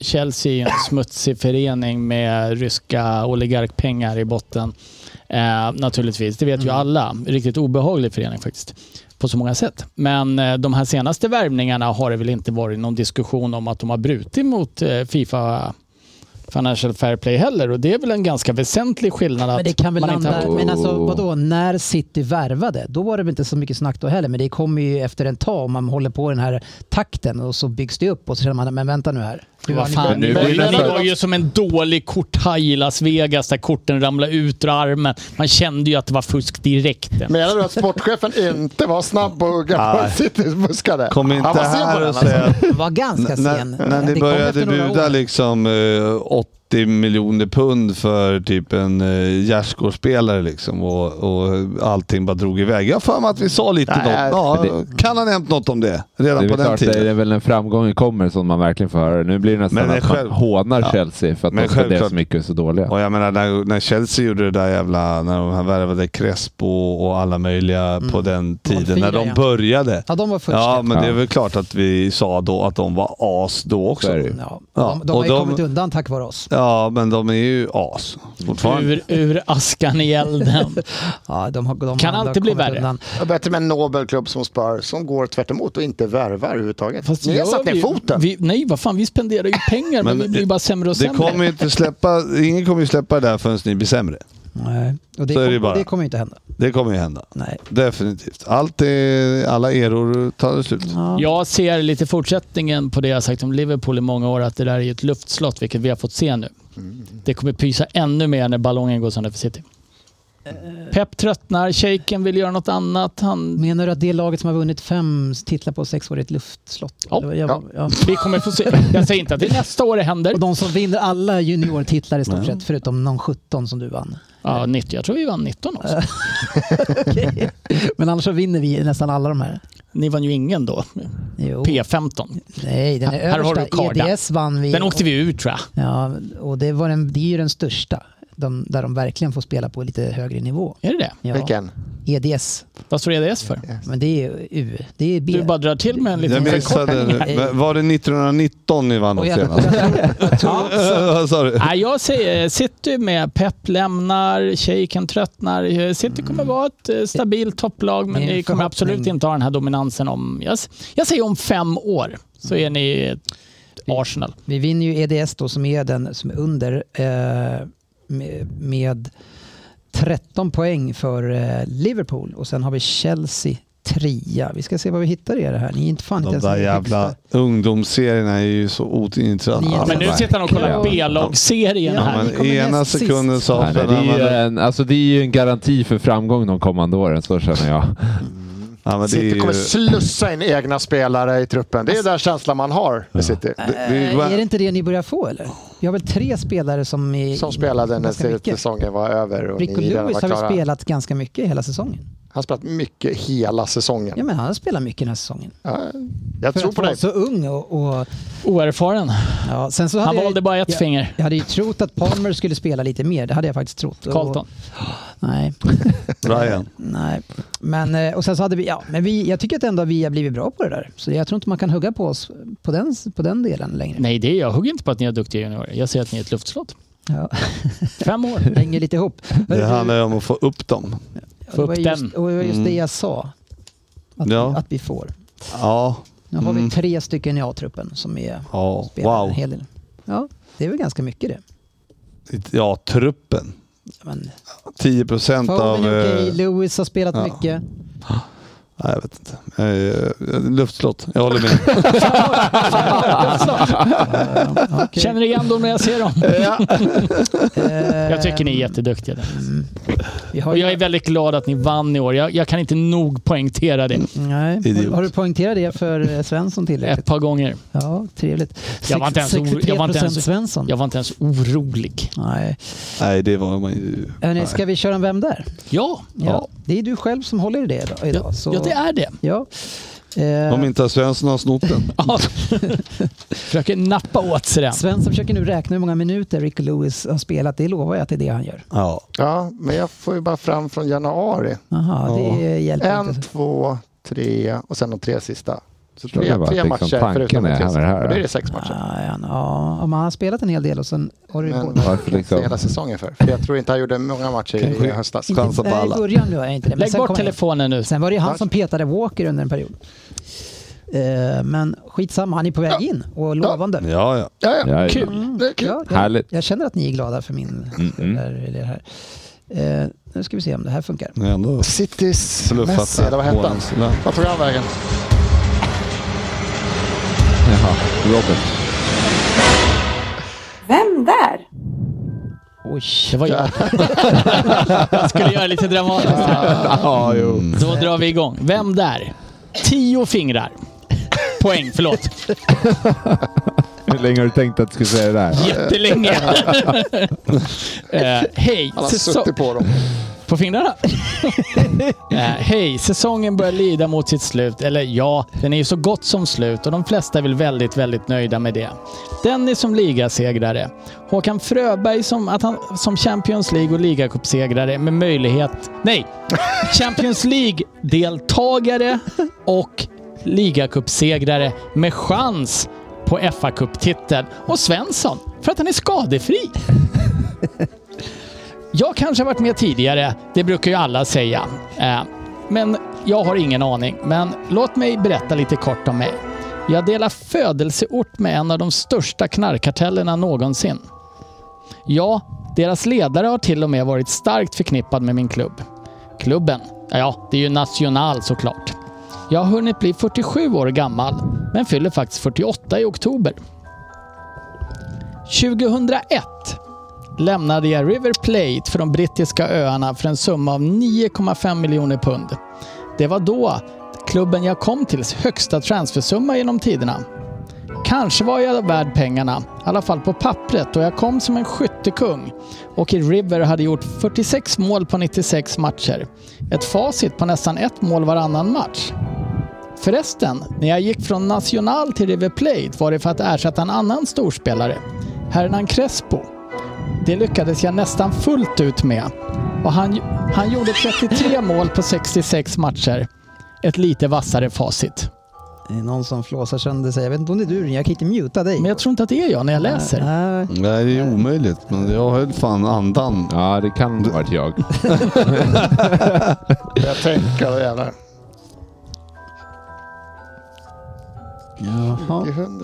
[SPEAKER 5] Chelsea en smutsig förening med ryska oligarkpengar i botten. Eh, naturligtvis, det vet ju alla. Riktigt obehaglig förening faktiskt. På så många sätt. Men eh, de här senaste värvningarna har det väl inte varit någon diskussion om att de har brutit mot eh, Fifa Financial Fair Play heller. Och det är väl en ganska väsentlig skillnad att
[SPEAKER 3] Men det kan väl
[SPEAKER 5] man inte
[SPEAKER 3] landa,
[SPEAKER 5] har...
[SPEAKER 3] men
[SPEAKER 7] Oh.
[SPEAKER 3] alltså vadå, när City värvade, då var det väl inte så mycket snack då heller, men det kommer ju efter en tag om man håller på i den här takten och så byggs det upp och så känner man, men vänta nu här. Hur har
[SPEAKER 5] Vad
[SPEAKER 3] ni
[SPEAKER 5] fan,
[SPEAKER 6] nu
[SPEAKER 5] nu
[SPEAKER 6] går
[SPEAKER 5] går
[SPEAKER 6] ju nästan-
[SPEAKER 5] var ju som en dålig korthaj i Las Vegas där korten ramlade ut ur armen. Man kände ju att det var fusk direkt.
[SPEAKER 4] Menar du att sportchefen inte var snabb på att hugga på
[SPEAKER 7] Nej.
[SPEAKER 4] Citys buskade?
[SPEAKER 7] Kom inte
[SPEAKER 4] Han var sen på
[SPEAKER 7] här
[SPEAKER 4] den,
[SPEAKER 7] och
[SPEAKER 4] alltså.
[SPEAKER 7] säg att
[SPEAKER 3] var ganska
[SPEAKER 7] när,
[SPEAKER 3] sen.
[SPEAKER 7] när
[SPEAKER 3] Det
[SPEAKER 7] ni
[SPEAKER 3] kom
[SPEAKER 7] började
[SPEAKER 3] efter några
[SPEAKER 7] buda
[SPEAKER 3] år.
[SPEAKER 7] liksom eh, 80 miljoner pund för typ en eh, gärdsgårdsspelare liksom och, och allting bara drog iväg. Jag har för mig att vi sa lite
[SPEAKER 4] Nej,
[SPEAKER 7] något. Ja,
[SPEAKER 6] men
[SPEAKER 7] kan ha nämnt något om det
[SPEAKER 6] Det
[SPEAKER 7] redan
[SPEAKER 6] är,
[SPEAKER 7] på
[SPEAKER 6] väl
[SPEAKER 7] den
[SPEAKER 6] klart, det är
[SPEAKER 7] tiden.
[SPEAKER 6] väl när framgången kommer som man verkligen får höra det. Nu blir det nästan
[SPEAKER 7] Men det är
[SPEAKER 6] att man
[SPEAKER 7] själv-
[SPEAKER 6] hånar
[SPEAKER 7] Ja.
[SPEAKER 6] Chelsea för att
[SPEAKER 7] Men
[SPEAKER 6] de spenderar
[SPEAKER 7] självklart.
[SPEAKER 6] så mycket och är så dåliga.
[SPEAKER 7] Och jag menar när, när Chelsea gjorde det där jävla, när de här värvade Crespo och alla möjliga på den tiden. När
[SPEAKER 3] Mm. fyra,
[SPEAKER 7] de
[SPEAKER 3] ja.
[SPEAKER 7] började.
[SPEAKER 3] Ja, de var först.
[SPEAKER 7] Ja, men det är
[SPEAKER 6] Ja.
[SPEAKER 7] väl klart att vi sa då att de var as då
[SPEAKER 6] Så är
[SPEAKER 7] också.
[SPEAKER 6] det ju.
[SPEAKER 3] Ja,
[SPEAKER 7] Ja,
[SPEAKER 3] de, de har
[SPEAKER 7] och
[SPEAKER 3] ju
[SPEAKER 7] de-
[SPEAKER 3] kommit undan tack vare oss.
[SPEAKER 7] Ja, men de är ju as fortfarande.
[SPEAKER 5] Ur, ur askan i elden.
[SPEAKER 3] Ja, de har, de har
[SPEAKER 5] Kan
[SPEAKER 3] ändå
[SPEAKER 5] alltid bli
[SPEAKER 3] kommit
[SPEAKER 5] värre.
[SPEAKER 3] undan.
[SPEAKER 4] Det är Bättre med en nobel klubb som Spurs som går tvärt emot och inte värvar överhuvudtaget.
[SPEAKER 5] Fast
[SPEAKER 4] Ni har
[SPEAKER 5] gör
[SPEAKER 4] satt ner
[SPEAKER 5] vi-
[SPEAKER 4] foten.
[SPEAKER 5] Vi, nej, vad fan, vi spenderar ju pengar men,
[SPEAKER 7] Men
[SPEAKER 5] vi blir bara sämre och
[SPEAKER 7] Det
[SPEAKER 5] sämre.
[SPEAKER 7] kommer ju inte släppa, ingen kommer ju släppa det där förrän ni blir sämre.
[SPEAKER 3] Nej, och det,
[SPEAKER 7] Så är det ju
[SPEAKER 3] kom,
[SPEAKER 7] bara.
[SPEAKER 3] det kommer ju inte hända.
[SPEAKER 7] Det kommer ju hända.
[SPEAKER 3] Nej.
[SPEAKER 7] Definitivt. Allt är, alla eror tar slut.
[SPEAKER 5] Jag ser lite fortsättningen på det jag har sagt om Liverpool i många år, att det där är ju ett luftslott, vilket vi har fått se nu. Det kommer pysa ännu mer när ballongen går sönder för City. Eh. Pep tröttnar, shejken vill göra något annat. Han
[SPEAKER 3] Menar du att det laget som har vunnit fem titlar på sex år är ett luftslott?
[SPEAKER 5] Ja.
[SPEAKER 3] Eller vad- jag-
[SPEAKER 4] Ja.
[SPEAKER 3] ja.
[SPEAKER 5] Vi kommer få se. Jag säger inte att det är nästa år det händer.
[SPEAKER 3] Och de som vinner alla juniortitlar i stort sett, förutom någon 17 som du vann.
[SPEAKER 5] Ja, 90, jag tror vi vann 19 också.
[SPEAKER 3] Okej. Men annars så vinner vi nästan alla de här.
[SPEAKER 5] Ni vann ju ingen då.
[SPEAKER 3] Jo.
[SPEAKER 5] P15.
[SPEAKER 3] Nej, den är
[SPEAKER 5] Här har du
[SPEAKER 3] översta.
[SPEAKER 5] kardan.
[SPEAKER 3] EDS vann vi.
[SPEAKER 5] Den åkte vi ur tror jag.
[SPEAKER 3] Ja, och det, var den, det är ju den största. de, där de verkligen får spela på lite högre nivå.
[SPEAKER 5] Är det det?
[SPEAKER 3] Ja.
[SPEAKER 4] Vilken?
[SPEAKER 3] EDS.
[SPEAKER 5] Vad står EDS för?
[SPEAKER 3] Men det är ju U. Det är B.
[SPEAKER 5] Du bara drar till med en liten
[SPEAKER 7] Jag missade,
[SPEAKER 3] förkortning.
[SPEAKER 7] det. var det 1919 ni vann
[SPEAKER 3] Och
[SPEAKER 7] oh,
[SPEAKER 3] jag-
[SPEAKER 7] senast? Vad sa du?
[SPEAKER 5] Nej, jag säger eh, City med Pep lämnar, Shaken tröttnar. Eh, City kommer vara ett eh, stabilt topplag, men
[SPEAKER 3] Min
[SPEAKER 5] ni kommer
[SPEAKER 3] förhoppning-
[SPEAKER 5] absolut inte ha den här dominansen om... Jag, s- jag säger om fem år så är ni ett Arsenal.
[SPEAKER 3] Vi vinner ju EDS då som är den som är under eh, med, med 13 poäng för eh, Liverpool och sen har vi Chelsea trea. Vi ska se vad vi hittar er här. Ni är inte fan inte
[SPEAKER 7] De
[SPEAKER 3] ens
[SPEAKER 7] där
[SPEAKER 3] med i
[SPEAKER 7] jävla
[SPEAKER 3] högsta. ungdomsserierna
[SPEAKER 7] ungdomsserierna är ju så ointressanta.
[SPEAKER 3] Ja,
[SPEAKER 5] Men nu
[SPEAKER 3] verkligen.
[SPEAKER 5] sitter han och kollar B-lagsserien
[SPEAKER 3] Ja,
[SPEAKER 5] här.
[SPEAKER 7] Ja,
[SPEAKER 3] ni
[SPEAKER 7] men
[SPEAKER 3] kommer
[SPEAKER 7] ena
[SPEAKER 3] näst sist.
[SPEAKER 7] sekunden sa
[SPEAKER 6] Nej, nej, det, är ju en, alltså det är ju en garanti för framgång de kommande åren, så känner jag.
[SPEAKER 7] Ja, men det, är
[SPEAKER 4] City kommer
[SPEAKER 7] ju,
[SPEAKER 4] slussa in egna spelare i truppen. Det är den känslan man har med City.
[SPEAKER 7] det är ju bara-
[SPEAKER 3] Eh, Är det inte det ni börjar få eller? Vi har väl tre spelare som, är,
[SPEAKER 4] Som spelade när
[SPEAKER 3] ganska mycket.
[SPEAKER 4] säsongen var över och
[SPEAKER 3] Rico
[SPEAKER 4] ni redan
[SPEAKER 3] Lewis
[SPEAKER 4] var
[SPEAKER 3] har
[SPEAKER 4] klara.
[SPEAKER 3] ju spelat ganska mycket hela säsongen.
[SPEAKER 4] Han har spelat mycket hela säsongen.
[SPEAKER 3] Ja, men han har spelat mycket den här säsongen.
[SPEAKER 4] Ja, jag
[SPEAKER 3] För
[SPEAKER 4] tror
[SPEAKER 3] att
[SPEAKER 4] på
[SPEAKER 3] vara
[SPEAKER 4] dig.
[SPEAKER 3] så ung och... och
[SPEAKER 5] Oerfaren.
[SPEAKER 3] ja, sen så hade
[SPEAKER 5] Han
[SPEAKER 3] jag-
[SPEAKER 5] valde bara ett
[SPEAKER 3] jag,
[SPEAKER 5] finger.
[SPEAKER 3] Jag hade ju trott att Palmer skulle spela lite mer. Det hade jag faktiskt trott. Och-
[SPEAKER 5] Carlton.
[SPEAKER 3] Nej,
[SPEAKER 7] Ryan.
[SPEAKER 3] nej. Men, eh, och sen så hade vi, ja, men vi, jag tycker att ändå vi har blivit bra på det där. Så jag tror inte man kan hugga på oss på den, på den delen längre.
[SPEAKER 5] Nej, det är jag. hugger inte på att ni har duktiga juniorer. Jag säger att ni är ett luftslott.
[SPEAKER 3] Ja,
[SPEAKER 5] Fem år.
[SPEAKER 3] hänger lite ihop.
[SPEAKER 7] Det handlar ju om att få upp dem.
[SPEAKER 3] Och det var
[SPEAKER 5] upp
[SPEAKER 3] just,
[SPEAKER 5] den. Mm.
[SPEAKER 3] Och det var just det jag sa. Att,
[SPEAKER 7] Ja.
[SPEAKER 3] att vi får.
[SPEAKER 7] Ja,
[SPEAKER 3] Nu har vi
[SPEAKER 7] Mm.
[SPEAKER 3] tre stycken i A-truppen som är
[SPEAKER 7] ja.
[SPEAKER 3] spelare. En
[SPEAKER 7] wow.
[SPEAKER 3] hel del. Ja, det är väl ganska mycket det.
[SPEAKER 7] Ja, truppen.
[SPEAKER 3] Men
[SPEAKER 7] 10 procent av...
[SPEAKER 3] Foden är okej,
[SPEAKER 7] eh,
[SPEAKER 3] Lewis har spelat
[SPEAKER 7] ja.
[SPEAKER 3] mycket.
[SPEAKER 7] Nej, jag vet inte. Eh, Luftslott. Jag håller med.
[SPEAKER 3] Ja, okej.
[SPEAKER 5] Känner igen dem när jag ser dem.
[SPEAKER 3] Eh, mm.
[SPEAKER 5] Jag tycker ni är jätteduktiga.
[SPEAKER 3] vi har
[SPEAKER 5] Och
[SPEAKER 3] ju-
[SPEAKER 5] jag är väldigt glad att ni vann i år. Jag, jag kan inte nog poängtera
[SPEAKER 3] Mm.
[SPEAKER 5] det.
[SPEAKER 3] Nej.
[SPEAKER 7] Idiot.
[SPEAKER 3] Har, har du poängterat det för eh, Svensson
[SPEAKER 5] Ett
[SPEAKER 3] tillräckligt?
[SPEAKER 5] par gånger.
[SPEAKER 3] Ja, trevligt.
[SPEAKER 5] Jag var inte ens oro- jag var inte ens-
[SPEAKER 3] 63% Svensson.
[SPEAKER 5] Jag var inte ens orolig.
[SPEAKER 3] Nej.
[SPEAKER 7] Nej, det var man ju...
[SPEAKER 3] Hörrni, ska vi köra en Vem där?
[SPEAKER 5] Ja,
[SPEAKER 3] Ja. Det är du själv som håller i det idag-
[SPEAKER 5] ja,
[SPEAKER 3] idag. Så,
[SPEAKER 5] ja det är det.
[SPEAKER 3] Ja. Eh,
[SPEAKER 7] Om inte Svensson har snott den.
[SPEAKER 5] Ja. Försöker nappa åt sig den.
[SPEAKER 3] Svensson försöker nu räkna hur många minuter Rick Lewis har spelat. Det lovar jag att det är det han gör.
[SPEAKER 7] Ja.
[SPEAKER 4] Ja, men jag får ju bara fram från januari.
[SPEAKER 3] Aha, det hjälper
[SPEAKER 4] En,
[SPEAKER 3] inte.
[SPEAKER 4] två, tre och sen de tre sista. Så
[SPEAKER 6] Tror jag
[SPEAKER 4] tre,
[SPEAKER 6] bara
[SPEAKER 4] tre
[SPEAKER 6] att
[SPEAKER 4] matcher
[SPEAKER 6] liksom tanken
[SPEAKER 4] förutom de
[SPEAKER 6] är
[SPEAKER 4] tre
[SPEAKER 6] här med
[SPEAKER 4] sista.
[SPEAKER 6] det här,
[SPEAKER 4] Och då är
[SPEAKER 6] då.
[SPEAKER 4] det sex matcher.
[SPEAKER 3] Nej, han- Ja, om han har spelat en hel del och sen har du
[SPEAKER 4] Men
[SPEAKER 3] på.
[SPEAKER 6] Varför liksom?
[SPEAKER 4] hela säsongen för. för. Jag tror inte han gjorde många matcher i höstas.
[SPEAKER 7] Chansa på
[SPEAKER 3] Nej, i
[SPEAKER 7] alla.
[SPEAKER 3] början nu är jag inte det. men
[SPEAKER 5] Lägg
[SPEAKER 3] sen
[SPEAKER 5] bort
[SPEAKER 3] kommer jag-
[SPEAKER 5] telefonen nu.
[SPEAKER 3] Sen var det ju han
[SPEAKER 4] Tack.
[SPEAKER 3] som petade Walker under en period. Eh, Men skitsamma, han är på väg in och lovande.
[SPEAKER 7] Ja, ja.
[SPEAKER 4] Ja, ja.
[SPEAKER 6] Ja,
[SPEAKER 5] Kul.
[SPEAKER 4] Det är kul.
[SPEAKER 3] Mm. Ja, jag,
[SPEAKER 6] Härligt. Mm,
[SPEAKER 3] jag känner att ni är glada för min...
[SPEAKER 4] Mm.
[SPEAKER 6] Mm-mm.
[SPEAKER 3] Eller, eller det här. Eh, nu ska vi se om det här funkar.
[SPEAKER 7] Men Ändå
[SPEAKER 4] Citys
[SPEAKER 7] Bluffat eh,
[SPEAKER 4] Messi,
[SPEAKER 7] där.
[SPEAKER 4] eller vad hette han?
[SPEAKER 7] Ja.
[SPEAKER 4] Vad tog han vägen?
[SPEAKER 6] Jaha, Robert.
[SPEAKER 1] Vem där?
[SPEAKER 3] Oj,
[SPEAKER 5] Det var jag. jag skulle göra lite dramatiskt här. Mm.
[SPEAKER 6] Ja, jo.
[SPEAKER 5] Då drar vi igång. Vem där? Tio fingrar. Poäng, förlåt.
[SPEAKER 6] Hur länge har du tänkt att du skulle säga det där?
[SPEAKER 5] Jättelänge. Eh, Hej.
[SPEAKER 4] Han har
[SPEAKER 5] säsong-
[SPEAKER 4] suttit på dem.
[SPEAKER 5] På fingrarna? Eh, Hej, säsongen börjar lida mot sitt slut. Eller ja, den är ju så gott som slut och de flesta är väl väldigt, väldigt nöjda med det. Dennis som ligasegrare. Håkan Fröberg som, att han, som Champions League och ligacupsegrare med möjlighet... Nej! Champions League-deltagare och ligacupsegrare med chans på fa Cup-titeln. Och Svensson, för att han är skadefri. Jag kanske har varit med tidigare, det brukar ju alla säga. Eh, Men jag har ingen aning. Men låt mig berätta lite kort om mig. Jag delar födelseort med en av de största knarkkartellerna någonsin. Ja, deras ledare har till och med varit starkt förknippad med min klubb. Klubben? Ja, Ja, det är ju National såklart. Jag har hunnit bli 47 år gammal, men fyller faktiskt 48 i oktober. 2001 lämnade jag River Plate för de brittiska öarna för en summa av 9,5 miljoner pund. Det var då klubben jag kom tills högsta transfersumma genom tiderna. Kanske var jag värd pengarna, i alla fall på pappret, och jag kom som en skyttekung. Och i River hade gjort 46 mål på 96 matcher. Ett facit på nästan ett mål varannan match. Förresten, när jag gick från National till River Plate var det för att ersätta en annan storspelare, Hernan Crespo. Det lyckades jag nästan fullt ut med. Och han, han gjorde 33 mål på 66 matcher. Ett lite vassare facit.
[SPEAKER 9] Det är någon som flåsar sönder sig. Jag vet inte om det är du, jag kan inte muta dig.
[SPEAKER 5] Men jag tror inte att det är jag när jag läser.
[SPEAKER 9] Nej,
[SPEAKER 7] Nej, det är omöjligt. Men jag höll fan andan.
[SPEAKER 6] Ja, det kan ha varit jag.
[SPEAKER 4] Jag tänker, och jävlar.
[SPEAKER 9] Jaha.
[SPEAKER 4] 2001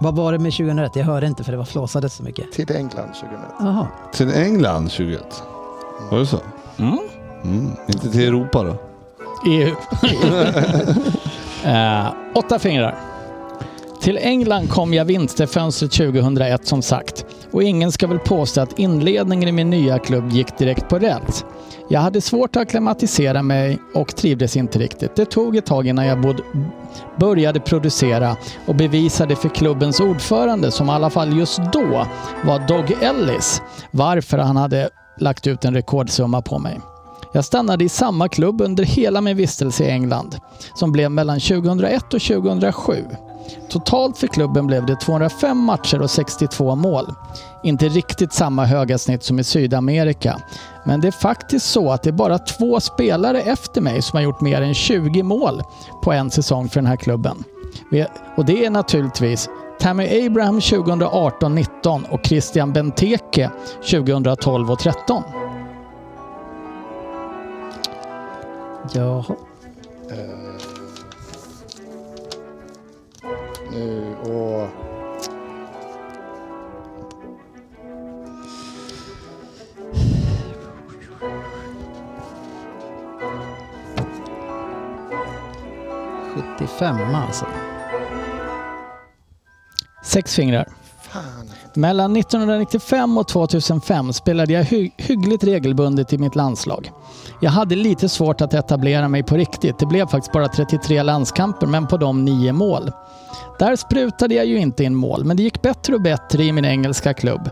[SPEAKER 9] Vad var det med 2001? Jag hörde inte för det var flåsades så mycket.
[SPEAKER 4] till England 2001.
[SPEAKER 9] Jaha.
[SPEAKER 7] Till England 21. Var det så?
[SPEAKER 5] Mm.
[SPEAKER 7] Mm. Inte till Europa då?
[SPEAKER 5] EU. eh, åtta fingrar. Till England kom jag vinterfönstret 2001 som sagt. Och ingen ska väl påstå att inledningen i min nya klubb gick direkt på räls. Jag hade svårt att klimatisera mig och trivdes inte riktigt. Det tog ett tag innan jag bod- började producera och bevisade för klubbens ordförande, som i alla fall just då var Dog Ellis, varför han hade lagt ut en rekordsumma på mig. Jag stannade i samma klubb under hela min vistelse i England, som blev mellan 2001 och 2007. Totalt för klubben blev det 205 matcher och 62 mål. Inte riktigt samma höga snitt som i Sydamerika. Men det är faktiskt så att det är bara två spelare efter mig som har gjort mer än 20 mål på en säsong för den här klubben. Vi- Och det är naturligtvis Tammy Abraham 2018-19 och Christian Benteke 2012 och 13.
[SPEAKER 9] Jaha.
[SPEAKER 4] Nu och...
[SPEAKER 9] Det är femma alltså.
[SPEAKER 5] Sex fingrar. Mellan 1995 och 2005 spelade jag hy- hyggligt regelbundet i mitt landslag. Jag hade lite svårt att etablera mig på riktigt. Det blev faktiskt bara 33 landskamper, men på de nio mål. Där sprutade jag ju inte in mål, men det gick bättre och bättre i min engelska klubb.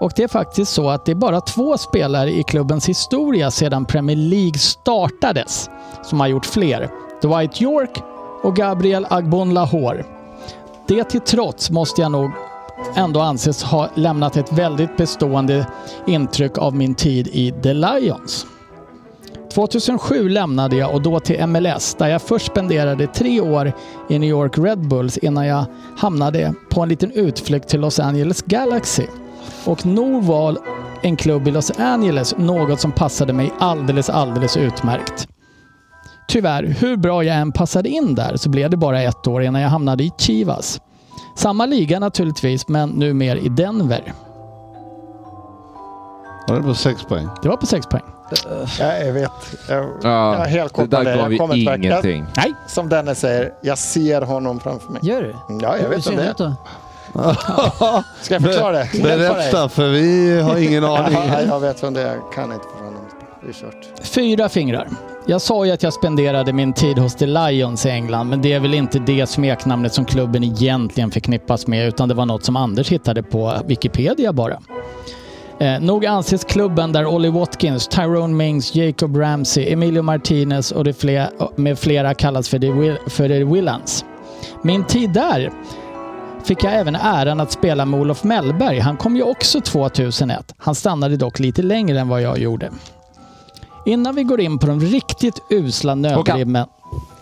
[SPEAKER 5] Och det är faktiskt så att det är bara två spelare i klubbens historia sedan Premier League startades som har gjort fler. Dwight York och Gabriel Agbon Lahore. Det till trots måste jag nog ändå anses ha lämnat ett väldigt bestående intryck av min tid i The Lions. 2007 lämnade jag och då till MLS där jag först spenderade tre år i New York Red Bulls innan jag hamnade på en liten utflykt till Los Angeles Galaxy. Och Norval, en klubb i Los Angeles, något som passade mig alldeles, alldeles utmärkt. Tyvärr, hur bra jag än passade in där så blev det bara ett år innan jag hamnade i Chivas. Samma liga naturligtvis, men nu mer i Denver.
[SPEAKER 7] Var det på sex poäng?
[SPEAKER 5] Det var på sex poäng.
[SPEAKER 4] Ja, jag vet. Jag, jag
[SPEAKER 6] Ja,
[SPEAKER 4] har helt
[SPEAKER 6] det
[SPEAKER 4] koll på
[SPEAKER 6] där gav
[SPEAKER 4] det. Jag
[SPEAKER 6] ju
[SPEAKER 4] kommer tillbaka.
[SPEAKER 6] ingenting.
[SPEAKER 5] Nej.
[SPEAKER 4] Som Denne säger, jag ser honom framför mig. Mm,
[SPEAKER 9] Gör du?
[SPEAKER 4] Ja, jag
[SPEAKER 9] Hur
[SPEAKER 4] vet
[SPEAKER 9] ser
[SPEAKER 4] om
[SPEAKER 9] den
[SPEAKER 4] det.
[SPEAKER 9] ut då?
[SPEAKER 4] Ska jag förklara det? Hjälpa dig?
[SPEAKER 7] Berätta, för vi har ingen aning.
[SPEAKER 4] Jaha, jag vet vem det är. Jag kan inte få fram honom. Det är kört.
[SPEAKER 5] Fyra fingrar. Jag sa ju att jag spenderade min tid hos The Lions i England, men det är väl inte det smeknamnet som klubben egentligen förknippas med, utan det var något som Anders hittade på Wikipedia bara. Eh, nog anses klubben där Ollie Watkins, Tyrone Mings, Jacob Ramsey, Emilio Martinez och de fler, med flera kallas för The, Will, för the Willans. Min tid där fick jag även äran att spela med Olof Mellberg. Han kom ju också 2001. Han stannade dock lite längre än vad jag gjorde. Innan vi går in på de riktigt usla nödrimmen.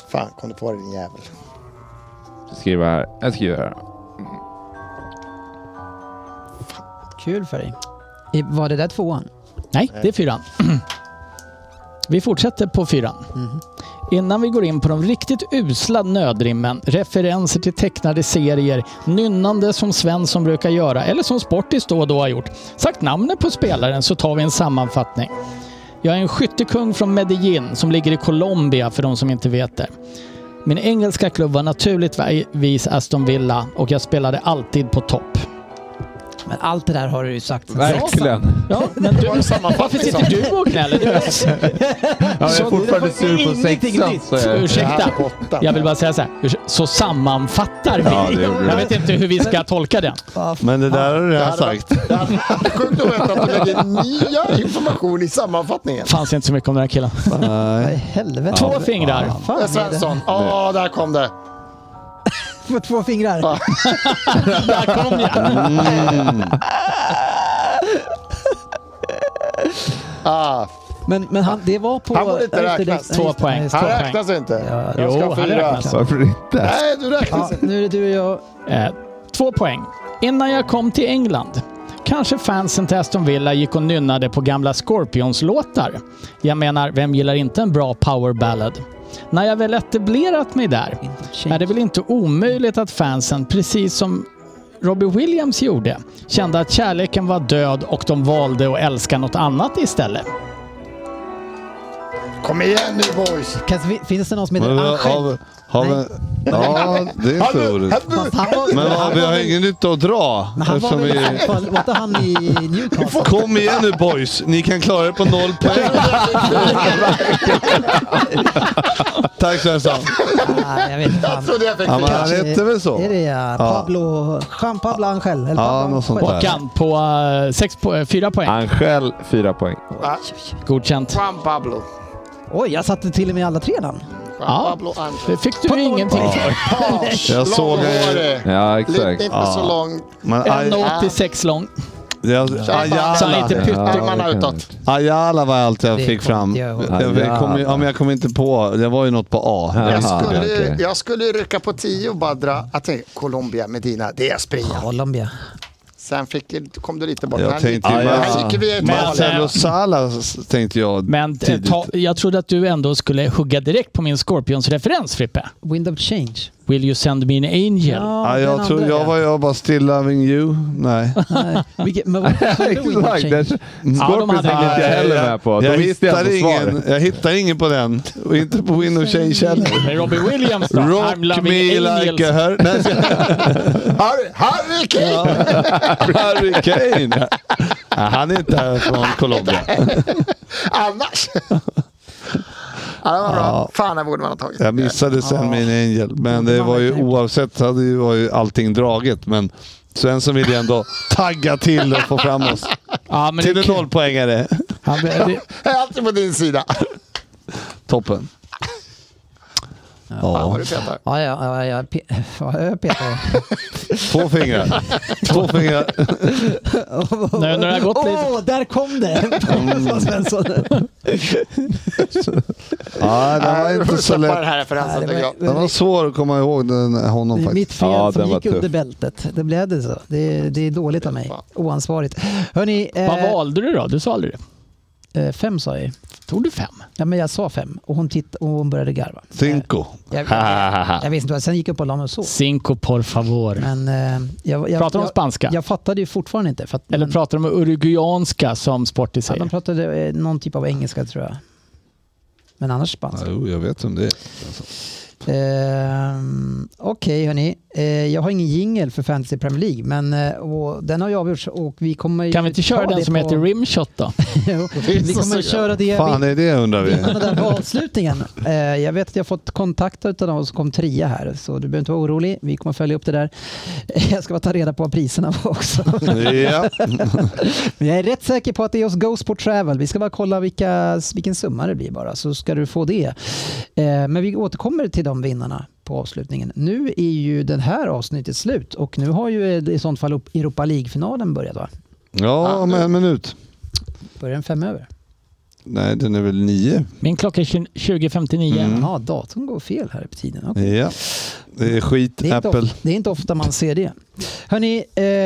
[SPEAKER 4] Fan, kom du på det din jävel?
[SPEAKER 6] Skriva här. Jag skriver här.
[SPEAKER 9] Kul för dig. I- Var det där tvåan?
[SPEAKER 5] Nej, det är fyran. Vi fortsätter på fyran.
[SPEAKER 9] Mm-hmm.
[SPEAKER 5] Innan vi går in på de riktigt usla nödrimmen, referenser till tecknade serier, nynnande som Svensson brukar göra, eller som Sportis då och då har gjort, sagt namnet på spelaren så tar vi en sammanfattning. Jag är en skyttekung från Medellin som ligger i Colombia för de som inte vet det. Min engelska klubb var naturligtvis Aston Villa och jag spelade alltid på topp.
[SPEAKER 9] Men allt det där har du ju sagt.
[SPEAKER 6] Verkligen.
[SPEAKER 5] Ja, men du, varför sitter du och gnäller? Du är-
[SPEAKER 6] Ja, jag
[SPEAKER 5] Så
[SPEAKER 6] är fortfarande sur på sexan. så jag-
[SPEAKER 5] Ursäkta.
[SPEAKER 4] Ja, åtta.
[SPEAKER 5] Jag vill bara säga så här. Ursä- Så sammanfattar vi.
[SPEAKER 6] Ja, det gjorde du.
[SPEAKER 5] jag vet inte hur vi ska tolka den.
[SPEAKER 7] Men det där har du redan sagt.
[SPEAKER 4] Det hade varit sjukt att veta att du lägger nya information i sammanfattningen.
[SPEAKER 5] fanns inte så mycket om den här killen.
[SPEAKER 9] Vad i helvete?
[SPEAKER 5] Två fingrar.
[SPEAKER 9] Vad fan är det?
[SPEAKER 4] Svensson. Ja, där kom det.
[SPEAKER 9] På två fingrar?
[SPEAKER 5] Där kom jag.
[SPEAKER 4] Ah,
[SPEAKER 3] Men, men han, det var på...
[SPEAKER 4] Han borde inte
[SPEAKER 3] ja, just det,
[SPEAKER 4] räknas.
[SPEAKER 3] det-
[SPEAKER 5] Två
[SPEAKER 3] ja, just det,
[SPEAKER 5] poäng.
[SPEAKER 3] just det.
[SPEAKER 4] han
[SPEAKER 5] Två poäng.
[SPEAKER 4] räknas inte.
[SPEAKER 3] Ja,
[SPEAKER 5] Jo,
[SPEAKER 4] Jag ska ha
[SPEAKER 5] han
[SPEAKER 4] fyra.
[SPEAKER 5] räknas.
[SPEAKER 6] Varför inte?
[SPEAKER 4] Nej, du räknas
[SPEAKER 3] Ja,
[SPEAKER 4] inte.
[SPEAKER 3] nu är det du och jag.
[SPEAKER 5] Eh, två poäng. Innan jag kom till England kanske fansen till Aston Villa gick och nynnade på gamla Scorpions-låtar. Jag menar, vem gillar inte en bra power ballad? När jag väl etablerat mig där är det väl inte omöjligt att fansen, precis som Robbie Williams gjorde, kände att kärleken var död och de valde att älska något annat istället.
[SPEAKER 4] Kom igen nu boys.
[SPEAKER 3] Kan, finns det någon som heter
[SPEAKER 7] Men,
[SPEAKER 3] Angel?
[SPEAKER 7] har vi, har vi, ja, det är
[SPEAKER 4] Hallå,
[SPEAKER 7] roligt.
[SPEAKER 4] hallå.
[SPEAKER 3] Han var,
[SPEAKER 7] Men vad,
[SPEAKER 3] han
[SPEAKER 7] vi
[SPEAKER 3] var
[SPEAKER 7] har
[SPEAKER 3] väl-
[SPEAKER 7] ingen nytta att dra.
[SPEAKER 3] men han var
[SPEAKER 7] eftersom
[SPEAKER 3] väl i alla
[SPEAKER 7] vi...
[SPEAKER 3] fall, var inte han i Newcastle?
[SPEAKER 7] Kom igen nu boys, ni kan klara er på noll poäng. Tack Svensson.
[SPEAKER 3] Nej, jag vet inte.
[SPEAKER 4] Jag trodde jag fick
[SPEAKER 7] Ja, men han
[SPEAKER 3] Kanske-
[SPEAKER 7] heter väl så?
[SPEAKER 3] Är det ja. Pablo... Jean Pablo Angel? Eller
[SPEAKER 7] Ja,
[SPEAKER 3] Pablo
[SPEAKER 7] något sånt
[SPEAKER 3] Angel.
[SPEAKER 7] där.
[SPEAKER 5] Kan på eh, sex po- eh, fyra poäng.
[SPEAKER 6] Angel, fyra poäng.
[SPEAKER 5] Godkänt.
[SPEAKER 4] Juan Pablo.
[SPEAKER 3] Oj, jag satte till och med alla tre namn.
[SPEAKER 4] Juan
[SPEAKER 5] Ja.
[SPEAKER 4] Pablo Angel.
[SPEAKER 5] Det fick du ingenting för.
[SPEAKER 4] Page.
[SPEAKER 7] Jag såg-
[SPEAKER 4] långhårig.
[SPEAKER 6] Ja,
[SPEAKER 4] Lite
[SPEAKER 6] exakt.
[SPEAKER 4] inte så lång.
[SPEAKER 7] Men Ay-
[SPEAKER 5] 1,86 lång.
[SPEAKER 7] jag-
[SPEAKER 5] Så han
[SPEAKER 7] Ayala.
[SPEAKER 5] inte pytt-
[SPEAKER 4] Armarna utåt.
[SPEAKER 7] alltså- Ayala var allt jag
[SPEAKER 3] Det
[SPEAKER 7] fick
[SPEAKER 3] kommer
[SPEAKER 7] fram.
[SPEAKER 3] inte jag
[SPEAKER 7] Jag,
[SPEAKER 3] ihåg.
[SPEAKER 7] jag kom, ju- ja, men jag kom inte på, det var ju något på A.
[SPEAKER 6] Ja.
[SPEAKER 4] Jag skulle,
[SPEAKER 6] okej.
[SPEAKER 4] jag skulle rycka på tio och bara dra. Jag tänkte, Colombia, Medina, det är Espria.
[SPEAKER 3] Colombia.
[SPEAKER 4] Sen fick, kom du lite bort.
[SPEAKER 7] Jag
[SPEAKER 4] Här
[SPEAKER 7] tänkte
[SPEAKER 4] gick-
[SPEAKER 7] ju-
[SPEAKER 4] här gick vi i
[SPEAKER 5] Men-
[SPEAKER 4] Italien.
[SPEAKER 7] Marcelo Sala s- tänkte jag
[SPEAKER 5] Men eh,
[SPEAKER 7] tidigt.
[SPEAKER 5] ta, jag trodde att du ändå skulle hugga direkt på min Scorpions-referens Frippe.
[SPEAKER 3] Wind of Change.
[SPEAKER 5] Will you send me an angel?
[SPEAKER 7] Ja,
[SPEAKER 3] den
[SPEAKER 7] jag, tror,
[SPEAKER 3] andra,
[SPEAKER 7] jag var jag bara still loving you. Nej.
[SPEAKER 3] Nej. Vilket, men vad betyder Wind of
[SPEAKER 6] Exakt.
[SPEAKER 3] Change?
[SPEAKER 6] det- Scorpions
[SPEAKER 5] hade
[SPEAKER 6] hängde
[SPEAKER 5] ingen-
[SPEAKER 6] inte jag heller med på. Då
[SPEAKER 7] jag,
[SPEAKER 6] visste jag
[SPEAKER 7] hittar
[SPEAKER 6] inte
[SPEAKER 7] ingen,
[SPEAKER 6] svaret.
[SPEAKER 7] jag hittar ingen på den. Och inte på Window Change heller.
[SPEAKER 5] Men Robbie Williams då?
[SPEAKER 7] Rock
[SPEAKER 5] I'm loving
[SPEAKER 7] me
[SPEAKER 5] angels.
[SPEAKER 7] like a hur- Nej, ska-
[SPEAKER 4] Harry, Harry Kane!
[SPEAKER 7] Harry Kane. Ja, han är inte här från Colombia.
[SPEAKER 4] Annars. ja, det var bra.
[SPEAKER 7] Ja.
[SPEAKER 4] Fan, det borde man ha tagit.
[SPEAKER 7] Jag missade sen min Angel, men det var ju
[SPEAKER 3] typ.
[SPEAKER 7] oavsett hade ju, var ju allting draget. Men Svensson ville ändå tagga till och få fram oss
[SPEAKER 5] Ja, men
[SPEAKER 7] till
[SPEAKER 5] det,
[SPEAKER 7] en nollpoängare.
[SPEAKER 5] han, det,
[SPEAKER 4] Jag är alltid på din sida.
[SPEAKER 7] Toppen.
[SPEAKER 4] Fan
[SPEAKER 7] Ja,
[SPEAKER 4] vad du petar.
[SPEAKER 3] Ja, ja, ja, ja, pe- ja, jag petar.
[SPEAKER 7] två fingrar. Två fingrar.
[SPEAKER 5] nu när det har gått
[SPEAKER 3] Åh,
[SPEAKER 5] lite.
[SPEAKER 3] där kom det!
[SPEAKER 7] Mm.
[SPEAKER 3] Sa Svensson.
[SPEAKER 7] Ja, det var inte så
[SPEAKER 4] Stoppa
[SPEAKER 7] lätt.
[SPEAKER 4] den här referensen.
[SPEAKER 3] Nej, det var-
[SPEAKER 4] tycker jag.
[SPEAKER 7] Den var svår att komma ihåg den, honom
[SPEAKER 3] Det är
[SPEAKER 7] faktiskt.
[SPEAKER 3] mitt fel
[SPEAKER 6] Ja,
[SPEAKER 3] som
[SPEAKER 6] den var
[SPEAKER 3] gick under
[SPEAKER 6] tuff.
[SPEAKER 3] bältet. Det blev det så. Det, det är dåligt av mig. Oansvarigt. Hörni,
[SPEAKER 5] Vad
[SPEAKER 3] eh,
[SPEAKER 5] valde du då? Du sa aldrig det.
[SPEAKER 3] eh, fem sa jag
[SPEAKER 5] Tog du fem?
[SPEAKER 3] Ja, men jag sa fem och hon, titt- och hon började garva. Eh,
[SPEAKER 7] Cinco.
[SPEAKER 3] Jag, jag, jag visste inte vad Sen gick jag upp och la mig och sov.
[SPEAKER 5] Cinco por favor.
[SPEAKER 3] Men, eh, jag, jag,
[SPEAKER 5] Pratar de spanska?
[SPEAKER 3] Jag, jag fattade ju fortfarande inte. För att,
[SPEAKER 5] Eller
[SPEAKER 3] men-
[SPEAKER 5] pratar de uruguayanska som Sporty
[SPEAKER 3] ja, de
[SPEAKER 5] säger?
[SPEAKER 3] pratade eh, någon typ av engelska tror jag. Men annars
[SPEAKER 7] Ja,
[SPEAKER 3] spanska.
[SPEAKER 7] Jo, jag vet om det är.
[SPEAKER 3] Ehm, Okej hörni, Eh, jag har ingen jingel för Fantasy Premier League, men eh, och, den har ju avgjorts och vi kommer ju
[SPEAKER 5] Kan vi inte
[SPEAKER 3] ta
[SPEAKER 5] köra den
[SPEAKER 3] det
[SPEAKER 5] som
[SPEAKER 3] på-
[SPEAKER 5] heter Rimshot då?
[SPEAKER 3] Jo, vi kommer att köra det
[SPEAKER 7] Fan
[SPEAKER 3] vid
[SPEAKER 7] är det undrar vi.
[SPEAKER 3] den där avslutningen. Eh, jag vet att jag har fått kontakt av någon som kom trea här, så du behöver inte vara orolig. Vi kommer följa upp det där. Eh, Jag ska bara ta reda på vad priserna var också.
[SPEAKER 7] Ja.
[SPEAKER 3] Men jag är rätt säker på att det är hos Ghost på Travel. Vi ska bara kolla vilka, vilken summa det blir bara, så ska du få det. Eh, men vi återkommer till de vinnarna på avslutningen. Nu är ju det här avsnittet slut och nu har ju eh, i sånt fall upp- Europa League-finalen börjat va?
[SPEAKER 7] ja, om en minut.
[SPEAKER 3] Börjar den fem över?
[SPEAKER 7] Nej, den är väl nio.
[SPEAKER 5] Min klocka är 20- 20.59.
[SPEAKER 7] Mm.
[SPEAKER 3] Ja, datorn går fel här på tiden. Okej.
[SPEAKER 7] Ja. Det är skit,
[SPEAKER 3] Det är, inte
[SPEAKER 7] Apple.
[SPEAKER 3] ofta, det är inte ofta man ser det. Hörni,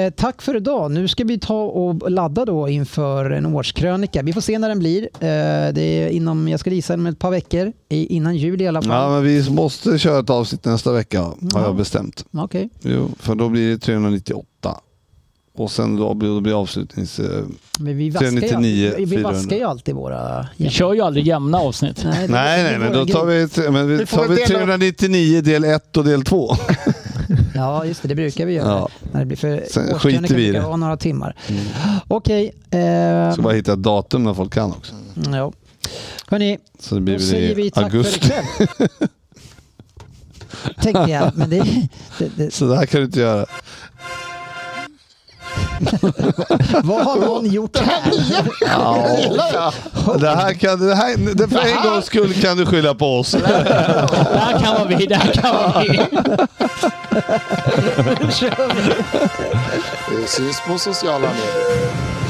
[SPEAKER 3] eh, tack för idag. Nu ska vi ta och ladda då inför en årskrönika. Vi får se när den blir. Eh, det är inom, jag skulle gissa, inom ett par veckor. I, innan jul i alla fall.
[SPEAKER 7] Ja, men vi måste köra ett avsnitt nästa vecka har
[SPEAKER 3] Ja.
[SPEAKER 7] jag bestämt.
[SPEAKER 3] Okej.
[SPEAKER 7] Jo, för då blir det 398. Och sen då blir, då blir avslutnings... eh,
[SPEAKER 3] Men vi vaskar,
[SPEAKER 7] 399,
[SPEAKER 3] ju, vi
[SPEAKER 7] 400.
[SPEAKER 3] vaskar ju alltid våra...
[SPEAKER 5] Vi kör ju aldrig jämna avsnitt.
[SPEAKER 3] Nej, det-
[SPEAKER 7] Nej,
[SPEAKER 3] det
[SPEAKER 7] nej,
[SPEAKER 3] är
[SPEAKER 7] men
[SPEAKER 3] våra
[SPEAKER 7] då tar
[SPEAKER 3] grejer.
[SPEAKER 7] vi, t- men vi
[SPEAKER 4] Vi får
[SPEAKER 7] tar
[SPEAKER 4] väl
[SPEAKER 7] vi
[SPEAKER 4] dela-
[SPEAKER 7] 399 del 1 och del 2.
[SPEAKER 3] Ja, just det. Det brukar vi göra.
[SPEAKER 7] Ja.
[SPEAKER 3] När det blir för
[SPEAKER 7] Sen skiter
[SPEAKER 3] årskrönikan
[SPEAKER 7] vi i
[SPEAKER 3] brukar
[SPEAKER 7] det. Mm.
[SPEAKER 3] vara några timmar. Okej. Eh,
[SPEAKER 7] Ska bara hitta ett datum när folk kan också.
[SPEAKER 3] ja. Hörni,
[SPEAKER 7] Så det blir
[SPEAKER 3] då säger
[SPEAKER 7] väl
[SPEAKER 3] vi
[SPEAKER 7] i
[SPEAKER 3] tack för
[SPEAKER 7] augusti.
[SPEAKER 3] ikväll. Tänkte jag, men det, det, det,
[SPEAKER 7] Så det här kan du inte göra.
[SPEAKER 3] Vad har någon gjort här?
[SPEAKER 7] Ja. Det här kan det här, det för en gångs skull kan du skylla på oss.
[SPEAKER 5] Det här kan vara vi, det här kan vara vi.
[SPEAKER 4] Vi syns på sociala medier.